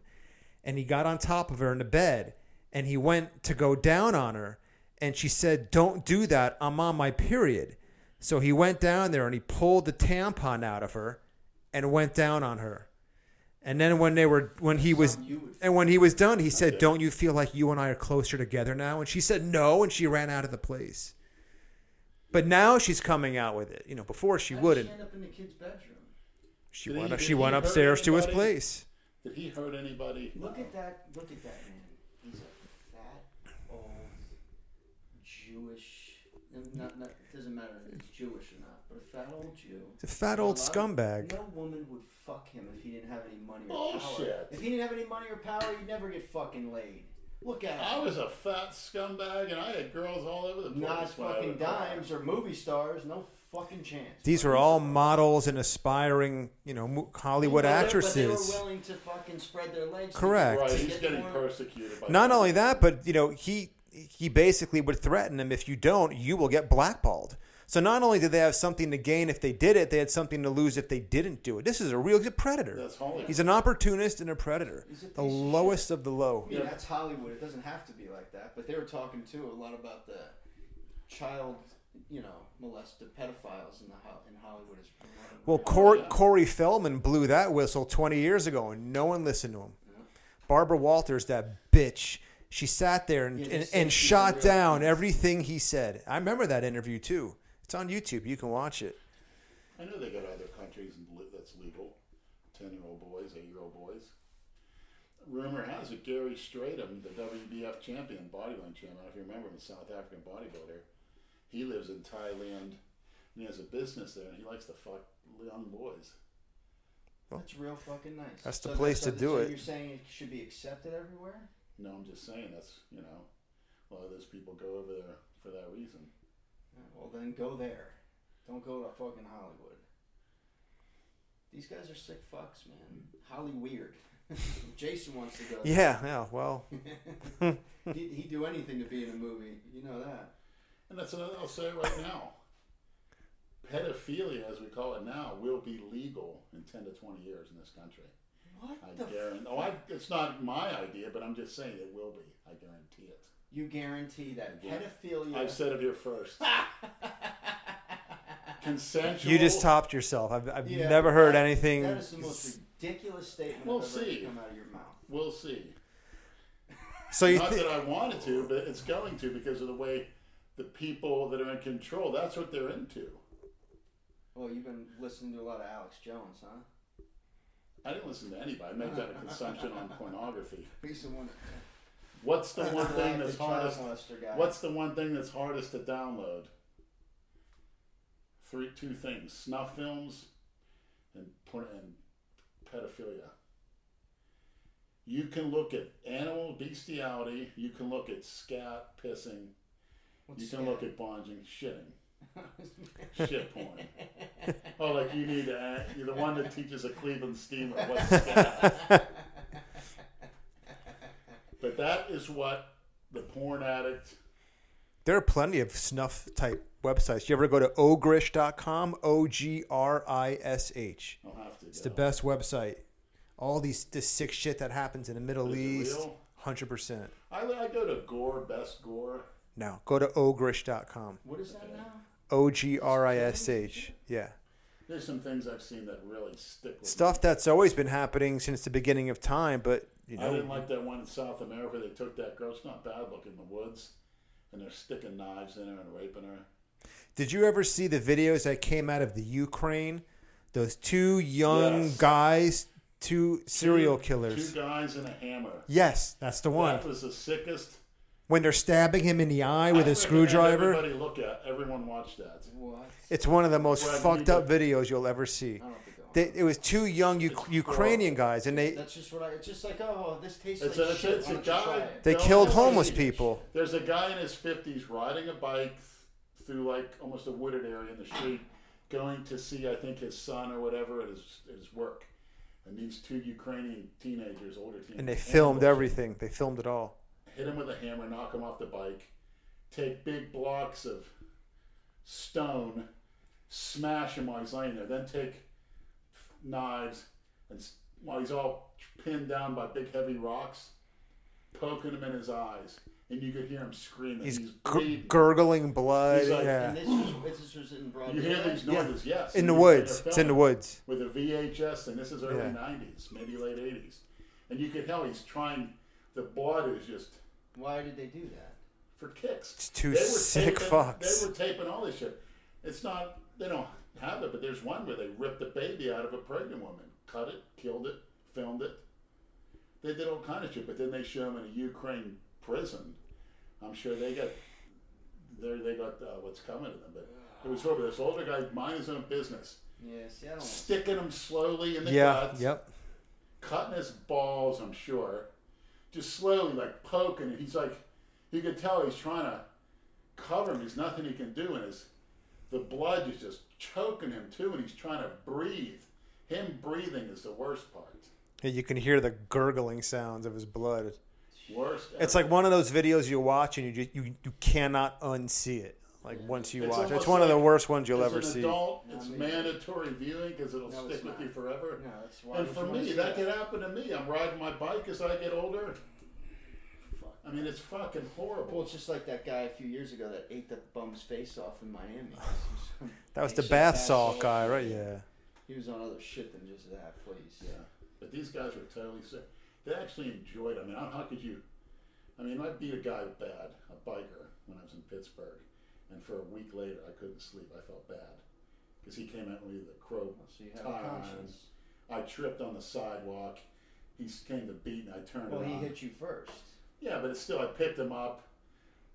B: and he got on top of her in the bed, and he went to go down on her, and she said, "Don't do that. I'm on my period." So he went down there and he pulled the tampon out of her, and went down on her. And then when they were when he was
A: Something you would
B: and when he was done, he said, "Don't you feel like you and I are closer together now?" And she said, "No," and she ran out of the place. But now she's coming out with it. You know, before she
A: How did
B: wouldn't.
A: She end up in the kid's bedroom.
B: She
C: Did
B: went
C: he-
B: up.
C: did
B: She
C: he
B: went
C: hurt
B: upstairs to his
C: anybody?
B: place.
C: Did he hurt anybody?
A: Look
C: No.
A: at that. Look at that man. He's a fat old Jewish. Not, not, it doesn't matter if he's Jewish or not, but a fat old Jew.
B: It's a fat old
A: A lot of-
B: scumbag.
A: No woman would fuck him if he didn't have any money or power.
C: Bullshit.
A: If he didn't have any money or power, you'd never get fucking laid. Look at
C: I
A: him.
C: was a fat scumbag, and I had girls all over the place.
A: Not
C: when I
A: fucking
C: was growing up.
A: dimes or movie stars. No fucking chance.
B: These were all models and aspiring, you know, mo- Hollywood
A: But they-
B: actresses.
A: But they were willing to fucking spread their legs. to-
B: Correct.
C: Right,
A: to
C: he's
A: get
C: getting
A: more-
C: persecuted. By
B: Not only that, but you know, he he basically would threaten them. If you don't, you will get blackballed. So not only did they have something to gain if they did it, they had something to lose if they didn't do it. This is a real he's a predator.
C: That's Hollywood.
B: He's an opportunist and a predator.
A: He's a piece
B: the
A: of shit.
B: lowest of the low.
A: I mean, that's Hollywood. It doesn't have to be like that. But they were talking too a lot about the child, you know, molested pedophiles in the ho- in Hollywood. Is
B: Well, Corey, Corey Feldman blew that whistle 20 years ago, and no one listened to him. Barbara Walters, that bitch, she sat there and,
A: Yeah, they
B: and,
A: say
B: and
A: she's a
B: shot
A: real
B: down
A: cunt.
B: everything he said. I remember that interview too. It's on YouTube. You can watch it.
C: I know they got other countries and li- that's legal. Ten-year-old boys, eight-year-old boys. Rumor has it Gary Stratum, the WBF champion, bodybuilding champion. If you remember him, a South African bodybuilder. He lives in Thailand. And he has a business there, and he likes to fuck young boys.
A: that's real fucking nice.
B: That's the place to do
A: so
B: it.
A: You're saying it should be accepted everywhere?
C: No, I'm just saying that's you know, a lot of those people go over there for that reason.
A: Yeah, Well, then go there. Don't go to fucking Hollywood. These guys are sick fucks, man. Holly weird. Jason wants to go.
B: Yeah, yeah, well,
A: He, he'd do anything to be in a movie. You know that.
C: And that's another I'll say right now. Pedophilia, as we call it now, will be legal in ten to twenty years in this country.
A: What
C: I
A: the? F-
C: guarantee. Oh, I, it's not my idea, but I'm just saying it will be. I guarantee it.
A: you guarantee that
C: Yeah.
A: pedophilia?
C: I've said it here first. consensual.
B: You just topped yourself. I've, I've
A: Yeah,
B: never heard
A: that-
B: anything.
A: That is the most ridiculous statement
C: We'll
A: I've ever
C: see.
A: come out of your mouth.
C: We'll see.
B: So you
C: Not
B: thi-
C: that I wanted to, but it's going to because of the way the people that are in control. That's what they're into.
A: Well, you've been listening to a lot of Alex Jones, huh?
C: I didn't listen to anybody. I made that a consumption on pornography.
A: He's the one.
C: What's the one thing
A: the
C: that's
A: child
C: hardest?
A: molester guy.
C: What's the one thing that's hardest to download? Three, two things: snuff films and porn and pedophilia. You can look at animal bestiality. You can look at scat pissing.
A: What's
C: You can look at bonging, shitting, shit porn. oh, like you need to act, you're the one that teaches a Cleveland steamer what's scat. but that is what the porn addict
B: there are plenty of snuff type websites. You ever go to ogrish.com? O G R I S H.
C: will have to
B: It's
C: do.
B: the best website. All these this sick shit that happens in the Middle
C: Is it
B: East.
C: real?
B: Hundred percent.
C: I, I go to Gore, Best Gore.
B: Now go to ogrish.com.
A: What is that now?
B: O G R I S H. Yeah.
C: There's some things I've seen that really stick with
B: Stuff that's always been happening since the beginning of time, but you
C: me. I didn't
B: know,
C: like that one in South America. They took that girl. It's not bad looking in the woods. And they're sticking knives in her and raping her.
B: did you ever see the videos that came out of the Ukraine? Those two young
C: Yes.
B: guys, two serial killers.
C: Two guys and a hammer.
B: Yes, that's the one.
C: That was the sickest.
B: When they're stabbing him in the eye with a
C: I recommend
B: screwdriver,
C: Everybody look at. Everyone watch that.
A: What?
B: it's one of the most
C: Brad,
B: fucked
C: you
B: up videos you'll ever see.
A: I don't think I
B: They, it was two young U- Ukrainian guys, and they
A: That's just what I. It's just like, oh, this tastes
C: It's
A: like
C: a, it's a-
A: shit.
C: it's
A: Why
C: a
A: don't you try
C: guy.
A: it?
B: they
C: No,
B: killed
C: it's
B: homeless
C: a-
B: people.
C: There's a guy in his 50s riding a bike through like almost a wooded area in the street, going to see I think his son or whatever at his, at his work. And these two Ukrainian teenagers, older teenagers,
B: and they filmed
C: ambushed him,
B: everything. They filmed it all.
C: Hit him with a hammer, knock him off the bike, take big blocks of stone, smash him while he's laying there, then take knives and s- while he's all pinned down by big heavy rocks, poking him in his eyes, and you could hear him screaming.
B: He's gur-
C: bleeding.
B: gurgling blood.
C: He's like-
B: yeah.
A: And this was, this was in broad
C: You hear
A: daylight?
C: these noises, yes.
B: In
C: and
B: the
C: you- and
B: woods.
C: they're
B: It's in the
C: filmed
B: woods.
C: With a VHS, and this is early
B: Yeah.
C: 90s, maybe late 80s. And you could tell he's trying, the blood is just
A: Why did they do that?
C: for kicks.
B: It's two
C: They were
B: sick
C: taping-
B: fucks.
C: They were taping all this shit. It's not, they don't have it, but there's one where they ripped a baby out of a pregnant woman, cut it, killed it, filmed it. They did all kind of shit, but then they show him in a Ukraine prison. I'm sure they got, they they got uh, what's coming to them. But it was horrible. This older guy minding his own business,
A: Yeah, see, I don't.
C: sticking him slowly in the
B: Yeah.
C: guts,
B: Yep.
C: cutting his balls. I'm sure, just slowly like poking. And he's like, you could tell he's trying to cover him. There's nothing he can do, and his the blood is just choking him too, and he's trying to breathe. Him breathing is the worst part.
B: And you can hear the gurgling sounds of his blood.
C: Worst.
B: It's
C: ever.
B: like one of those videos you watch and you just, you, you cannot unsee it. Like once you
C: It's
B: watch, it. it's
C: almost
B: one of the
C: like-
B: worst ones you'll
C: As
B: ever
C: an
B: see.
C: adult,
A: No,
C: it's
A: me-
C: mandatory viewing because it'll
A: No,
C: stick
A: it's
C: with
A: not.
C: you forever.
A: No, that's why.
C: and
A: would
C: for
A: you wanna
C: me,
A: see
C: that could happen to me. I'm riding my bike as I get older. I mean, it's fucking
A: Well,
C: horrible.
A: it's just like that guy a few years ago that ate the bum's face off in Miami.
B: That was the
A: Some
B: bath
A: bath
B: salt
A: salt.
B: guy, right? Yeah.
A: he was on other shit than just that, please.
C: Yeah, but these guys were totally sick. They actually enjoyed. it. I mean, how how could you? I mean, I beat a guy bad, a biker, when I was in Pittsburgh, and for a week later, I couldn't sleep. I felt bad because he came at me with a crow
A: So you have a
C: tie on.
A: conscience.
C: I tripped on the sidewalk. He s- came to beat, and I turned
A: Well, he
C: around.
A: hit you first.
C: Yeah, but it's still, I picked him up.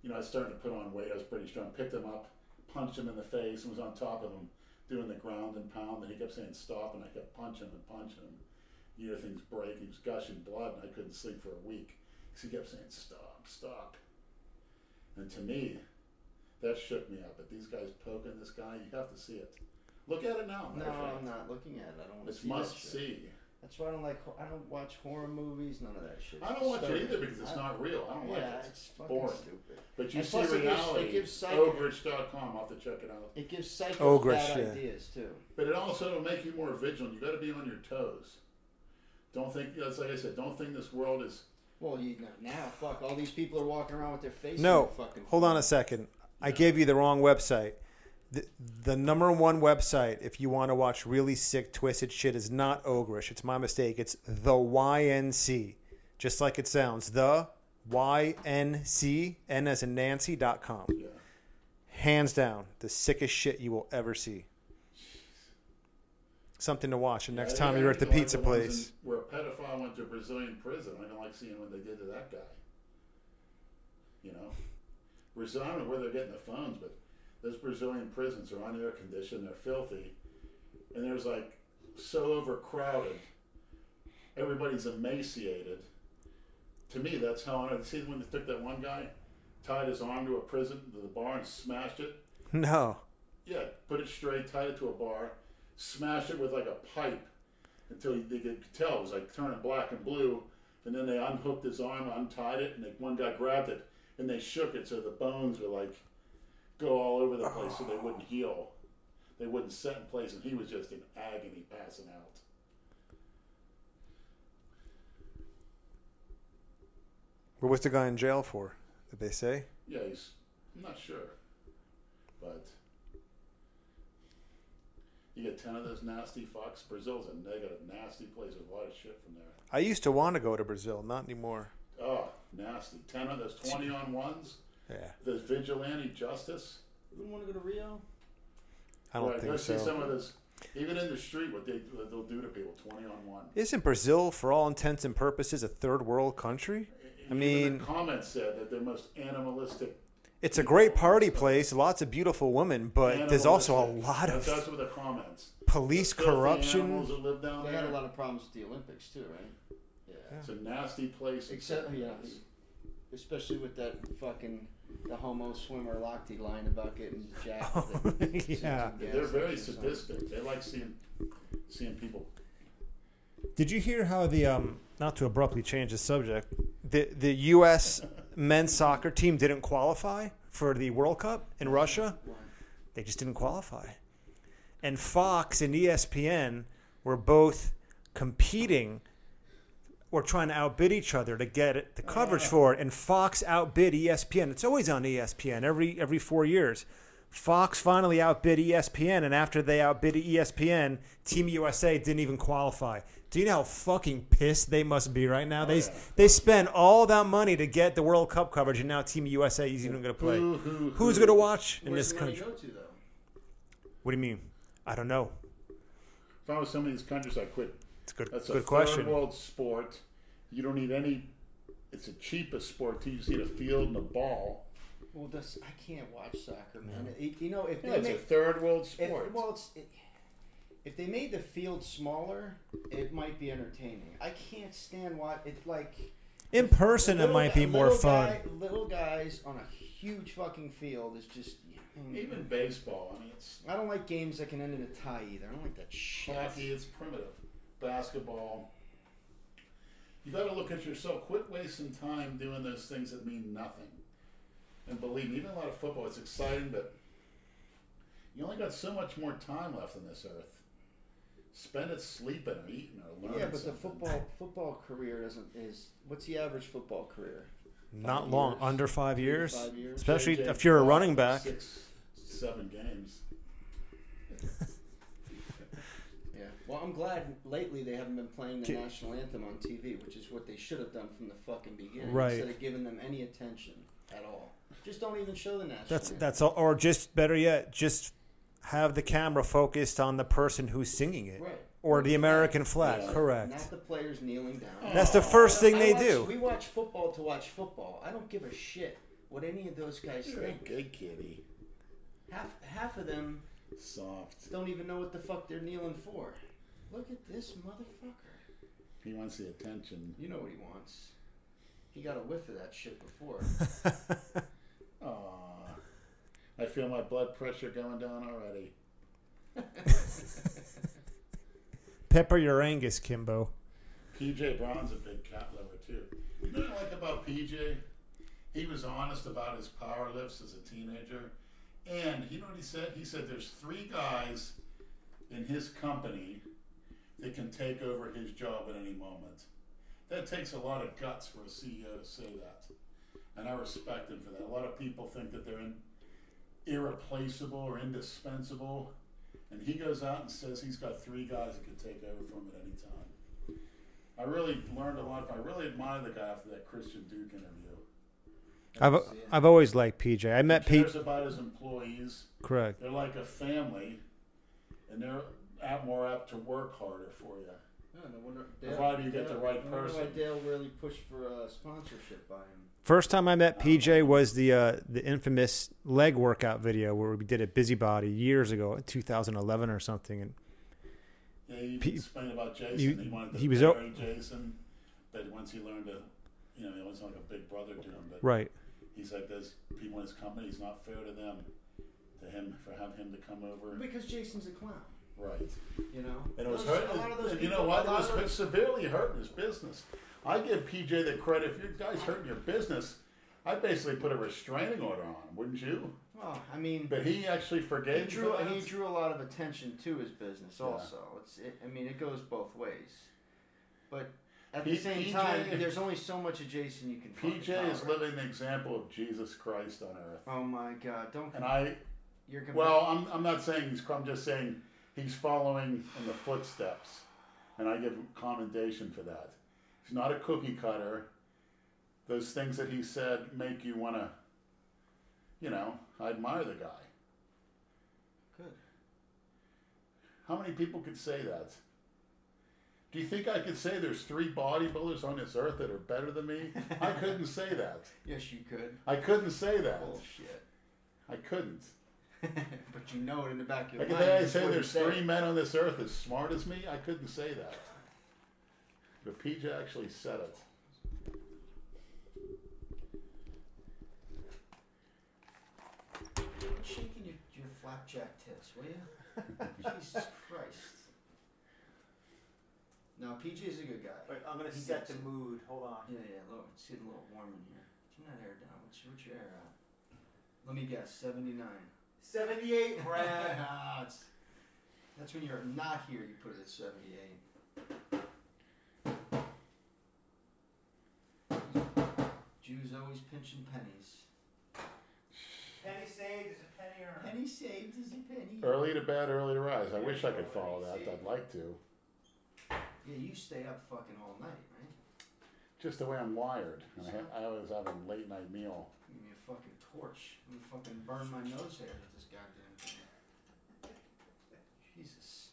C: You know, I was starting to put on weight. I was pretty strong. Picked him up, punched him in the face, and was on top of him, doing the ground and pound. And he kept saying stop, and I kept punching him and punching him. You know, things break. He was gushing blood, and I couldn't sleep for a week because he kept saying stop, stop. And to me, that shook me up. But these guys poking this guy, you have to see it. Look at it now.
A: No,
C: matter of fact.
A: I'm not looking at it. I don't want to
C: It's
A: see that
C: must
A: shit.
C: see.
A: That's why I don't like. ho- I don't watch horror movies. None of that shit.
C: I don't watch it
A: Disturbing.
C: either because it's
A: I-
C: not real. I don't
A: Yeah,
C: like it.
A: it's, fucking
C: boring.
A: stupid.
C: But you
A: And
C: see
A: plus it gives-
C: reality.
A: it gives psych-
C: Ogridge.com. I'll have to check it out.
A: It gives psychos
B: Ogre
A: bad
B: Oh, shit.
A: ideas too.
C: But it also will make you more vigilant. You got to be on your toes. Don't think that's like I said. Don't think this world is.
A: Well, you know, now fuck all these people are walking around with their face. in
B: No,
A: their fucking
B: hold on a second. I gave you the wrong website. the, the number one website if you want to watch really sick twisted shit is not ogrish it's my mistake it's the ync just like it sounds the ync n as in nancy dot com
C: Yeah.
B: hands down the sickest shit you will ever see something to watch the next
C: I
B: time
C: think
B: you're at the
C: like
B: pizza
C: ones in-
B: place
C: where a pedophile went to Brazilian prison. I don't like seeing what they did to that guy. You know, Brazil. I don't know where they're getting the phones, but those Brazilian prisons are on air conditioned. They're filthy, and there's like so overcrowded. Everybody's emaciated. To me, that's how I see when they took that one guy, tied his arm to a prison to the bar and smashed it.
B: no
C: Yeah, put it straight, tied it to a bar, smashed it with like a pipe until they could tell it was like turning black and blue. And then they unhooked his arm, untied it, and they, one guy grabbed it and they shook it so the bones would like go all over the place so they wouldn't heal. They wouldn't set in place, and he was just in agony passing out.
B: But what's the guy in jail for? Did they say?
C: Yeah, he's. I'm not sure, but you get ten of those nasty fucks. Brazil's a negative, nasty place. There's a lot of shit from there.
B: I used to want to go to Brazil, not anymore.
C: Oh, nasty. Ten of those twenty on ones.
B: Yeah,
C: There's vigilante justice.
A: You want to go to Rio?
B: I don't
C: Right, go
B: think
C: see
B: so.
C: some of this, even in the street, what they what they'll do to people. Twenty on one.
B: Isn't Brazil, for all intents and purposes, a third world country? I
C: Even
B: mean-
C: the comments said that they're most animalistic.
B: It's a great party place, lots of beautiful women, but there's also a
C: animalistic.
B: lot
C: That-
B: of
C: That's what the comments.
B: police
C: Filthy
B: corruption.
C: animals that live down
A: They
C: there.
A: had a lot of problems with the Olympics too, right? Yeah.
C: It's a nasty place.
A: Except yeah, especially with that fucking the homo swimmer Lochte line about getting jacked. at the-
H: yeah.
A: gas
C: They're
A: station or
C: very
A: something.
C: sadistic. They like seeing seeing people.
B: Did you hear how the um? Not to abruptly change the subject, the the U.S. men's soccer team didn't qualify for the World Cup in Russia. they just didn't qualify. And Fox and E ESPN were both competing or trying to outbid each other to get it, the coverage for it. And Fox outbid E ESPN. It's always on E ESPN every every four years. Fox finally outbid E ESPN, and after they outbid E ESPN, Team USA didn't even qualify. Do you know how fucking pissed they must be right now? They
A: Oh,
B: they spend all that money to get the World Cup coverage, and now Team USA is even going to play.
C: Boo, hoo,
B: Who's
C: hoo.
B: going to watch
A: Mm-hmm.
B: in
A: Where's
B: this
A: the money
B: country?
A: go to though?
B: What do you mean? I don't know.
C: If I was some of these countries, I quit
B: It's a good,
C: That's a
B: good
C: third
B: question.
C: world sport. You don't need any. It's the cheapest sport. till You just need a field and a ball.
A: Well, this I can't watch soccer, man. It- you know, if
C: Yeah,
A: they
C: it's a
A: make
C: third world sport.
A: if, well, it's, it, if they made the field smaller, it might be entertaining. I can't stand what it's like.
B: In person, it
A: little
B: might
A: guy-
B: be more
A: little
B: fun.
A: guy- little guys on a huge fucking field is just.
C: Even baseball. I mean, it's
A: I don't like games that can end in a tie either. I don't like that shit.
C: hockey. It's primitive. Basketball. You got to look at yourself. Quit wasting time doing those things that mean nothing. And believe me, even a lot of football, it's exciting, but you only got so much more time left on this earth. Spend it sleeping or eating or learning.
A: Yeah, but the
C: something.
A: football football career doesn't is what's the average football career?
B: Not
A: Five
B: long,
A: years.
B: under five
A: Three to
B: years,
A: five years.
B: especially
C: JJ
B: if you're a
C: Watt,
B: running back.
C: Six, seven games.
A: Yeah. Well, I'm glad lately they haven't been playing the national anthem on TV, which is what they should have done from the fucking beginning,
B: Right.
A: instead of giving them any attention at all. Just don't even show the national.
B: That's
A: anthem.
B: that's all, or just better yet, just have the camera focused on the person who's singing it
A: right.
B: or the American flag.
C: Yeah.
B: Correct.
A: Not the players kneeling down.
B: That's the first thing
A: I
B: they
A: watch-
B: do.
A: We watch football to watch football. I don't give a shit what any of those guys
C: You're a
A: think.
C: good kitty.
A: Half half of them
C: Soft.
A: don't even know what the fuck they're kneeling for. Look at this motherfucker.
C: He wants the attention.
A: You know what he wants. He got a whiff of that shit before.
C: Aww. I feel my blood pressure going down already.
B: Pepper your Angus, Kimbo.
C: PJ Brown's a big cat lover too. You know what I like about PJ? He was honest about his power lifts as a teenager. And you know what he said? He said there's three guys in his company that can take over his job at any moment. That takes a lot of guts for a E CEO to say that. And I respect him for that. A lot of people think that they're in irreplaceable or indispensable. And he goes out and says he's got three guys that can take over from him at any time. I really learned a lot. I really admire the guy after that Christian Duke interview.
F: I've I've always liked PJ. I met
C: He
F: Pete.
C: cares about his employees.
F: Correct.
C: They're like a family, and they're apt, more apt to work harder for you.
A: Yeah, no wonder
C: Provided you get the right
A: no wonder why
C: person.
A: Dale really pushed for uh, sponsorship by him.
F: First time I met PJ was the uh, the infamous leg workout video where we did a busybody years ago, 2011 or something. And
C: Yeah, you
F: Pe-
C: explained about Jason.
F: you-
C: he wanted to
F: he was o-
C: bury Jason, but once he learned to, you know, he was like a big brother to him. But
F: right,
C: he's like, there's people in his company. It's not fair to them, to him, for having him to come over.
A: Because Jason's a clown,
C: Right.
A: you know.
C: And it was
A: Those-
C: hurt.
A: A lot of those
C: and you know
A: people-
C: what?
A: a
C: It
A: lot
C: was
A: of
C: hurt, severely hurting his business. I give PJ the credit. If your guy's hurting your business, I basically put a restraining order on him, wouldn't you?
A: Well, I mean,
C: But he actually forgave.
A: he
C: him for
A: drew
C: that.
A: he drew a lot of attention to his business. Also, it's it, I mean, it goes both ways. But at the
C: P-
A: same
C: PJ
A: time,
C: is-
A: there's only so much of Jason you can. fucking
C: PJ is
A: tolerate.
C: living the example of Jesus Christ on earth.
A: Oh my God! Don't.
C: And I,
A: you're gonna.
C: well, I'm, I'm not saying he's, I'm just saying he's following in the footsteps. And I give him commendation for that. He's not a cookie cutter. Those things that he said make you want to, you know, I admire the guy.
A: good.
C: How many people could say that? Do you think I could say there's three bodybuilders on this earth that are better than me? I couldn't say that.
A: Yes, you could.
C: I couldn't say that.
A: Bullshit.
C: I couldn't.
A: but you know it in the back of your
C: Like if
A: mind.
C: I
A: before
C: say
A: you
C: there's
A: say
C: three
A: it.
C: men on this earth as smart as me, I couldn't say that. But PJ actually said it.
A: Quit shaking your, your flapjack tits, will you? Jesus Christ. No, PJ's a good guy.
B: I'm gonna
A: set the
B: mood. Hold on.
A: Yeah, yeah, look, it's getting a little warm in here. Turn that air down. What's, what's your air at? Let me guess, 79.
B: 78,
A: Ah, it's- That's when you're not here, you put it at 78. Jews always pinching pennies.
B: Penny saved is a penny earned.
A: Penny saved is a penny.
C: Early to bed, early to rise. I wish I could follow that. I'd like to.
A: Yeah, you stay up fucking all night, right?
C: Just the way I'm wired. And I, ha- I always have a late night meal.
A: Give me a fucking torch. I'm gonna fucking burn my nose hair with this goddamn thing. Jesus.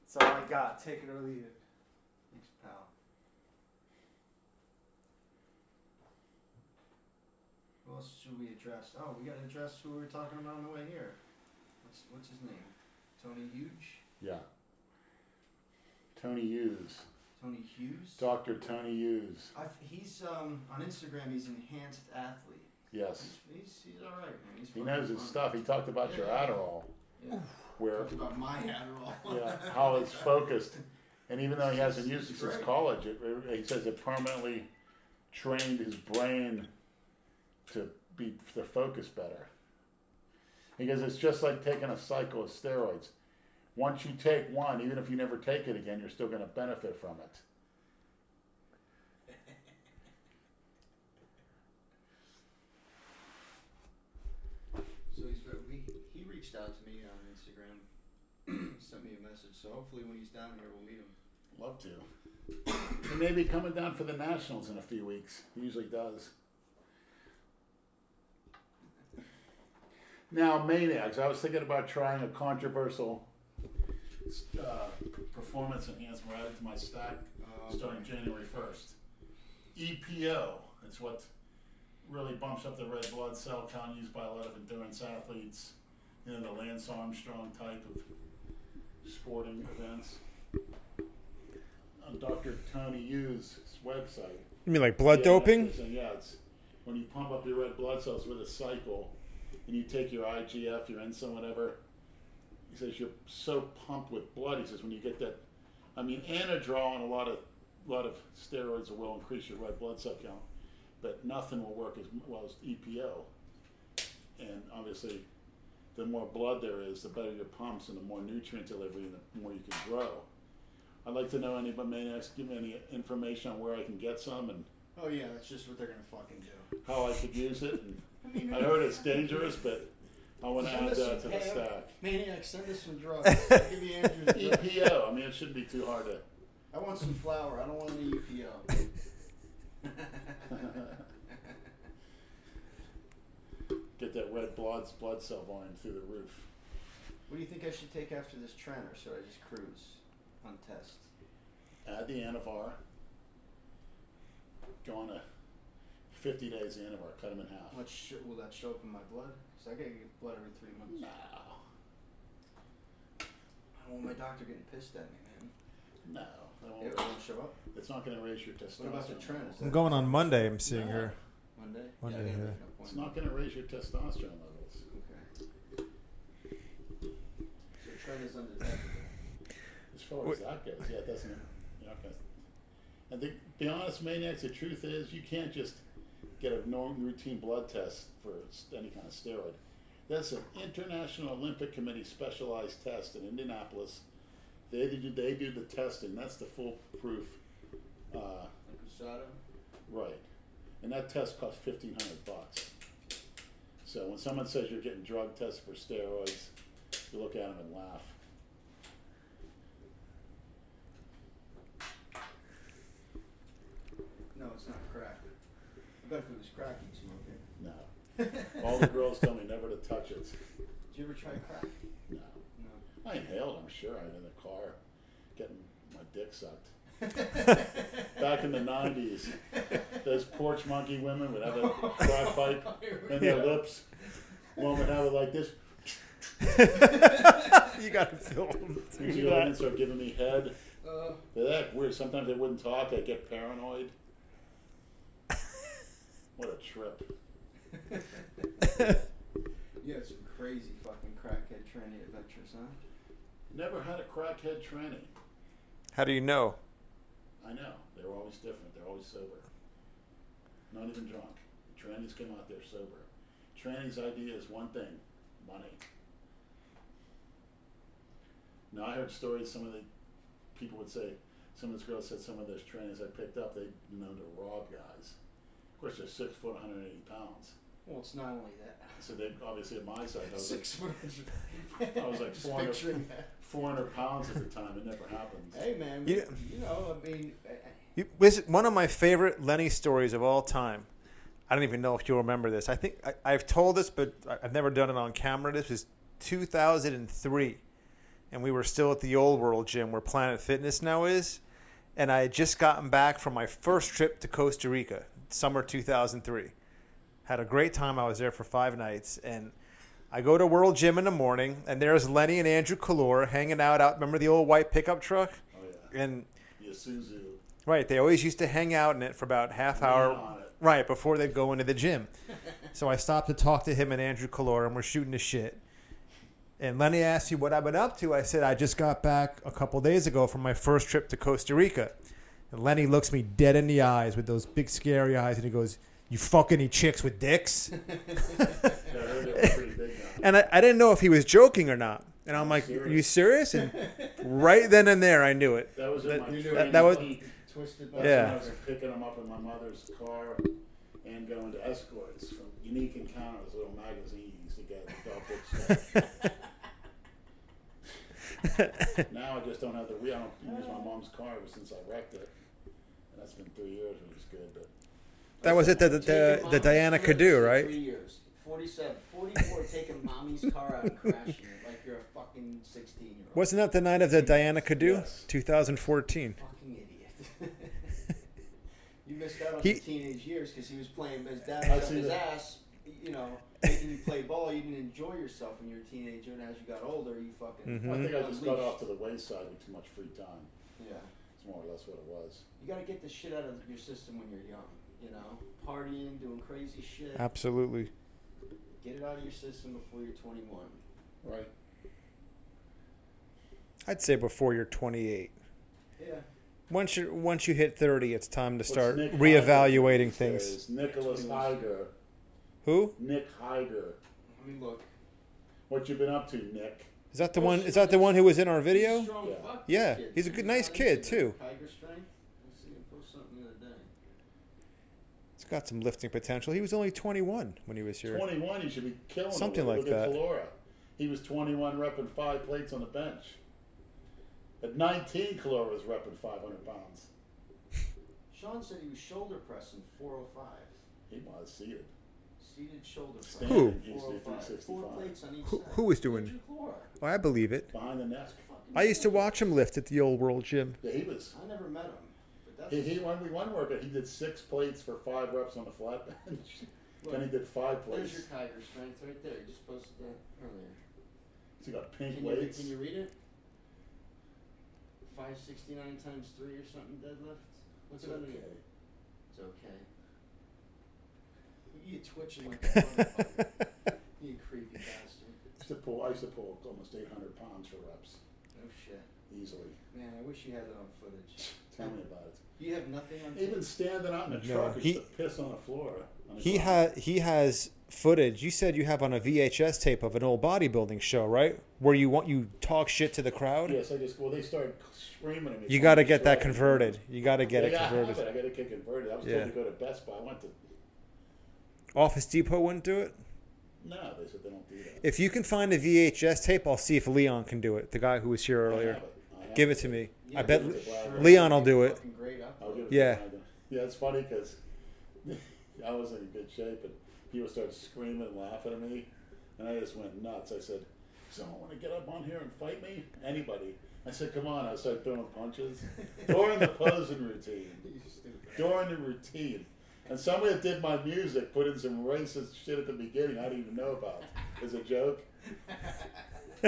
B: That's all I got. Take it or leave it.
A: Thanks, pal. Who else should we address? Oh, we gotta address who we were talking about on the way here. What's what's his name? Tony Huge?
C: Yeah. Tony Hughes.
A: Tony Hughes?
C: Dr. Tony Hughes.
A: I, he's um, on Instagram. He's enhanced athlete.
C: Yes.
A: He's he's, he's all right, man. He's
C: He
A: fucking
C: knows his
A: fun.
C: stuff. He talked about your Adderall,
A: Yeah.
C: where
A: Talked about my Adderall.
C: yeah, how it's focused. And even though he hasn't used it since
A: Right.
C: college, it, it- he says it permanently trained his brain to be to focus better. He goes, it's just like taking a cycle of steroids. Once you take one, even if you never take it again, you're still going to benefit from it.
A: So he's very, he, he reached out to me on Instagram, sent me a message. So hopefully when he's down here, we'll meet him.
C: Love to. He may be coming down for the Nationals in a few weeks. He usually does. Now, Maniacs, I was thinking about trying a controversial uh, performance enhancement added to my stack
A: Um,
C: starting January 1st. EPO, it's what really bumps up the red blood cell count used by a lot of endurance athletes, you know, the Lance Armstrong type of sporting events on Dr. Tony Yu's website.
F: you mean like blood
C: Yeah,
F: doping?
C: it's- Yeah, it's when you pump up your red blood cells with a cycle and you take your IGF, your insulin, whatever. He says you're so pumped with blood. He says when you get that, I mean, Anadrol and a lot of lot of steroids will increase your red blood cell count, but nothing will work as well as EPO. And obviously, the more blood there is, the better your pumps and the more nutrient delivery and the more you can grow. I'd like to know any but maniacs give me any information on where I can get some and
A: Oh yeah, that's just what they're gonna fucking do.
C: how I could use it. And I heard it's dangerous, but I want to
A: Send
C: add
A: us
C: that to
A: some
C: the
A: ham.
C: stack.
A: Maniac, send us some drugs. Give me Andrew's drugs.
C: EPO. I mean, it shouldn't be too hard to.
A: I want some flour. I don't want any E EPO.
C: Get that red blood blood cell volume through the roof.
A: What do you think I should take after this trend, or should I just cruise on test?
C: Add the Anavar. Go on a 50 days Anavar. Cut them in half.
A: What sh- will that show up in my blood? Because I gotta get blood every three months.
C: No,
A: I don't want my doctor getting pissed at me, man.
C: no. that won't
A: It
C: raise-
A: won't show up.
C: It's not going to raise your testosterone.
A: What about the trend? Is
B: I'm
A: that
B: going on Monday. I'm seeing her.
A: Monday?
B: Monday,
A: yeah. I gotta
B: yeah.
A: make an appointment.
C: It's not going to raise your testosterone levels.
A: Okay. So trend is undetectable.
C: As far as that goes, yeah, it doesn't. You're not gonna, and the, be honest, maniacs, the truth is, you can't just get a normal routine blood test for s- any kind of steroid. That's an International Olympic Committee specialized test in Indianapolis. They do they do the testing. That's the foolproof, uh,
A: Like Usada?
C: right? And that test costs fifteen hundred bucks. So when someone says you're getting drug tests for steroids, you look at them and laugh.
A: No, it's not crack. I bet if it was crack, you'd smoke it.
C: No. All the girls tell me never to touch it.
A: Did you ever try crack?
C: No.
A: No.
C: I inhaled, I'm sure, in the car, getting my dick sucked. Back in the 90s, those porch monkey women would have
A: Oh,
C: a crack pipe in their lips. One would have it like this.
B: You got to film.
C: And she would start giving me head.
A: Uh,
C: They act weird. Sometimes they wouldn't talk. I'd get paranoid. What a trip.
A: you had some crazy fucking crackhead tranny adventures, huh?
C: Never had a crackhead tranny.
B: How do you know?
C: I know. They were always different. They're always sober. Not even drunk. Trannies come out there sober. Tranny's idea is one thing money. Now, I heard stories, some of the people would say, some of those girls said some of those trannies I picked up, they'd known to rob guys. Of course, they're six foot, 180 pounds.
A: Well, it's not only that.
C: So they obviously at my size, I was
A: Six foot.
C: I was like
A: Just
C: 400.
A: picturing that.
C: like 400 pounds at the time. It never happened.
A: Hey man,
B: You-
A: you, know, I mean, I- I-
B: You, this is one of my favorite Lenny stories of all time. I don't even know if you'll remember this. I think I, I've told this, but I- I've never done it on camera. This was 2003, and we were still at the old world gym where Planet Fitness now is. And I had just gotten back from my first trip to Costa Rica, summer 2003. Had a great time. I was there for five nights. And I go to World Gym in the morning, and there's Lenny and Andrew Kalor hanging out. out remember the old white pickup truck?
C: Oh, yeah.
B: And
C: Yasuzu.
B: Right. They always used to hang out in it for about half
C: Lean
B: hour.
C: on it.
B: Right before they'd go into the gym. so I stopped to talk to him and Andrew Kalor, and we're shooting the shit. And Lenny asked you what I've been up to. I said I just got back a couple days ago from my first trip to Costa Rica. And Lenny looks me dead in the eyes with those big scary eyes, and he goes, "You fuck any chicks with dicks?"
C: Yeah, I heard they were pretty big now.
B: and I, I didn't know if he was joking or not. And I'm like,
C: Serious.
B: "You serious?" And right then and there, I knew it.
C: That was in
B: That-
C: my
A: that-
C: training
B: that was-
C: fleet.
A: twisted.
C: That's
A: By
B: Yeah.
C: when I was picking them up in my mother's car and going to escorts from Unique Encounters, little magazine you used to get the dog book stuff. now I just don't have the wheel. I don't use my mom's car ever since I wrecked it. And that's been three years, which is good. But
B: That was it. The the,
A: Taking
B: the, the
A: mommy's
B: Diana
A: flips
B: Cadu,
A: for
B: right?
A: Three years, 47, 44, taking mommy's car out and crashing it like you're a fucking sixteen-year-old.
B: Wasn't that the night of the Diana Cadu?
C: Yes.
B: 2014.
A: fucking idiot? you missed out on
B: He-
A: his teenage years because he was playing his dad
C: I
A: was up
C: see
A: his
C: that.
A: ass. You know, making you play ball. You didn't enjoy yourself when you were a teenager, and as you got older, you fucking
B: Mm-hmm.
C: I think I just got
A: unleashed.
C: off to the wayside with too much free time.
A: yeah.
C: It's more or less what it was.
A: You gotta get the shit out of your system when you're young. You know, partying, doing crazy shit.
B: Absolutely.
A: Get it out of your system before you're 21.
C: Right.
B: I'd say before you're 28.
A: Yeah.
B: Once you once you hit 30, it's time to start
C: Nick
B: reevaluating
C: Heiger
B: things.
C: says, Nicholas Heiger.
B: Who
C: Nick Heiger.
A: I mean, look.
C: What you been up to, Nick?
B: is that? The one is that the one who was in our
A: He's a
B: video?
A: strong
C: Yeah.
A: fuck,
B: Yeah,
A: this kid.
B: he's a good-
A: on
B: nice kid,
A: Instagram.
B: too.
A: Tiger strength. I see him post something the other day.
B: It's got some lifting potential. He was only 21 when he was here.
C: 21, he should be killing it.
B: Something like
C: Look at
B: that.
C: Calora. He was 21 repping five plates on the bench. At 19, Calora was repping 500 pounds.
A: Sean said he was shoulder pressing 405.
C: He was seated.
A: Seated shoulder press.
C: Standing, Who? he used to do
A: 405. Four
C: 365.
A: plates on each
B: Who-
A: side.
B: who was doing-
A: Andrew Clora.
B: Oh, I believe it.
C: Behind the neck.
A: Fucking
B: I used to
A: amazing.
B: watch him lift at the old World Gym.
C: Yeah, he was.
A: I never met him, but that's
C: He, he when we one workout, he did six plates for five reps on the flat bench. then he did five
A: there's
C: plates.
A: your Tiger strength right there. You just posted that earlier.
C: So he got pink
A: Can you,
C: weights.
A: can you read it? 569 times 3 or something deadlift? What's
C: It's
A: it under
C: okay.
A: it? It's okay. You twitching like a motherfucker. You creepy bastard.
C: I used to pull, I used to pull almost 800 pounds for reps
A: Oh shit.
C: easily.
A: Man, I wish you had it on footage.
C: Tell me about it.
A: You have nothing on
C: Even standing out in the truck,
B: he-
C: he used to piss on the floor. on the
B: He
C: ground.
B: ha- he has footage. You said you have on a VHS tape of an old bodybuilding show, right? Where you want you talk shit to the crowd.
C: Yes, I just well, they started screaming at me.
B: You got to
C: Tony,
B: get that
C: sorry.
B: converted. You got to get
C: Yeah,
B: it
C: I have
B: converted.
C: it. I got to get converted. I was
B: Yeah.
C: told to go to Best Buy. I went to
B: Office Depot wouldn't do it.
C: no. They said they don't do that.
B: If you can find a VHS tape, I'll see if Leon can do it. The guy who was here
C: I have
B: earlier.
C: it. I have
B: Give it
C: it.
B: to me.
A: Yeah,
B: I bet
A: it's a shirt.
B: Leon will do it.
A: Fucking Great up.
C: I'll give it
B: Yeah.
C: To Leon. yeah, it's funny because I was in good shape, and people started screaming and laughing at me, and I just went nuts. I said, "Someone want to get up on here and fight me? Anybody?" I said, "Come on!" I started throwing punches during the posing routine.
A: You stupid.
C: during the routine. And somebody that did my music put in some racist shit at the beginning I didn't even know about as a joke.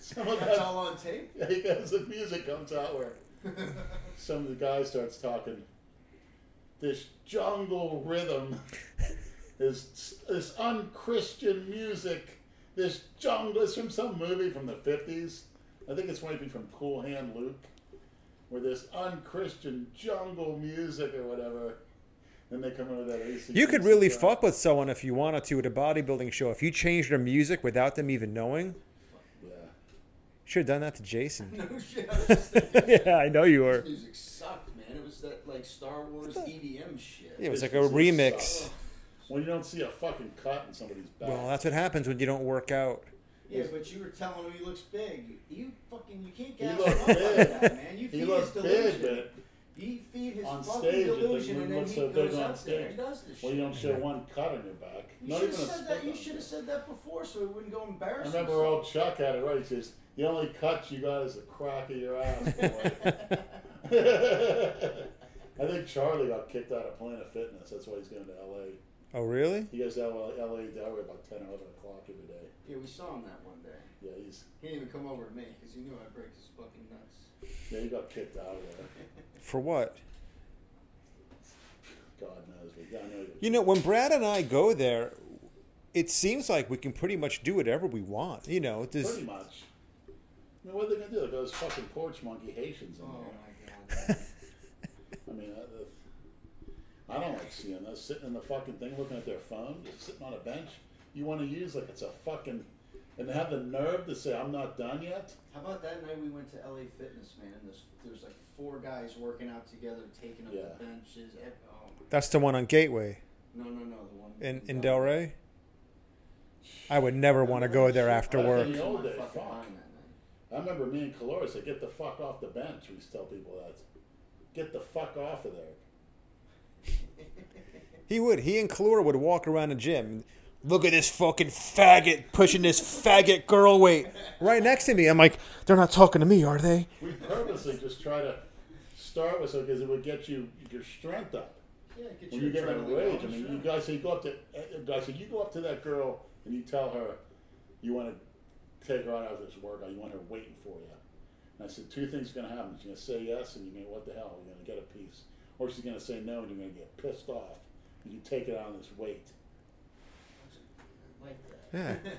C: Someone
A: That's
C: got,
A: all on tape?
C: he goes, the music comes out where some of the guy starts talking. This jungle rhythm, this, this unchristian music, this jungle, it's from some movie from the 50s. I think it's maybe from Cool Hand Luke, where this unchristian jungle music or whatever. Then they come over that AC.
B: You could really fuck with someone if you wanted to at a bodybuilding show. If you changed their music without them even knowing,
C: Yeah.
B: should have done that to Jason.
A: No shit. I was just thinking.
B: yeah, I know you
A: This
B: were.
A: music sucked, man. It was that like Star Wars
C: E
A: EDM shit.
B: It was like a
C: This music
B: remix.
C: sucks. When you don't see a fucking cut in somebody's back.
B: Well, that's what happens when you don't work out.
A: Yeah, but you were telling him he looks big. You fucking you can't
C: he
A: gas him
C: looked
A: up like
C: big.
A: that, man. You
C: he
A: feed his
C: looked big,
A: delusion.
C: but
A: You feed his
C: on
A: fucking
C: stage, it
A: delusion, and
C: doesn't
A: then
C: look
A: he
C: so
A: goes
C: big on
A: out there
C: stage.
A: and does this
C: Well, you
A: shit.
C: don't show one cut on your back.
A: You
C: Not
A: should
C: even
A: have
C: a
A: said
C: split
A: that. You
C: on
A: should
C: your
A: have said that before, so it wouldn't go
C: back. I
A: embarrass
C: remember
A: himself.
C: old Chuck had it right. He says, "The only cut you got is the crack of your ass." boy." I think Charlie got kicked out of Planet Fitness. That's why he's going to L.A.
B: Oh, really?
C: He goes to L.A. that way about ten or eleven o'clock every day.
A: Yeah, we saw him that one day.
C: Yeah, he's
A: He didn't even come over to me because he knew I'd break his fucking nuts.
C: yeah he got kicked out of there.
B: For what?
C: God knows, but yeah, I know. he-
B: You know, when Brad and I go there, it seems like we can pretty much do whatever we want. You know, there's
C: Pretty much. I mean, what are they gonna do? They got those fucking porch monkey Haitians in
A: Oh
C: there.
A: my god.
C: I mean, I, the- I don't like seeing those sitting in the fucking thing, looking at their phone, just sitting on a bench. You want to use like it's a fucking, and they have the nerve to say I'm not done yet.
A: How about that night we went to LA Fitness, man? And there's there's like four guys working out together, taking up
C: Yeah.
A: the benches. ev- Oh
B: that's the one on Gateway
A: my, no, no, no, the one
B: in in
A: Del-
B: Delray. I would never want to go there after
A: I
B: work.
A: was losing my
C: Old day,
A: fucking
C: fuck.
A: mind that night.
C: I remember me and Calora said, "Get the fuck off the bench." We used to tell people that, "Get the fuck off of there."
B: He would. He and Kalora would walk around the gym. Look at this fucking faggot pushing this faggot girl weight right next to me. I'm like, they're not talking to me, are they?
C: We purposely just try to start with something because it would get you your strength up.
A: Yeah, get
C: When
A: your
C: you get in a
A: adrenaline
C: rage, I
A: going,
C: mean,
A: sure.
C: you guys say you go up to uh, guys say you go up to that girl and you tell her you want to take her out after this workout. You want her waiting for you. And I said two things are going to happen. She's going to say yes, and you mean what the hell? You're going to get a piece, or she's going to say no, and you're going to get pissed off. And you take it out on this weight.
A: like that.
B: Yeah.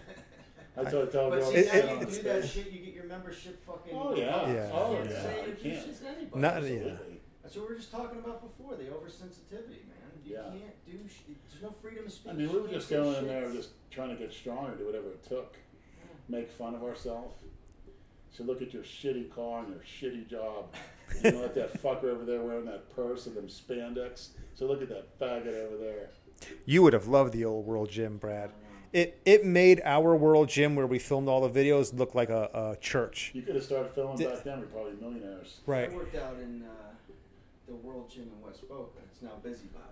C: That's what I tell
A: But
C: girls.
A: see,
B: It-
A: now
B: it-
A: you
B: it's
A: do that shit, you get your membership fucking.
C: Oh yeah.
B: Yeah.
C: Oh
A: You can't
C: yeah.
A: say
C: You
A: your
C: can't.
A: shit to anybody.
B: Not- yeah.
C: Absolutely.
A: That's what we were just talking about before the oversensitivity, man. You
C: Yeah.
A: can't do. Sh- there's no freedom of speech.
C: I mean, we
A: You
C: were
A: can't
C: just
A: say
C: going in
A: shit.
C: there, just trying to get stronger, do whatever it took, make fun of ourselves. So look at your shitty car and your shitty job. You know, like that fucker over there wearing that purse and them spandex. So look at that faggot over there.
F: You would have loved the old world gym, Brad. It it made our world gym where we filmed all the videos look like a, a church.
C: You could have started filming back then. We're probably millionaires.
F: Right.
A: I worked out in uh, the World Gym in West Boca. It's now Busybody.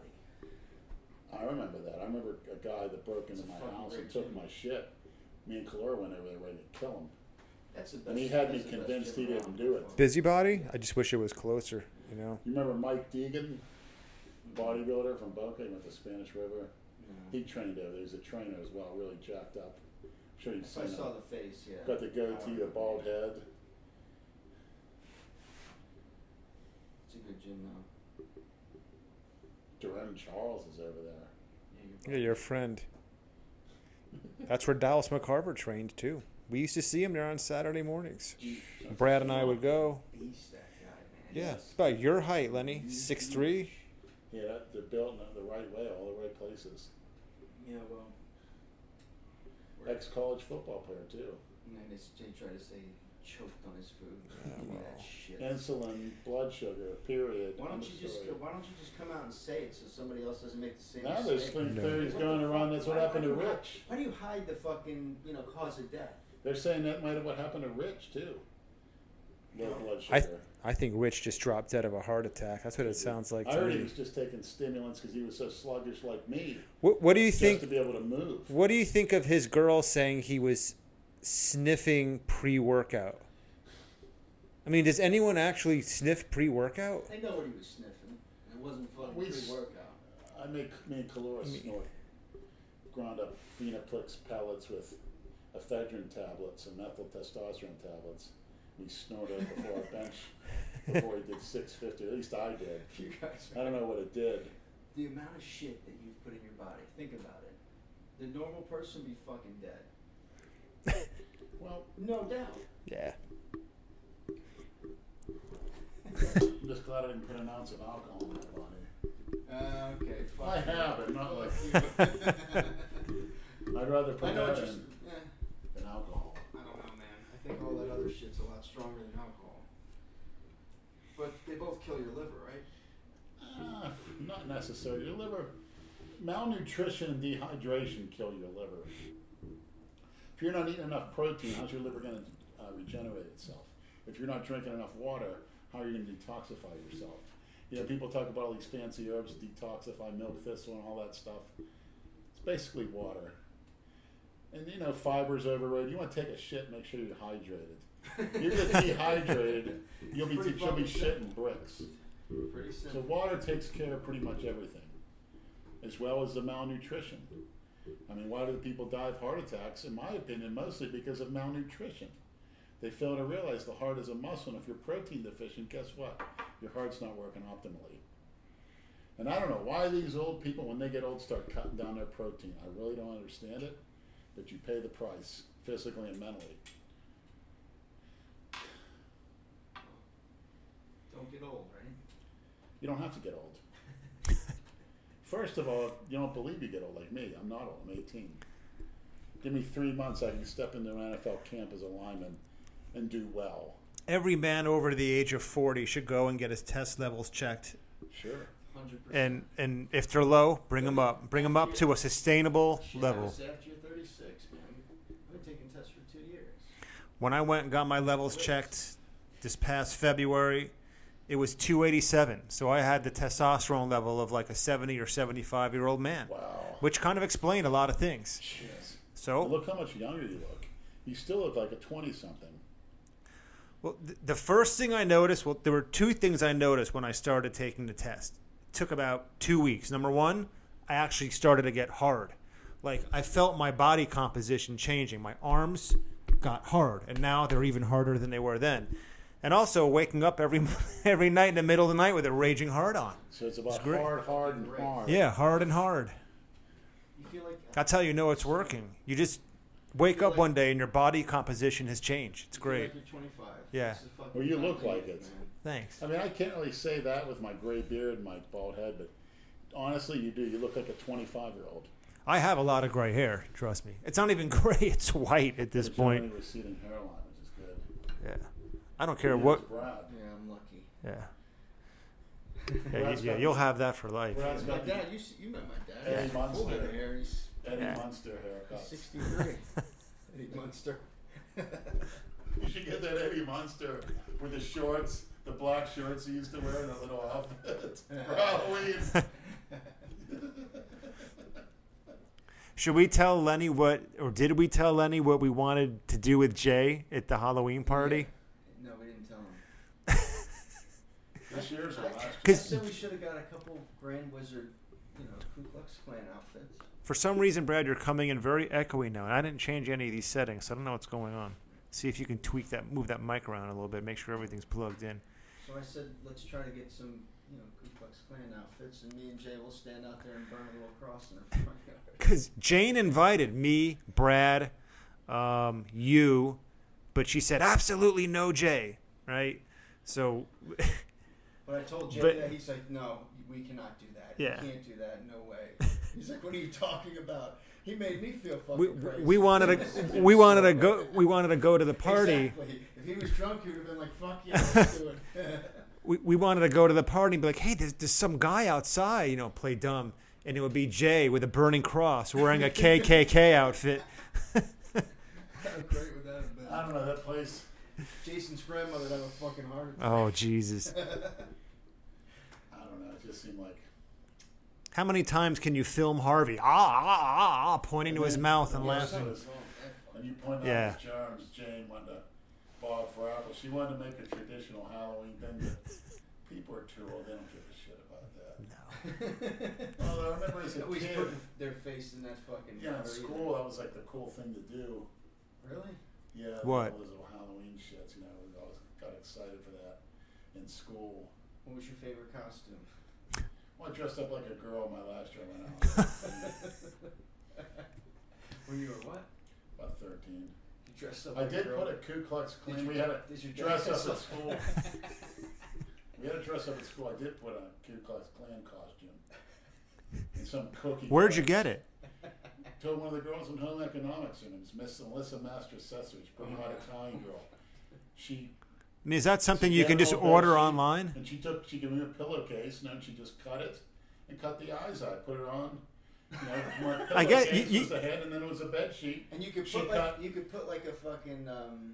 C: I remember that. I remember a guy that broke into my
A: fucking
C: house
A: great
C: and took
A: gym.
C: my shit. Me and Kalora went over there ready to kill him.
A: That's the best.
C: And he had me
A: that's the best
C: convinced
A: gym
C: he didn't
A: around.
C: do it.
F: Busybody? I just wish it was closer, you know.
C: You remember Mike Deegan, bodybuilder from Boca? He went to Spanish River.
A: Yeah.
C: He trained over there. He was a trainer as well, really jacked up. I'm sure you've
A: If I
C: seen him.
A: saw the face, yeah.
C: Got the goatee, the bald head.
A: It's a good gym now.
C: Jerome Charles is over there.
A: Yeah,
F: Yeah,
A: you're
F: your friend. That's where Dallas McCarver trained too. We used to see him there on Saturday mornings. Brad and I would go.
A: beast that guy, man.
F: Yeah, it's about your height, Lenny. Six three.
C: Yeah, they're built in the right way, all the right places.
A: Yeah, well.
C: Ex college football player, too.
A: And then this- they try to say he choked on his food. Give me that shit.
C: Insulin, blood sugar, period.
A: why don't
C: End
A: you
C: of
A: just
C: story.
A: Why don't you just come out and say it so somebody else doesn't make the same
C: Now
A: mistake?
C: there's three
F: No.
C: theories
A: What
C: going
A: the
C: around.
A: fuck?
C: That's what
A: Why-
C: happened to
A: why do you-
C: Rich.
A: Why do you hide the fucking you know cause of death?
C: They're saying that might have what happened to Rich too. Low blood
F: I
C: sugar.
F: I think Rich just dropped dead of a heart attack. That's what it sounds like
C: I,
F: to
C: heard he
F: me.
C: was just taking stimulants because he was so sluggish like me,
F: What, what do you
C: just
F: think?
C: to be able to move.
F: What do you think of his girl saying he was sniffing pre-workout? I mean, does anyone actually sniff pre-workout?
A: They know what he was sniffing. It wasn't fucking
C: We
A: pre
C: s-
A: workout.
C: I make me and Calora snort ground up Phenoplex pellets with ephedrine tablets and methyl testosterone tablets. We snorted it before our bench before he did 650. At least I did.
A: You guys
C: I don't know what it did.
A: the amount of shit that you've put in your body. Think about it. The normal person would be fucking dead.
C: Well,
A: No doubt.
F: Yeah.
C: I'm just glad I didn't put an ounce of alcohol in my body.
A: Uh, okay. Fuck
C: I
A: you.
C: have, but not like you. I'd rather put
A: I know
C: that
A: what you're. s-
C: in
A: Yeah,
C: than alcohol.
A: I don't know, man. I think all that other shit's a lot stronger than alcohol. But they both kill your liver, right?
C: Ah, not necessary. Your liver, malnutrition and dehydration kill your liver. If you're not eating enough protein, how's your liver going to uh, regenerate itself? If you're not drinking enough water, how are you going to detoxify yourself? You know, people talk about all these fancy herbs, detoxify milk thistle and all that stuff. It's basically water. And you know, fiber's overrated. You want to take a shit, make sure you're hydrated. You get dehydrated, you'll be,
A: Pretty
C: you'll be
A: fucking simple.
C: shitting bricks.
A: Pretty
C: So
A: simple.
C: water takes care of pretty much everything, as well as the malnutrition. I mean, why do the people die of heart attacks? In my opinion, mostly because of malnutrition. They fail to realize the heart is a muscle, and if you're protein deficient, guess what? Your heart's not working optimally. And I don't know why these old people, when they get old, start cutting down their protein. I really don't understand it, but you pay the price physically and mentally.
A: Don't get old, right?
C: You don't have to get old. First of all, you don't believe you get old like me. I'm not old. I'm 18. Give me three months, I can step into an NFL camp as a lineman and do well.
B: Every man over the age of 40 should go and get his test levels checked.
C: Sure.
A: Hundred percent.
B: And, and if they're low, bring them up. Bring them up to a sustainable
A: Shit, I
B: level.
A: was After you're 36, man, I've been taking tests for two years.
B: When I went and got my levels checked this past February, it was 287. So I had the testosterone level of like a 70 or 75 year old man,
C: Wow.
B: which kind of explained a lot of things.
C: Jeez.
B: So,
C: Look how much younger you look. You still look like a 20 something.
B: well, th- the first thing I noticed, well, there were two things I noticed when I started taking the test. It took about two weeks. Number one, I actually started to get hard. Like, I felt my body composition changing. My arms got hard, and now they're even harder than they were then. And also, waking up every every night in the middle of the night with a raging hard on.
C: So it's about
B: great.
C: hard, hard, and
A: Great.
C: hard.
B: Yeah, hard and hard.
A: You feel like
B: That's how you know it's working. You just wake up one day and your body composition has changed. It's
A: you feel
B: great.
A: Like you're 25.
B: Yeah.
A: This is fucking
C: Well, you look
A: time to
C: like
A: leave,
C: it.
A: man.
B: Thanks.
C: I mean, I can't really say that with my gray beard and my bald head, but honestly, you do. You look like a 25 year old.
B: I have a lot of gray hair. Trust me. It's not even gray. It's white at this point.
C: Receding hairline, which is good.
B: Yeah. I don't care
C: Neither
B: what.
C: is Brad.
A: Yeah, I'm lucky.
B: Yeah. Yeah, you, yeah, you'll have that for life.
C: Brad's
A: My
C: got the
A: dad, you, s- you met my dad.
C: Yeah.
A: He's full head of hair. He's,
C: Eddie
B: Yeah.
C: Munster
A: he's
C: haircut.
A: 63. Eddie Munster.
C: You should get that Eddie Munster with the shorts, the black shorts he used to wear, and that little outfit for Halloween.
B: Should we tell Lenny what, or did we tell Lenny what we wanted to do with Jay at the Halloween party?
A: No, we didn't tell him.
C: This year's or last year's?
A: I
B: 'Cause-
A: said we should have got a couple Grand Wizard, you know, Ku Klux Klan outfits.
B: For some reason, Brad, you're coming in very echoey now, and I didn't change any of these settings, so I don't know what's going on. See if you can tweak that, move that mic around a little bit, make sure everything's plugged in.
A: So I said, let's try to get some, you know, Ku Klux Klan outfits, and me and Jay will stand out there and burn a little cross in their front yard.
B: Because Jane invited me, Brad, um, you, but she said absolutely no Jay, right? So
A: But I told Jay
B: But-
A: that he's like, no, we cannot do that.
B: Yeah.
A: We can't do that. No way. He's like, what are you talking about? He made me feel fucking
B: we,
A: crazy.
B: we wanted to we wanted to go we wanted to go to the party.
A: Exactly. If he was drunk, he would have been like, fuck yeah, let's do it.
B: we, we wanted to go to the party and be like, hey, there's, there's some guy outside, you know, play dumb. And it would be Jay with a burning cross wearing a KKK outfit.
A: How great would that have been?
C: I don't know, that place.
A: Jason's grandmother would have a fucking heart attack.
B: Oh, Jesus.
C: I don't know, it just seemed like.
B: How many times can you film Harvey? Ah, ah, ah, ah, pointing to his mouth and
C: Yeah,
B: laughing.
C: so it's- And you point out
B: Yeah.
C: yeah. germs, Jane went to Bob for Apple. She wanted to make a traditional Halloween thing, but people are too old. They don't give a shit about that.
A: Oh,
C: Although I remember as a
A: They always
C: kid,
A: put their face in that fucking
C: yeah, in
A: water
C: school, that was like the cool thing to do.
A: either. Really?
C: Yeah,
B: What?
C: all those little Halloween shits, you know, we always got excited for that in school.
A: What was your favorite costume?
C: Well, I dressed up like a girl my last year when I was
A: When you were what?
C: about 13.
A: You dressed up
C: I
A: like a
C: did
A: girl.
C: put a Ku Klux
A: Did
C: Klan.
A: you-
C: We had a
A: did you
C: dress
A: dress
C: up at
A: up?
C: school. we had a dress up at school. I did put on a Ku Klux Klan costume. And some cookie.
B: Where'd you get it?
C: Told one of the girls in home economics, and it was Miss Alyssa Master Sessage, pretty hot Italian girl. She
B: I mean, is that something
C: she
B: you
C: had
B: can
C: a
B: just
C: little bed
B: order
C: sheet,
B: online?
C: And she took, she gave me a pillowcase, and then she just cut it and cut the eyes out. Put it on. You know,
B: I get-
C: pillowcase
B: you-
C: was the head, and then it was a bed sheet.
A: And you could
C: She
A: put like
C: cut-
A: you could put like a fucking um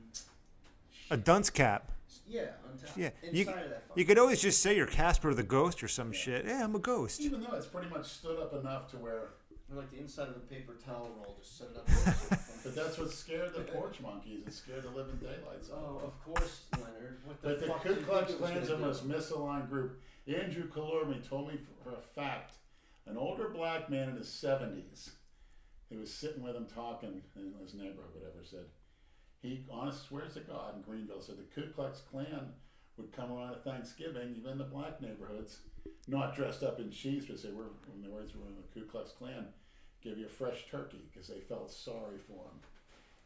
B: A dunce cap.
A: s- yeah on top
B: Yeah,
A: inside
B: you-
A: of that fucking
B: You could always just say you're Casper the Ghost or some shit. Yeah, I'm a ghost.
C: Even though it's pretty much stood up enough to where
A: or like the inside of a paper towel roll just set it up.
C: But that's what scared the porch monkeys. It scared the living daylights out.
A: oh, of course, Leonard. What the
C: but the
A: fuck?
C: Ku
A: did you
C: Klux
A: think it was
C: Klan's the
A: gonna
C: most
A: do?
C: misaligned group. Andrew Kalormi told me for a fact, an older black man in his 70s, he was sitting with him talking in his neighborhood, whatever, said, he honest swears to God in Greenville said the Ku Klux Klan would come around at Thanksgiving, even the black neighborhoods, not dressed up in sheaths, but say, we're, in the words, we're in the Ku Klux Klan, give you a fresh turkey because they felt sorry for him.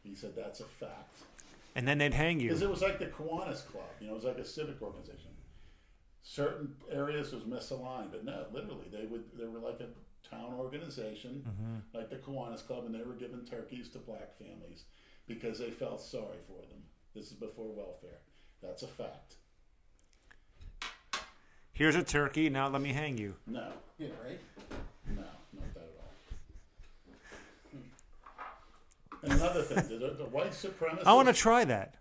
C: He said, that's a fact.
B: And then they'd hang
C: Because
B: you.
C: it was like the Kiwanis Club, you know, it was like a civic organization. Certain areas was misaligned, but no, literally they would they were like a town organization,
B: Mm-hmm.
C: like the Kiwanis Club, and they were giving turkeys to black families because they felt sorry for them. This is before welfare. That's a fact.
B: Here's a turkey. Now let me hang you.
C: No,
A: Yeah, right.
C: no, not that at all. Hmm. And another thing, the, the white supremacists.
B: I want to try that.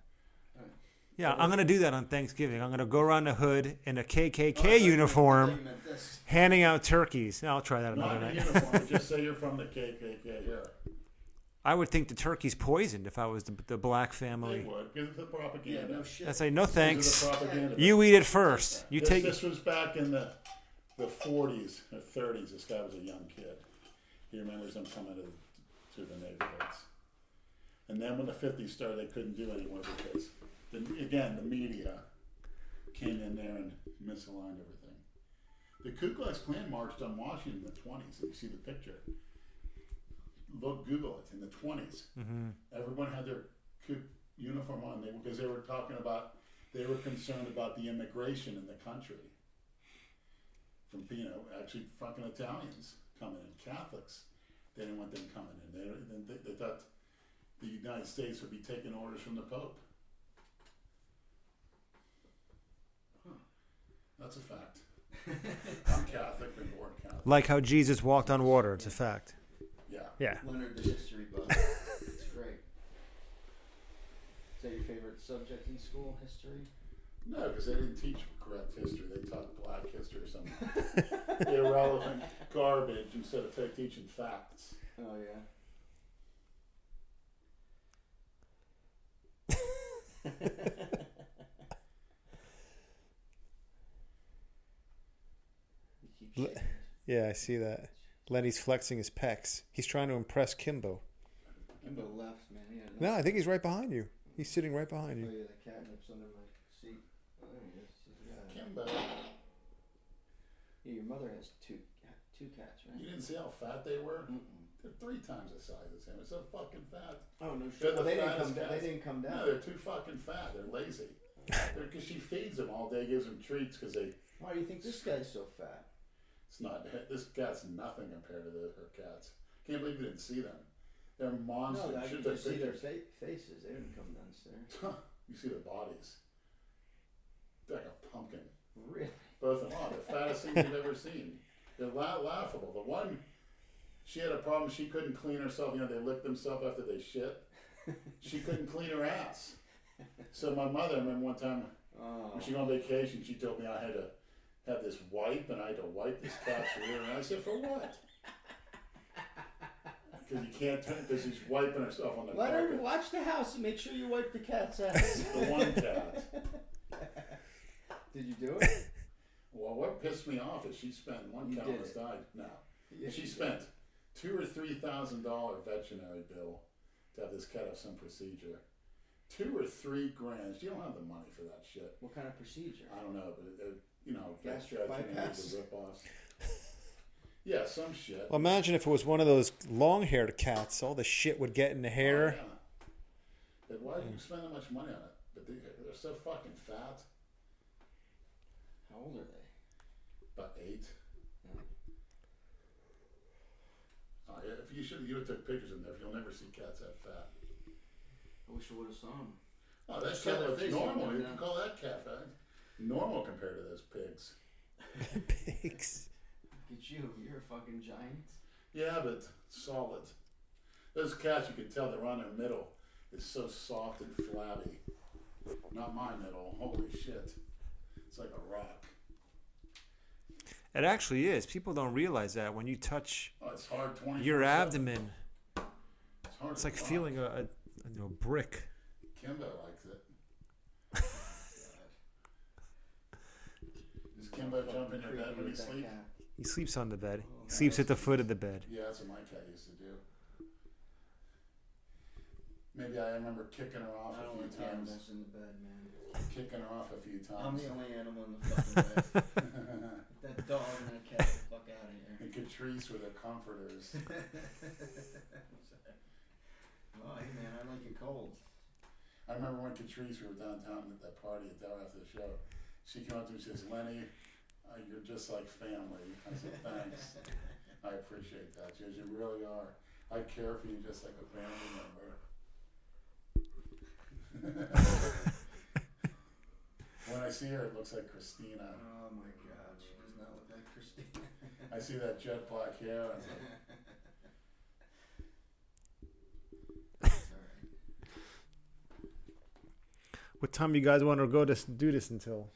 B: Yeah, I'm gonna do that on Thanksgiving. I'm gonna go around the hood in a
A: Oh, I thought
B: KKK
A: you
B: uniform,
A: meant this.
B: handing out turkeys. I'll try that another
C: not in
B: night.
C: uniform. just say you're from the KKK. Here.
B: I would think the turkey's poisoned if I was the, the black
C: They
B: family.
C: would because it's the
A: Yeah,
C: propaganda.
A: no shit.
B: I'd say no
C: These
B: thanks.
C: are the propaganda.
B: You eat it first. You
C: this,
B: take.
C: this was back in the the 40s or 30s. This guy was a young kid. He remembers them coming to, to the neighborhoods. And then when the 50s started, they couldn't do anymore because, the, again, the media came in there and misaligned everything. The Ku Klux Klan marched on Washington in the 20s. If you see the picture, look, Google it. In the 20s,
B: Mm-hmm.
C: everyone had their Ku uniform on they, because they were talking about they were concerned about the immigration in the country from you know actually fucking Italians coming in, Catholics. They didn't want them coming in. They, they, they thought the United States would be taking orders from the Pope. That's a fact. I'm Catholic, been born Catholic.
B: Like how Jesus walked on water. It's a fact.
C: Yeah.
B: Yeah.
A: Leonard the history buff. it's great. Is that your favorite subject in school? History.
C: No, because they didn't teach correct history. They taught black history or some irrelevant garbage instead of te- teaching facts.
A: Oh yeah. You keep
F: Le-
A: shaking.
F: Yeah, I see that. Lenny's flexing his pecs. He's trying to impress Kimbo.
A: Kimbo left, man. He had enough.
F: No, I think he's right behind you. He's sitting right behind
A: Oh
F: you.
A: yeah, the catnip's under my seat. Oh, there he is. He's got it.
C: Kimbo,
A: Yeah, your mother has two two cats,
C: you
A: right?
C: didn't see how fat they were?
A: Mm-mm.
C: They're three times the size as him. It's so fucking fat.
A: Oh no
C: They're
A: shit! Well,
C: the
A: they didn't
C: fattest
A: come. down they
C: cats.
A: didn't come
C: No,
A: down.
C: they're too fucking fat. They're lazy. Because she feeds them all day, gives them treats because they.
A: Why do you think this guy's so fat?
C: It's not. This cat's nothing compared to the, her cats. Can't believe you didn't see them. They're monsters.
A: No, I
C: Should
A: can
C: they
A: just see their
C: pictures?
A: fa- faces. They didn't come downstairs.
C: you see their bodies. They're like a pumpkin.
A: Really?
C: Both of them are. The fattest thing you've ever seen. They're la- laughable. The one, she had a problem. She couldn't clean herself. You know, they licked themselves after they shit. She couldn't clean her ass. So my mother, I remember one time
A: Oh.
C: when she went on vacation, she told me I had to have this wipe and I had to wipe this cat's rear. And I said, for what? Because you can't turn, because she's wiping herself on the
A: Leonard,
C: carpet.
A: Oh. watch the house and make sure you wipe the cat's ass.
C: The one cat.
A: Did you do it?
C: Well, what pissed me off is she spent one
A: You
C: cat
A: did
C: almost
A: it.
C: died. No,
A: Yeah,
C: she
A: you
C: spent two or three thousand dollar veterinary bill to have this cat have some procedure. Two or three grand. You don't have the money for that shit.
A: What kind of procedure?
C: I don't know, but it, it, you know,
A: Gastric bypass?
C: rip offs. yeah, some shit.
F: Well, imagine if it was one of those long-haired cats. All the shit would get in the hair.
C: Yeah. But why do you spend that much money on it? But they, they're so fucking fat.
A: How old are they?
C: About eight. Oh, yeah, if you should, you would have took pictures in there. You'll never see cats that fat.
A: I wish I would have saw them.
C: Oh, that
A: Just tell
C: cat
A: their
C: was
A: face on
C: normal.
A: them
C: You
A: now.
C: can call that cat fat. Normal compared to those pigs.
F: Pigs.
A: Look at you. You're a fucking giant.
C: Yeah, but solid. Those cats, you can tell they're on their middle. It's so soft and flabby. Not my middle. Holy shit. It's like a rock.
B: It actually is. People don't realize that when you touch
C: Oh, it's hard. Twenty.
B: your abdomen,
C: It's, hard
B: it's
C: to
B: like
C: walk.
B: feeling a, a, a you know, brick.
C: Kimbo likes it. Does Kimbo jump in your bed when he sleeps?
B: He sleeps on the bed. He sleeps at the foot of the bed.
C: Yeah, that's what my cat used to do. Maybe I remember kicking her off
A: I
C: a
A: don't
C: few
A: like animals
C: times.
A: in the bed, man.
C: Kicking her off a few
A: I'm
C: times.
A: the only animal in the fucking bed. Get that dog and that cat the fuck out of here.
C: And Catrice with her comforters.
A: Oh, hey, man, I like it cold.
C: I remember when Catrice, we were downtown at that party at the hour after the show. She came up to me and she says, Lenny, uh, you're just like family. I said, thanks. I appreciate that. She goes, you really are. I care for you just like a family member. when I see her, it looks like Christina.
A: Oh my god, she does not look like Christine.
C: I see that jet black hair. and I was like,
A: Sorry.
F: What time you guys want to go to s- do this until?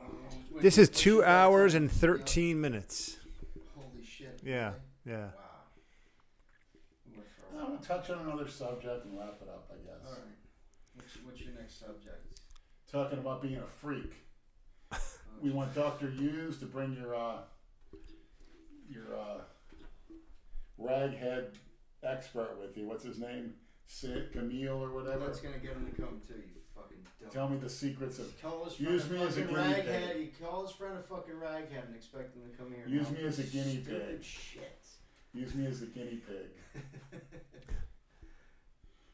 A: Oh,
F: This is
A: wait,
F: two
A: wait,
F: hours
A: wait.
F: and thirteen minutes.
A: Holy shit.
F: Yeah,
A: really?
F: yeah.
A: Wow. We went for a
C: I
A: while.
C: will "Oh, touch on another subject and wrap it up, I guess.
A: All right. What's, what's your next subject?
C: Talking about being a freak. We want Dr. Hughes to bring your uh, your uh, raghead expert with you. What's his name? Sid, Camille or whatever.
A: What's gonna get him to come too? You fucking dumb.
C: Tell me the secrets of.
A: Call his
C: Use
A: friend
C: me
A: a
C: as a
A: fucking
C: guinea
A: raghead.
C: pig.
A: He call his friend a fucking raghead and expect him to come here.
C: Use
A: now.
C: me as a guinea
A: Stupid
C: pig.
A: Shit.
C: Use me as the guinea pig.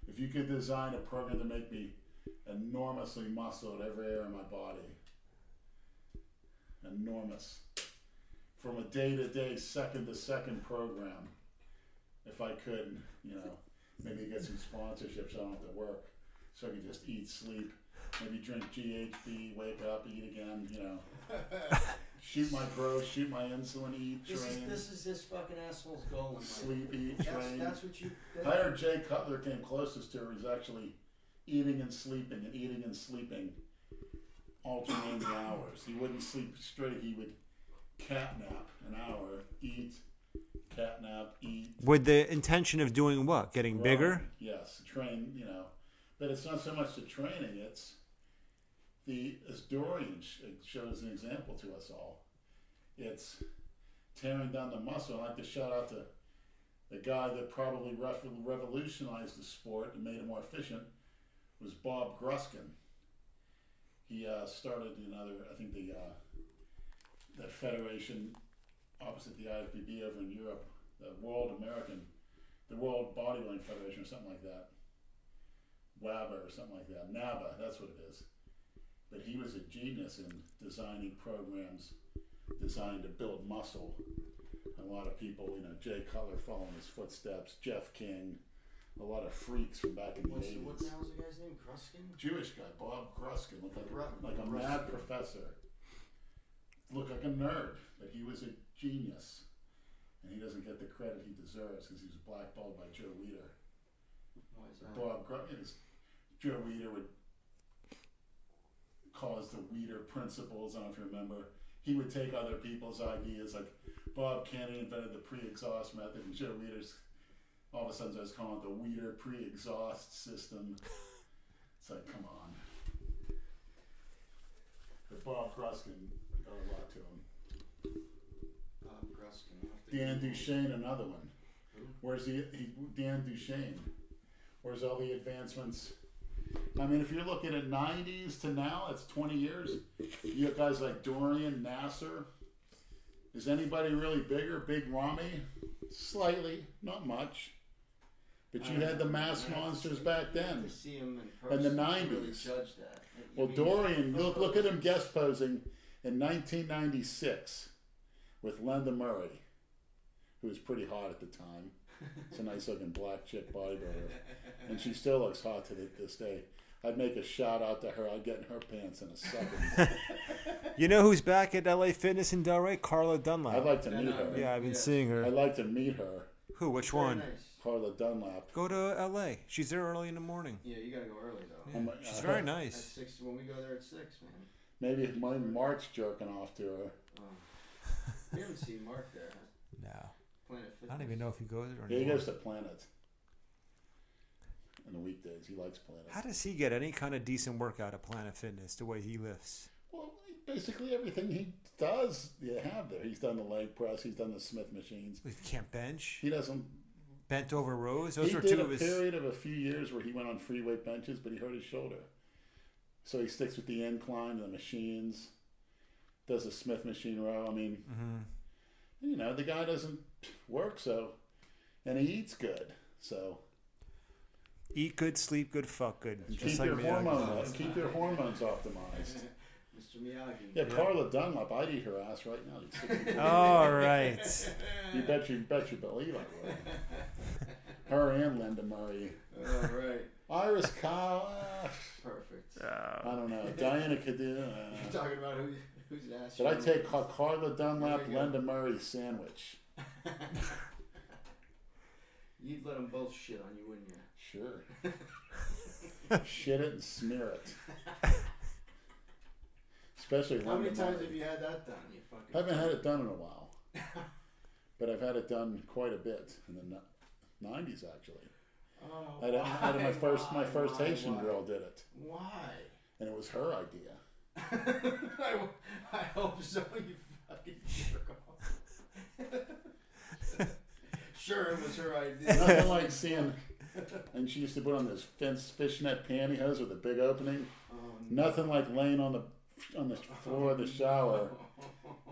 C: if you could design a program to make me enormously muscle at every area of my body, enormous, from a day to day, second to second program, if I could, you know, maybe get some sponsorships, I don't have to work, so I could just eat, sleep, Maybe drink GHB, wake up, eat again, you know. shoot my bro, shoot my insulin, eat,
A: This is
C: train,
A: this is this fucking asshole's goal in life.
C: sleep, eat,
A: That's,
C: train.
A: that's what you.
C: I
A: That,
C: heard Jay Cutler came closest to her. He's actually eating and sleeping and eating and sleeping, alternating the hours. He wouldn't sleep straight. He would catnap an hour, eat, catnap, eat.
B: With the intention of doing what? Getting bigger?
C: Right. Yes, train, you know. But it's not so much the training, it's the, as Dorian sh- uh, shows an example to us all, it's tearing down the muscle. I'd like to shout out to the guy that probably ref- revolutionized the sport and made it more efficient was Bob Gruskin. He uh, started another, I think the, uh, the federation opposite the IFBB over in Europe, the World American the World Bodybuilding Federation or something like that. WABA or something like that. NABA, that's what it is. But he was a genius in designing programs designed to build muscle. A lot of people, you know, Jay Cutler following his footsteps, Jeff King, a lot of freaks from back in the
A: what's, what the
C: eighties.
A: hell's the guy's name? Kruskin?
C: Jewish guy, Bob Gruskin, looked like,
A: Gru-
C: like a mad professor. Looked like a nerd, but he was a genius. And he doesn't get the credit he deserves because he was blackballed by Joe Weider.
A: Why is that?
C: Bob Grumman is Joe Weider would cause the Weider principles. I don't know if you remember. He would take other people's ideas, like Bob Cannon invented the pre-exhaust method, and Joe Weider's all of a sudden starts calling it the Weider pre-exhaust system. It's like, come on. But Bob Gruskin got a lot to him.
A: Bob Kruskin. I'll have to-
C: Dan Duchesne, another one.
A: Who?
C: Where's the he, Dan Duchesne? Where's all the advancements? I mean, if you're looking at '90s to now, it's 20 years. You have guys like Dorian Nasser. Is anybody really bigger? Big Rami, slightly, not much. But you had the mass
A: I have to
C: monsters
A: see-
C: back
A: I have
C: then.
A: To see him in
C: the
A: person, to really
C: 90s.
A: judge that. I
C: Well,
A: mean,
C: Dorian, look look at him guest posing in 1996 with Linda Murray, who was pretty hot at the time. It's a nice looking black chick bodybuilder, and she still looks hot to th- this day. I'd make a shout out to her. I'd get in her pants in a second.
B: You know who's back at LA Fitness in Delray? Carla Dunlap.
C: I'd like to
A: Yeah,
C: meet
A: no,
C: her.
B: yeah, I've been
A: Yes.
B: seeing her.
C: I'd like to meet her,
B: Who? Which
A: very
B: one?
A: nice.
C: Carla Dunlap.
B: Go to LA. She's there early in the morning.
A: Yeah, you gotta go early though.
C: I'm like,
B: She's
C: uh,
B: very
A: At
B: nice.
A: six, when we go there at six, man.
C: Maybe my Mark's jerking off to her.
A: Um, we haven't seen Mark there. huh?
B: No.
A: Planet
B: I
A: Fitness.
B: don't even know if he goes there
C: Yeah, he
B: anymore.
C: goes to Planet on the weekdays. He likes Planet.
B: How does he get any kind of decent workout at Planet Fitness the way he lifts?
C: Well, basically everything he does, you have there. He's done the leg press. He's done the Smith machines.
B: He can't bench.
C: He doesn't.
B: Bent over rows. Those
C: he
B: are
C: did
B: two
C: a
B: of his.
C: period of a few years where he went on free weight benches, but he hurt his shoulder. So he sticks with the incline, the machines, does a Smith machine row. I mean,
B: Mm-hmm.
C: you know, the guy doesn't work so, and he eats good. So
B: Eat good, sleep good, fuck good.
C: keep
B: Just like
C: your
B: me.
C: hormones, keep your hormones optimized.
A: Mr. Miyagi.
C: Yeah, Carla Dunlap, I'd eat her ass right now. She's 64.
B: All right.
C: You bet you bet you believe I would. Her and Linda Murray.
A: All right.
C: Iris Kyle. uh,
A: Perfect.
C: I don't know. Diana
A: You're
C: Cadena.
A: talking about who, who's an ass.
C: Should I take Car- Carla Dunlap,
A: There we go.
C: Linda Murray sandwich?
A: You'd let them both shit on you, wouldn't you?
C: Sure. Shit it and smear it. Especially
A: How many
C: Linda
A: times
C: Murray.
A: have you had that done? You fucking.
C: I haven't had it done in a while. But I've had it done quite a bit in the ni- 90s, actually.
A: Oh,
C: I had, I had my
A: why,
C: first, my
A: why,
C: first
A: why,
C: Haitian
A: why?
C: girl did it,
A: Why?
C: and it was her idea.
A: I, I hope so. You fucking jerk off. sure, it was her idea.
C: Nothing like seeing. And she used to put on those fence fishnet pantyhose with a big opening.
A: Oh,
C: Nothing like laying on the on the floor of the shower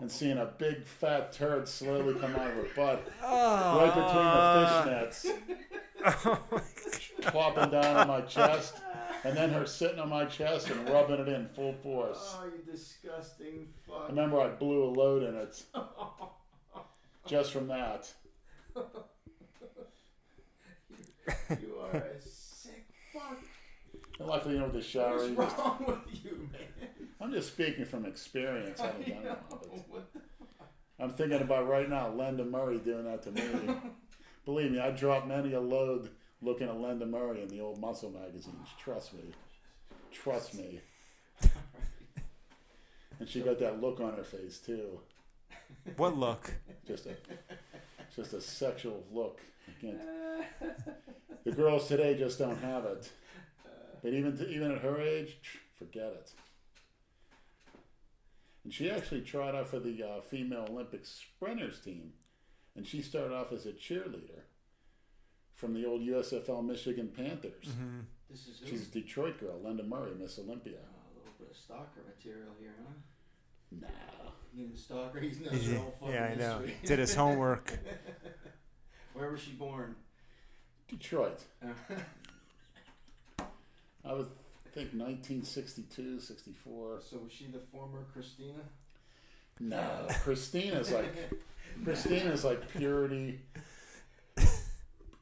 C: and seeing a big fat turd slowly come out of her butt,
B: Ah.
C: right between the fishnets, plopping down on my chest, and then her sitting on my chest and rubbing it in full force.
A: Oh, you disgusting
C: I
A: fuck.
C: remember I blew a load in it just from that.
A: You are a sick fuck.
C: And luckily, you know, with the shower,
A: What's
C: you just-
A: wrong with you, man?
C: I'm just speaking from experience. I haven't
A: You
C: done it,
A: know,
C: but
A: what the-
C: I'm thinking about right now, Linda Murray doing that to me. Believe me, I dropped many a load looking at Linda Murray in the old muscle magazines. Trust me. Trust me. And she got that look on her face too.
B: What look?
C: Just a just a sexual look. I can't. The girls today just don't have it. But even even at her age, tch, forget it. And she actually tried out for the uh, female Olympic sprinters team, and she started off as a cheerleader from the old USFL Michigan Panthers.
A: This is
C: She's a
A: who?
C: Detroit girl, Linda Murray, Miss Olympia.
A: Oh, a little bit of stalker material here, huh?
C: Nah,
A: You know, stalker. He's known
B: Did
A: her
B: you-
A: whole fucking
B: Yeah, I know.
A: history.
B: Did his homework.
A: Where was she born?
C: Detroit.
A: Uh,
C: I would think 1962, 64.
A: so was she the former Christina?
C: No, Christina's like Christina's like purity,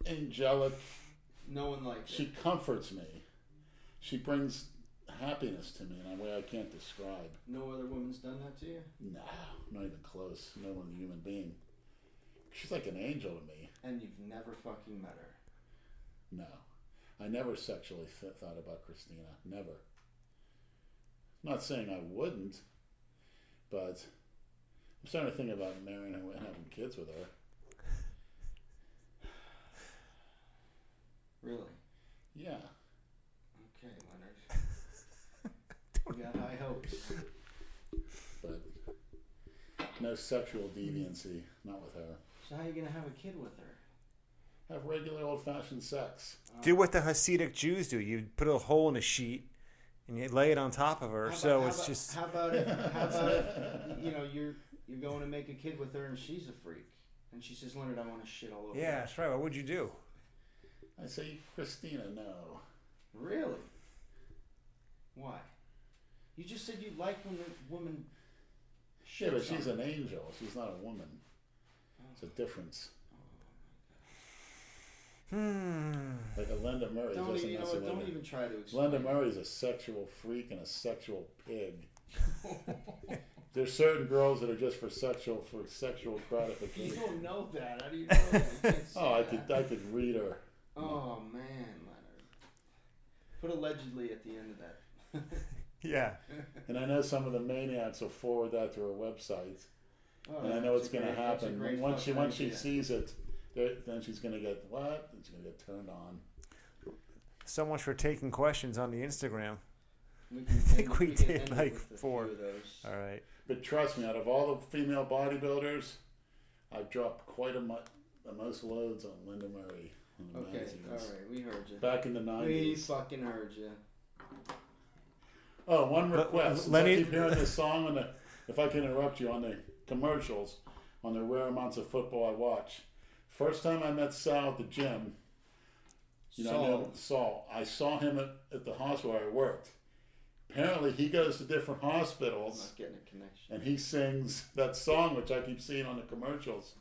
C: angelic.
A: No one liked
C: She
A: it.
C: comforts me. She brings happiness to me in a way I can't describe.
A: No other woman's done that to you?
C: No, not even close. No one human being. She's like an angel to me.
A: And you've never fucking met her.
C: No, I never sexually th- thought about Christina. Never. Not saying I wouldn't, but I'm starting to think about marrying her and having kids with her.
A: Really?
C: Yeah.
A: Okay, Leonard. you got high hopes.
C: but no sexual deviancy, not with her.
A: So how you gonna have a kid with her?
C: Have regular old fashioned sex.
B: Do what the Hasidic Jews do. You put a hole in a sheet and you lay it on top of her.
A: How
B: so
A: about-
B: it's
A: how
B: just.
A: about- How about if? How about if? You know, you're you're going to make a kid with her, and she's a freak, and she says, "Leonard, I want to shit all over." you."
B: yeah, that's right. What would you do?
C: I say, Christina, no.
A: Really? Why? You just said you like when the woman.
C: Yeah,
A: shits
C: but
A: on
C: she's
A: her.
C: an angel. She's not a woman. It's a difference.
B: Hmm.
C: Like a Linda Murray
A: Don't
C: doesn't
A: even, you know what,
C: necessarily.
A: don't even try to explain.
C: Linda Murray's a sexual freak and a sexual pig. There's certain girls that are just for sexual for sexual
A: You
C: gratification.
A: don't know that. How do you know? That? You can't say
C: Oh, I
A: that.
C: could I could read her.
A: Oh man, Leonard. Put allegedly at the end of that.
B: Yeah.
C: And I know some of the maniacs will forward that to her website.
A: Oh,
C: and I
A: that's
C: know
A: a
C: it's going to
A: great- that's a
C: happen.
A: great
C: Once she
A: fucking
C: once she
A: idea.
C: sees it, there- then she's going to get what? She's going to get turned on.
B: So much for taking questions on the Instagram.
A: We can, I
B: think we did, like, four.
A: Of those.
B: All right.
C: But trust me, out of all the female bodybuilders, I've dropped quite a mu- the most loads on Linda Murray on the
A: Okay,
C: magazines.
A: all right, we heard you.
C: Back in the
A: We
C: nineties.
A: fucking heard you.
C: Oh, one
B: Le-
C: request. Since
B: Lenny-
C: I keep hearing this song on the. If I can interrupt you on the commercials, on the rare amounts of football I watch. First time I met Sal at the gym, You know, I know Saul. I saw him at, at the hospital where I worked. Apparently, he goes to different
A: I'm
C: hospitals
A: not getting a connection.
C: and he sings that song, which I keep seeing on the commercials.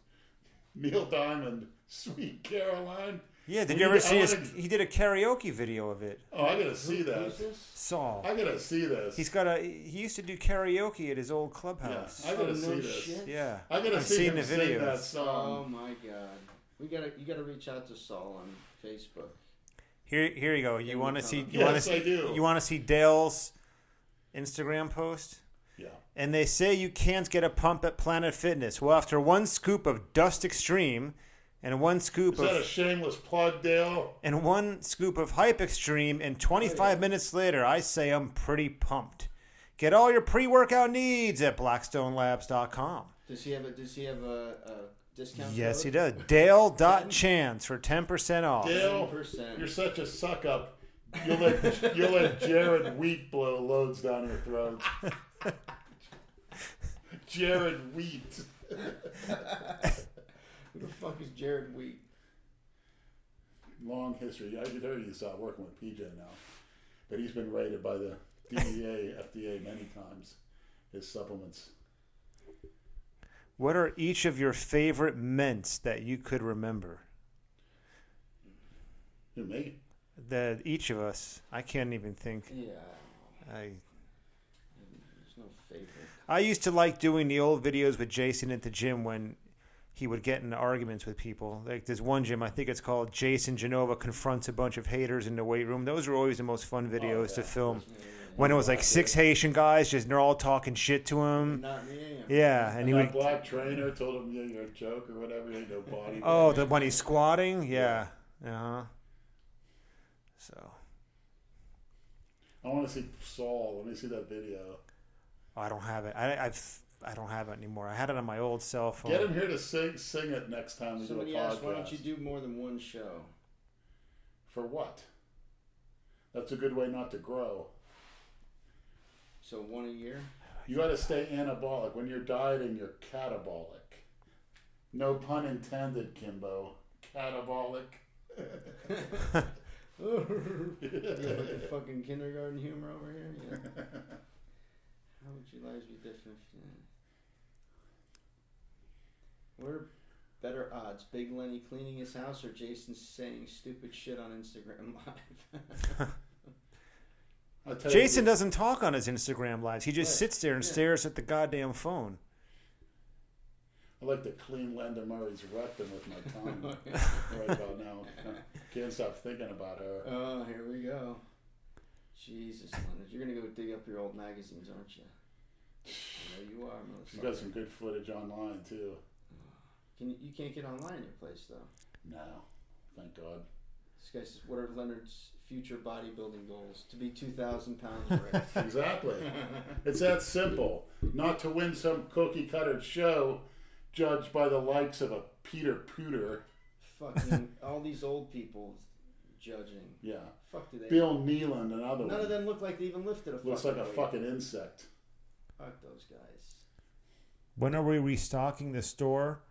C: Neil Diamond, Sweet Caroline.
B: Yeah. Did
C: We
B: you ever
C: need- I
B: see his?
C: wanna-
B: He did a karaoke video of it.
C: Oh, I gotta see that.
A: Who's this?
B: Saul.
C: I gotta see this.
B: He's got a. He used to do karaoke at his old
C: yeah,
B: clubhouse.
C: I
B: Yeah.
A: Oh,
C: gotta
A: no
C: see this.
A: shit.
C: I gotta
B: I've
C: see
B: seen
C: him
B: the
C: sing
B: videos. Um,
A: Oh
C: that song.
A: my god. We gotta you gotta reach out to Saul on Facebook.
B: Here, here you go. You
A: Any
B: want to see? You
A: comment?
B: want to
C: yes,
B: see?
C: I do.
B: You want to see Dale's Instagram post?
C: yeah.
B: And they say you can't get a pump at Planet Fitness. Well, after one scoop of Dust Extreme, and one scoop
C: Is that a
B: of
C: shameless plug, Dale?
B: and one scoop of Hype Extreme, and 25 minutes later, I say I'm pretty pumped. Get all your pre-workout needs at BlackstoneLabs.com.
A: Does he have a does he have a, a discount?
B: Yes, he does. Dale.Chance for 10% off.
C: Dale,
A: 10%.
C: you're such a suck up. You'll let, you'll let Jared Wheat blow loads down your throat. Jared Wheat.
A: Who the fuck is Jared Wheat?
C: Long history. I could hear he's uh, working with PJ now, but he's been rated by the E DEA, FDA many times. His supplements.
B: What are each of your favorite mints that you could remember?
C: Who me?
B: the each of us. I can't even think.
A: Yeah,
B: I
A: there's no favorite.
B: I used to like doing the old videos with Jason at the gym when he would get into arguments with people. Like there's one gym, I think it's called Jason Genova confronts a bunch of haters in the weight room. Those were always the most fun videos to
C: Oh, yeah.
B: film. When it was like six Haitian guys, just they're all talking shit to him.
A: Not me.
B: Yeah, and
C: And
B: he would.
C: that black trainer told him, yeah, you're a joke or whatever, you ain't no body.
B: Oh, the when he's squatting, yeah, uh huh. So
C: I want to see Saul. Let me see that video.
B: I don't have it. I, I've I don't have it anymore. I had it on my old cell phone.
C: Get him here to sing, sing it next time we
A: Somebody
C: do a podcast.
A: asked, why don't you do more than one show?
C: For what? That's a good way not to grow.
A: So one a year.
C: You got to stay anabolic. When you're dieting, you're catabolic. No pun intended, Kimbo. Catabolic.
A: yeah, like the fucking kindergarten humor over here. Yeah. How would your lives be different? If you What are better odds? Big Lenny cleaning his house or Jason saying stupid shit on Instagram Live?
C: I tell
B: Jason
C: you,
B: doesn't talk on his Instagram lives. He just
A: Right.
B: sits there and
A: Yeah.
B: stares at the goddamn phone.
C: I like to clean Linda Murray's rectum with my tongue right about now. Can't stop thinking about her.
A: oh, here we go. Jesus, Leonard, you're gonna go dig up your old magazines, aren't you? I know you are,
C: She's got
A: motherfucker.
C: some good footage online too.
A: Can you, you can't get online at your place though.
C: No, thank God.
A: This guy says, "What are Leonard's future bodybuilding goals? To be 2,000 pounds." Rick."
C: Exactly. it's that simple. Not to win some cookie cutter show judged by the likes of a Peter Pooter.
A: Fucking all these old people judging.
C: Yeah.
A: Fuck do they?
C: Bill Nealon, another
A: None of
C: one.
A: them look like they even lifted a.
C: Looks like
A: fucking
C: a
A: weight.
C: fucking insect.
A: Fuck those guys.
B: When are we restocking the store?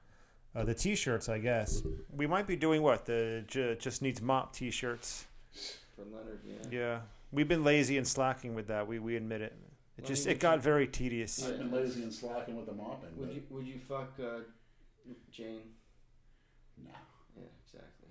B: Uh, the t-shirts, I guess. We might be doing what the J- just needs mop t-shirts.
A: For Leonard, yeah.
B: Yeah, we've been lazy and slacking with that. We we admit it. It just it got very tedious.
A: Oh, Yeah.
C: I've been lazy and slacking with the mopping.
A: Would
C: but
A: you Would you fuck uh, Jane?
C: Nah.
A: Yeah, exactly.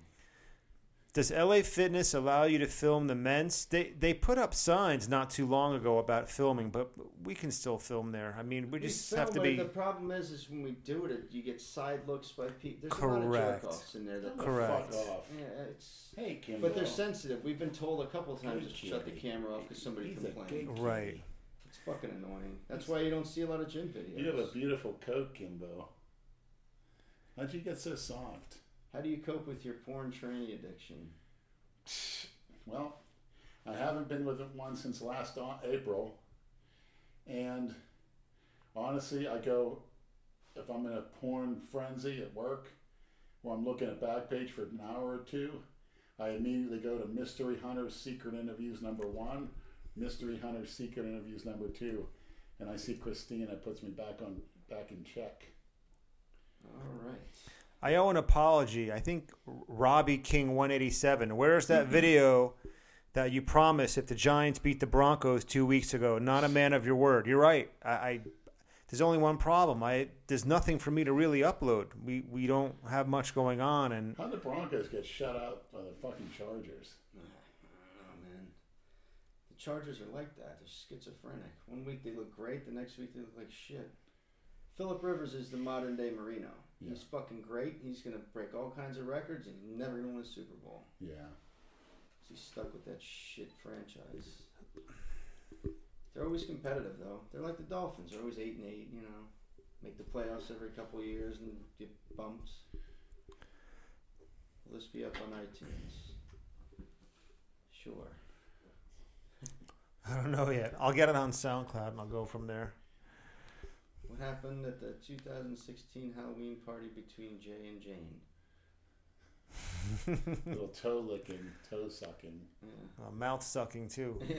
B: Does LA Fitness allow you to film the men's? They they put up signs not too long ago about filming, but we can still film there. I mean, we just
A: film,
B: have to
A: but
B: be.
A: The problem is, is when we do it, you get side looks by people. There's a lot of
B: Correct.
A: jerk offs in there. That,
C: Fuck
B: Correct.
C: off.
A: yeah, it's.
C: Hey, Kimbo.
A: But they're sensitive. We've been told a couple of times
C: Good
A: to shut the
C: kitty.
A: camera off because somebody
C: He's a
A: complained.
C: good
B: Right.
A: It's fucking annoying. That's why you don't see a lot of gym videos.
C: You have a beautiful coat, Kimbo. How'd you get so soft?
A: How do you cope with your porn tranny addiction?
C: Well, I haven't been with one since last au- April, and honestly, I go if I'm in a porn frenzy at work, or I'm looking at Backpage for an hour or two, I immediately go to Mystery Hunter Secret Interviews number one, Mystery Hunter Secret Interviews number two, and I see Christina puts me back on back in check.
A: All right.
B: I owe an apology. I think Robbie King 187. Where's that video that you promised if the Giants beat the Broncos two weeks ago? Not a man of your word. You're right. I, I there's only one problem. I there's nothing for me to really upload. We we don't have much going on, and
C: How the Broncos get shut out by the fucking Chargers?
A: Oh man, the Chargers are like that. They're schizophrenic. One week they look great, the next week they look like shit. Philip Rivers is the modern day Marino. He's fucking great. He's gonna break all kinds of records, and he's never gonna win a Super Bowl.
C: Yeah.
A: 'Cause He's stuck with that shit franchise. They're always competitive though. They're like the Dolphins. They're always eight and eight. You know, make the playoffs every couple of years and get bumps. Will this be up on iTunes? Sure.
B: I don't know yet. I'll get it on SoundCloud and I'll go from there.
A: What happened at the 2016 Halloween party between Jay and Jane?
C: Little toe licking, toe sucking.
A: Yeah.
B: Uh, mouth sucking too.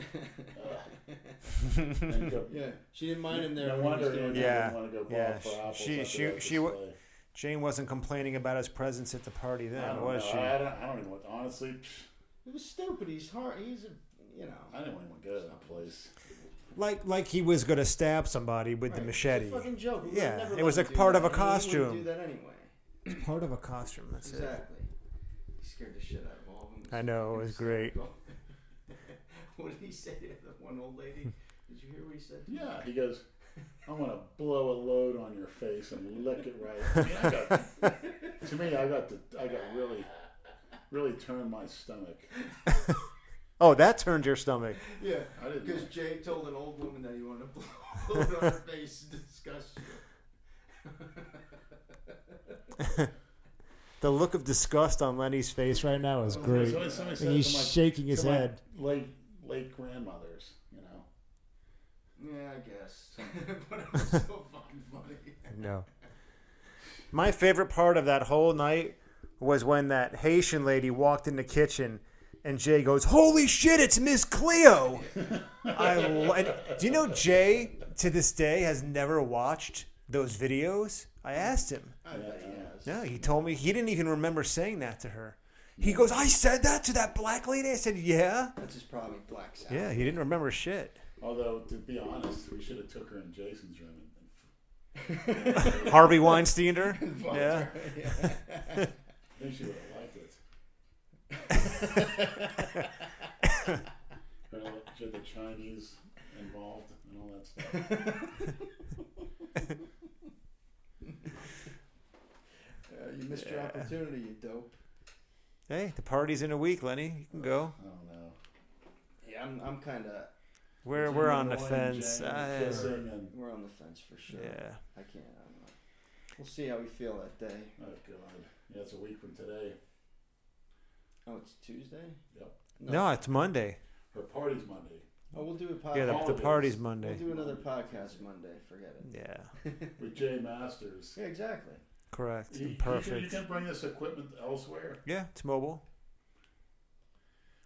C: And go-
A: yeah. She didn't mind him there.
C: No
A: when he was
C: wonder
A: doing
C: Andrew
A: that.
B: Yeah.
C: didn't want to go ball
B: Yeah,
C: for
B: she-
C: apples
B: she-
C: after
B: she-
C: that
B: she
C: display.
B: w- Jane wasn't complaining about his presence at the party
C: I
B: then,
C: don't
B: was
C: know.
B: she?
C: I don't, I don't even want. Honestly, psh,
A: It was stupid. He's hard. He's a, you know.
C: I didn't even want to go to that place.
B: Like like he was gonna stab somebody with the
A: Right.
B: machete.
A: It's a fucking joke. We
B: Yeah,
A: would never
B: it
A: let
B: was
A: him
B: a
A: do
B: part
A: that,
B: of a
A: and he wouldn't
B: costume.
A: do that anyway.
B: part of a costume. That's it.
A: Exactly. He scared the shit out of all of them.
B: I know it was great.
A: what did he say to the one old lady? Did you hear what he said? to her?
C: Yeah, he goes, I'm gonna blow a load on your face and lick it right. I mean, I got, to me, I got the, I got really, really turned my stomach.
B: Oh, that turned your stomach.
A: Yeah,
C: I didn't
A: because
C: know.
A: Jay told an old woman that he wanted to blow it on her face and disgust you.
B: The look of disgust on Lenny's face right now is
C: There's
B: great.
C: always somebody says
B: And he's
C: to my-
B: shaking his
C: to my
B: head.
C: Late, late grandmothers, you know.
A: Yeah, I guess. but it was so fucking funny.
B: No. My favorite part of that whole night was when that Haitian lady walked in the kitchen and Jay goes, Holy shit, it's Miss Cleo! I lo- and Do you know Jay, to this day, has never watched those videos? I asked him.
A: I bet he has.
B: No, he told me he didn't even remember saying that to her. He goes, I said that to that black lady? I said, Yeah.
A: That's just probably black out.
B: Yeah, he didn't remember shit.
C: Although, to be honest, we should have took her in Jason's room. And,
B: Harvey Weinstein her? Yeah.
C: I think she would have liked it. Or like, Should the Chinese involved and all that stuff?
A: Uh, you missed your opportunity, you dope.
B: Hey, the party's in a week, Lenny. You can go.
C: I don't know.
A: Yeah, I'm, I'm kind of,
B: We're, we're on the
C: Annoying
B: fence.
C: Jane and
B: I- uh,
C: kissing and-
A: we're on the fence for sure.
B: yeah.
A: I can't, I don't know. We'll see how we feel that day.
C: oh god, yeah, it's a week from today.
A: Oh, it's Tuesday?
C: Yep.
B: No, it's Monday.
C: Her party's Monday.
A: Oh, we'll do a podcast.
B: Yeah, the, the
C: Holidays.
B: party's
A: we'll
B: Monday.
A: do another podcast Monday. Forget it.
B: Yeah,
C: with Jay Masters.
A: Yeah, exactly.
B: correct.
C: You- you can- You
B: Perfect.
C: can bring this equipment elsewhere.
B: Yeah, it's mobile.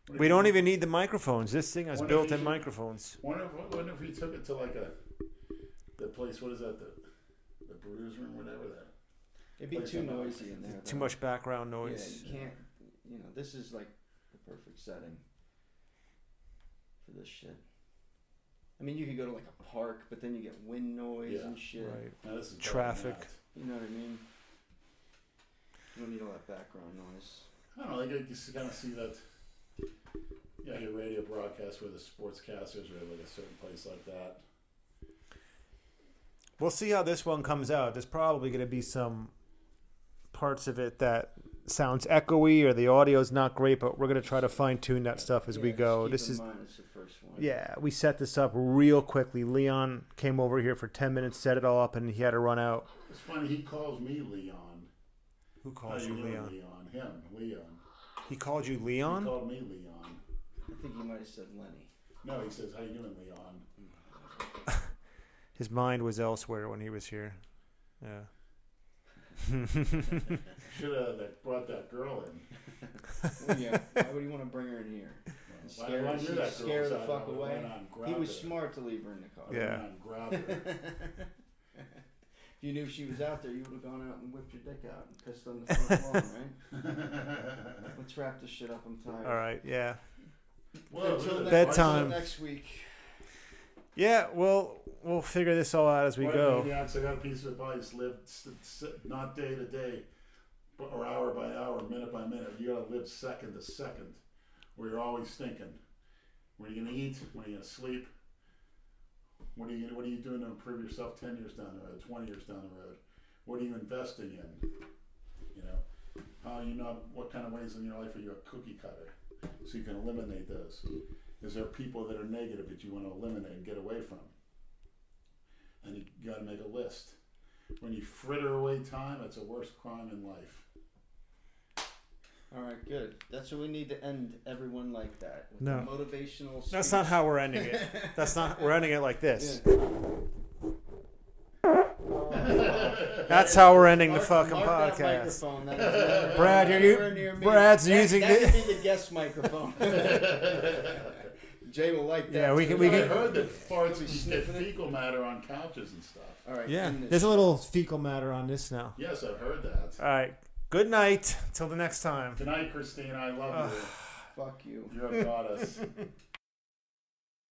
C: What if
B: We
C: you-
B: don't even need the microphones. This thing has
C: What if
B: built-in
C: you-
B: microphones.
C: Wonder if, wonder if we took it to like a the place. What is that? The the brews room, whatever that.
A: It'd be
C: Like
A: too
C: the-
A: noisy in there.
B: Too
A: though.
B: much background noise.
A: Yeah, you can't. You know, this is like the perfect setting for this shit. I mean, you could go to like a park, but then you get wind noise
C: Yeah.
A: and shit.
B: Right.
C: Now, this is better than
B: Traffic.
C: that.
A: You know what I mean? You don't need all that background noise.
C: I don't know. Like, you just kind of see that. Yeah, your radio broadcast where the sportscasters are at like a certain place like that.
B: We'll see how this one comes out. There's probably going to be some parts of it that sounds echoey or the audio's not great, but we're going to try to fine-tune that stuff as
A: Yeah,
B: we
A: just
B: go.
A: keep
B: This
A: in
B: is
A: mind it's the first one.
B: Yeah, we set this up real quickly. Leon came over here for 10 minutes, set it all up, and he had to run out.
C: It's funny. He calls me Leon.
B: Who
C: How
B: called
C: do
B: you
C: you know
B: Leon?
C: Leon? Him, Leon.
B: He called you
C: He
B: Leon?
C: called me Leon.
A: I think you might have said Lenny.
C: No, he says, "How you doing, Leon?"
B: His mind was elsewhere when he was here. Yeah.
C: Should have like, brought that girl in.
A: Well, yeah. Why would you want to bring her in here? And
C: Why did
A: scare,
C: I
A: she-
C: do that girl?
A: scare the
C: So I
A: fuck
C: went
A: away.
C: on,
A: He
C: grabbed
A: was
C: her.
A: smart to leave her in the car.
B: Yeah.
C: I went on, grabbed her.
A: if you knew she was out there, you would have gone out and whipped your dick out and pissed on the front lawn, right? Let's wrap this shit up. I'm tired.
B: All right. Yeah.
C: Well,
A: Until
C: look
A: next,
C: at that.
B: Bedtime.
A: Until next week.
B: Yeah, well, we'll figure this all out as we
C: Why
B: go.
C: maniacs, I got a piece of advice: live s- s- not day to day, but or hour by hour, minute by minute. You got to live second to second, where you're always thinking: What are you gonna eat? When are you gonna sleep? What are you What are you doing to improve yourself ten years down the road, twenty years down the road? What are you investing in? You know, how you know what kind of ways in your life are you a cookie cutter? So you can eliminate those. Is there people that are negative that you want to eliminate and get away from? and you got to make a list. When you fritter away time, it's the worst crime in life.
A: All right, good. That's what we need to end everyone like that. With
B: No.
A: the motivational. Speech.
B: That's not how we're ending it. That's not, we're ending it like this.
A: Yeah.
B: That's how we're ending the
A: Mark-
B: fucking
A: mark that
B: podcast.
A: microphone. That is never-
B: Brad, you're you-
A: never near me.
B: Brad's
A: That-
B: using
A: that
B: it.
A: could be the guest microphone. Jay will like that.
B: Yeah, we
A: too.
B: can- we
C: I
B: can-
C: heard that farts and sniff fecal matter on couches and stuff.
A: All right.
B: Yeah.
A: end this.
B: There's a little fecal matter on this now.
C: Yes, I've heard that.
B: All right. Good night. Till the next time. Ah.
C: Good night, Christine. I love
A: Fuck you.
C: you. You're a goddess.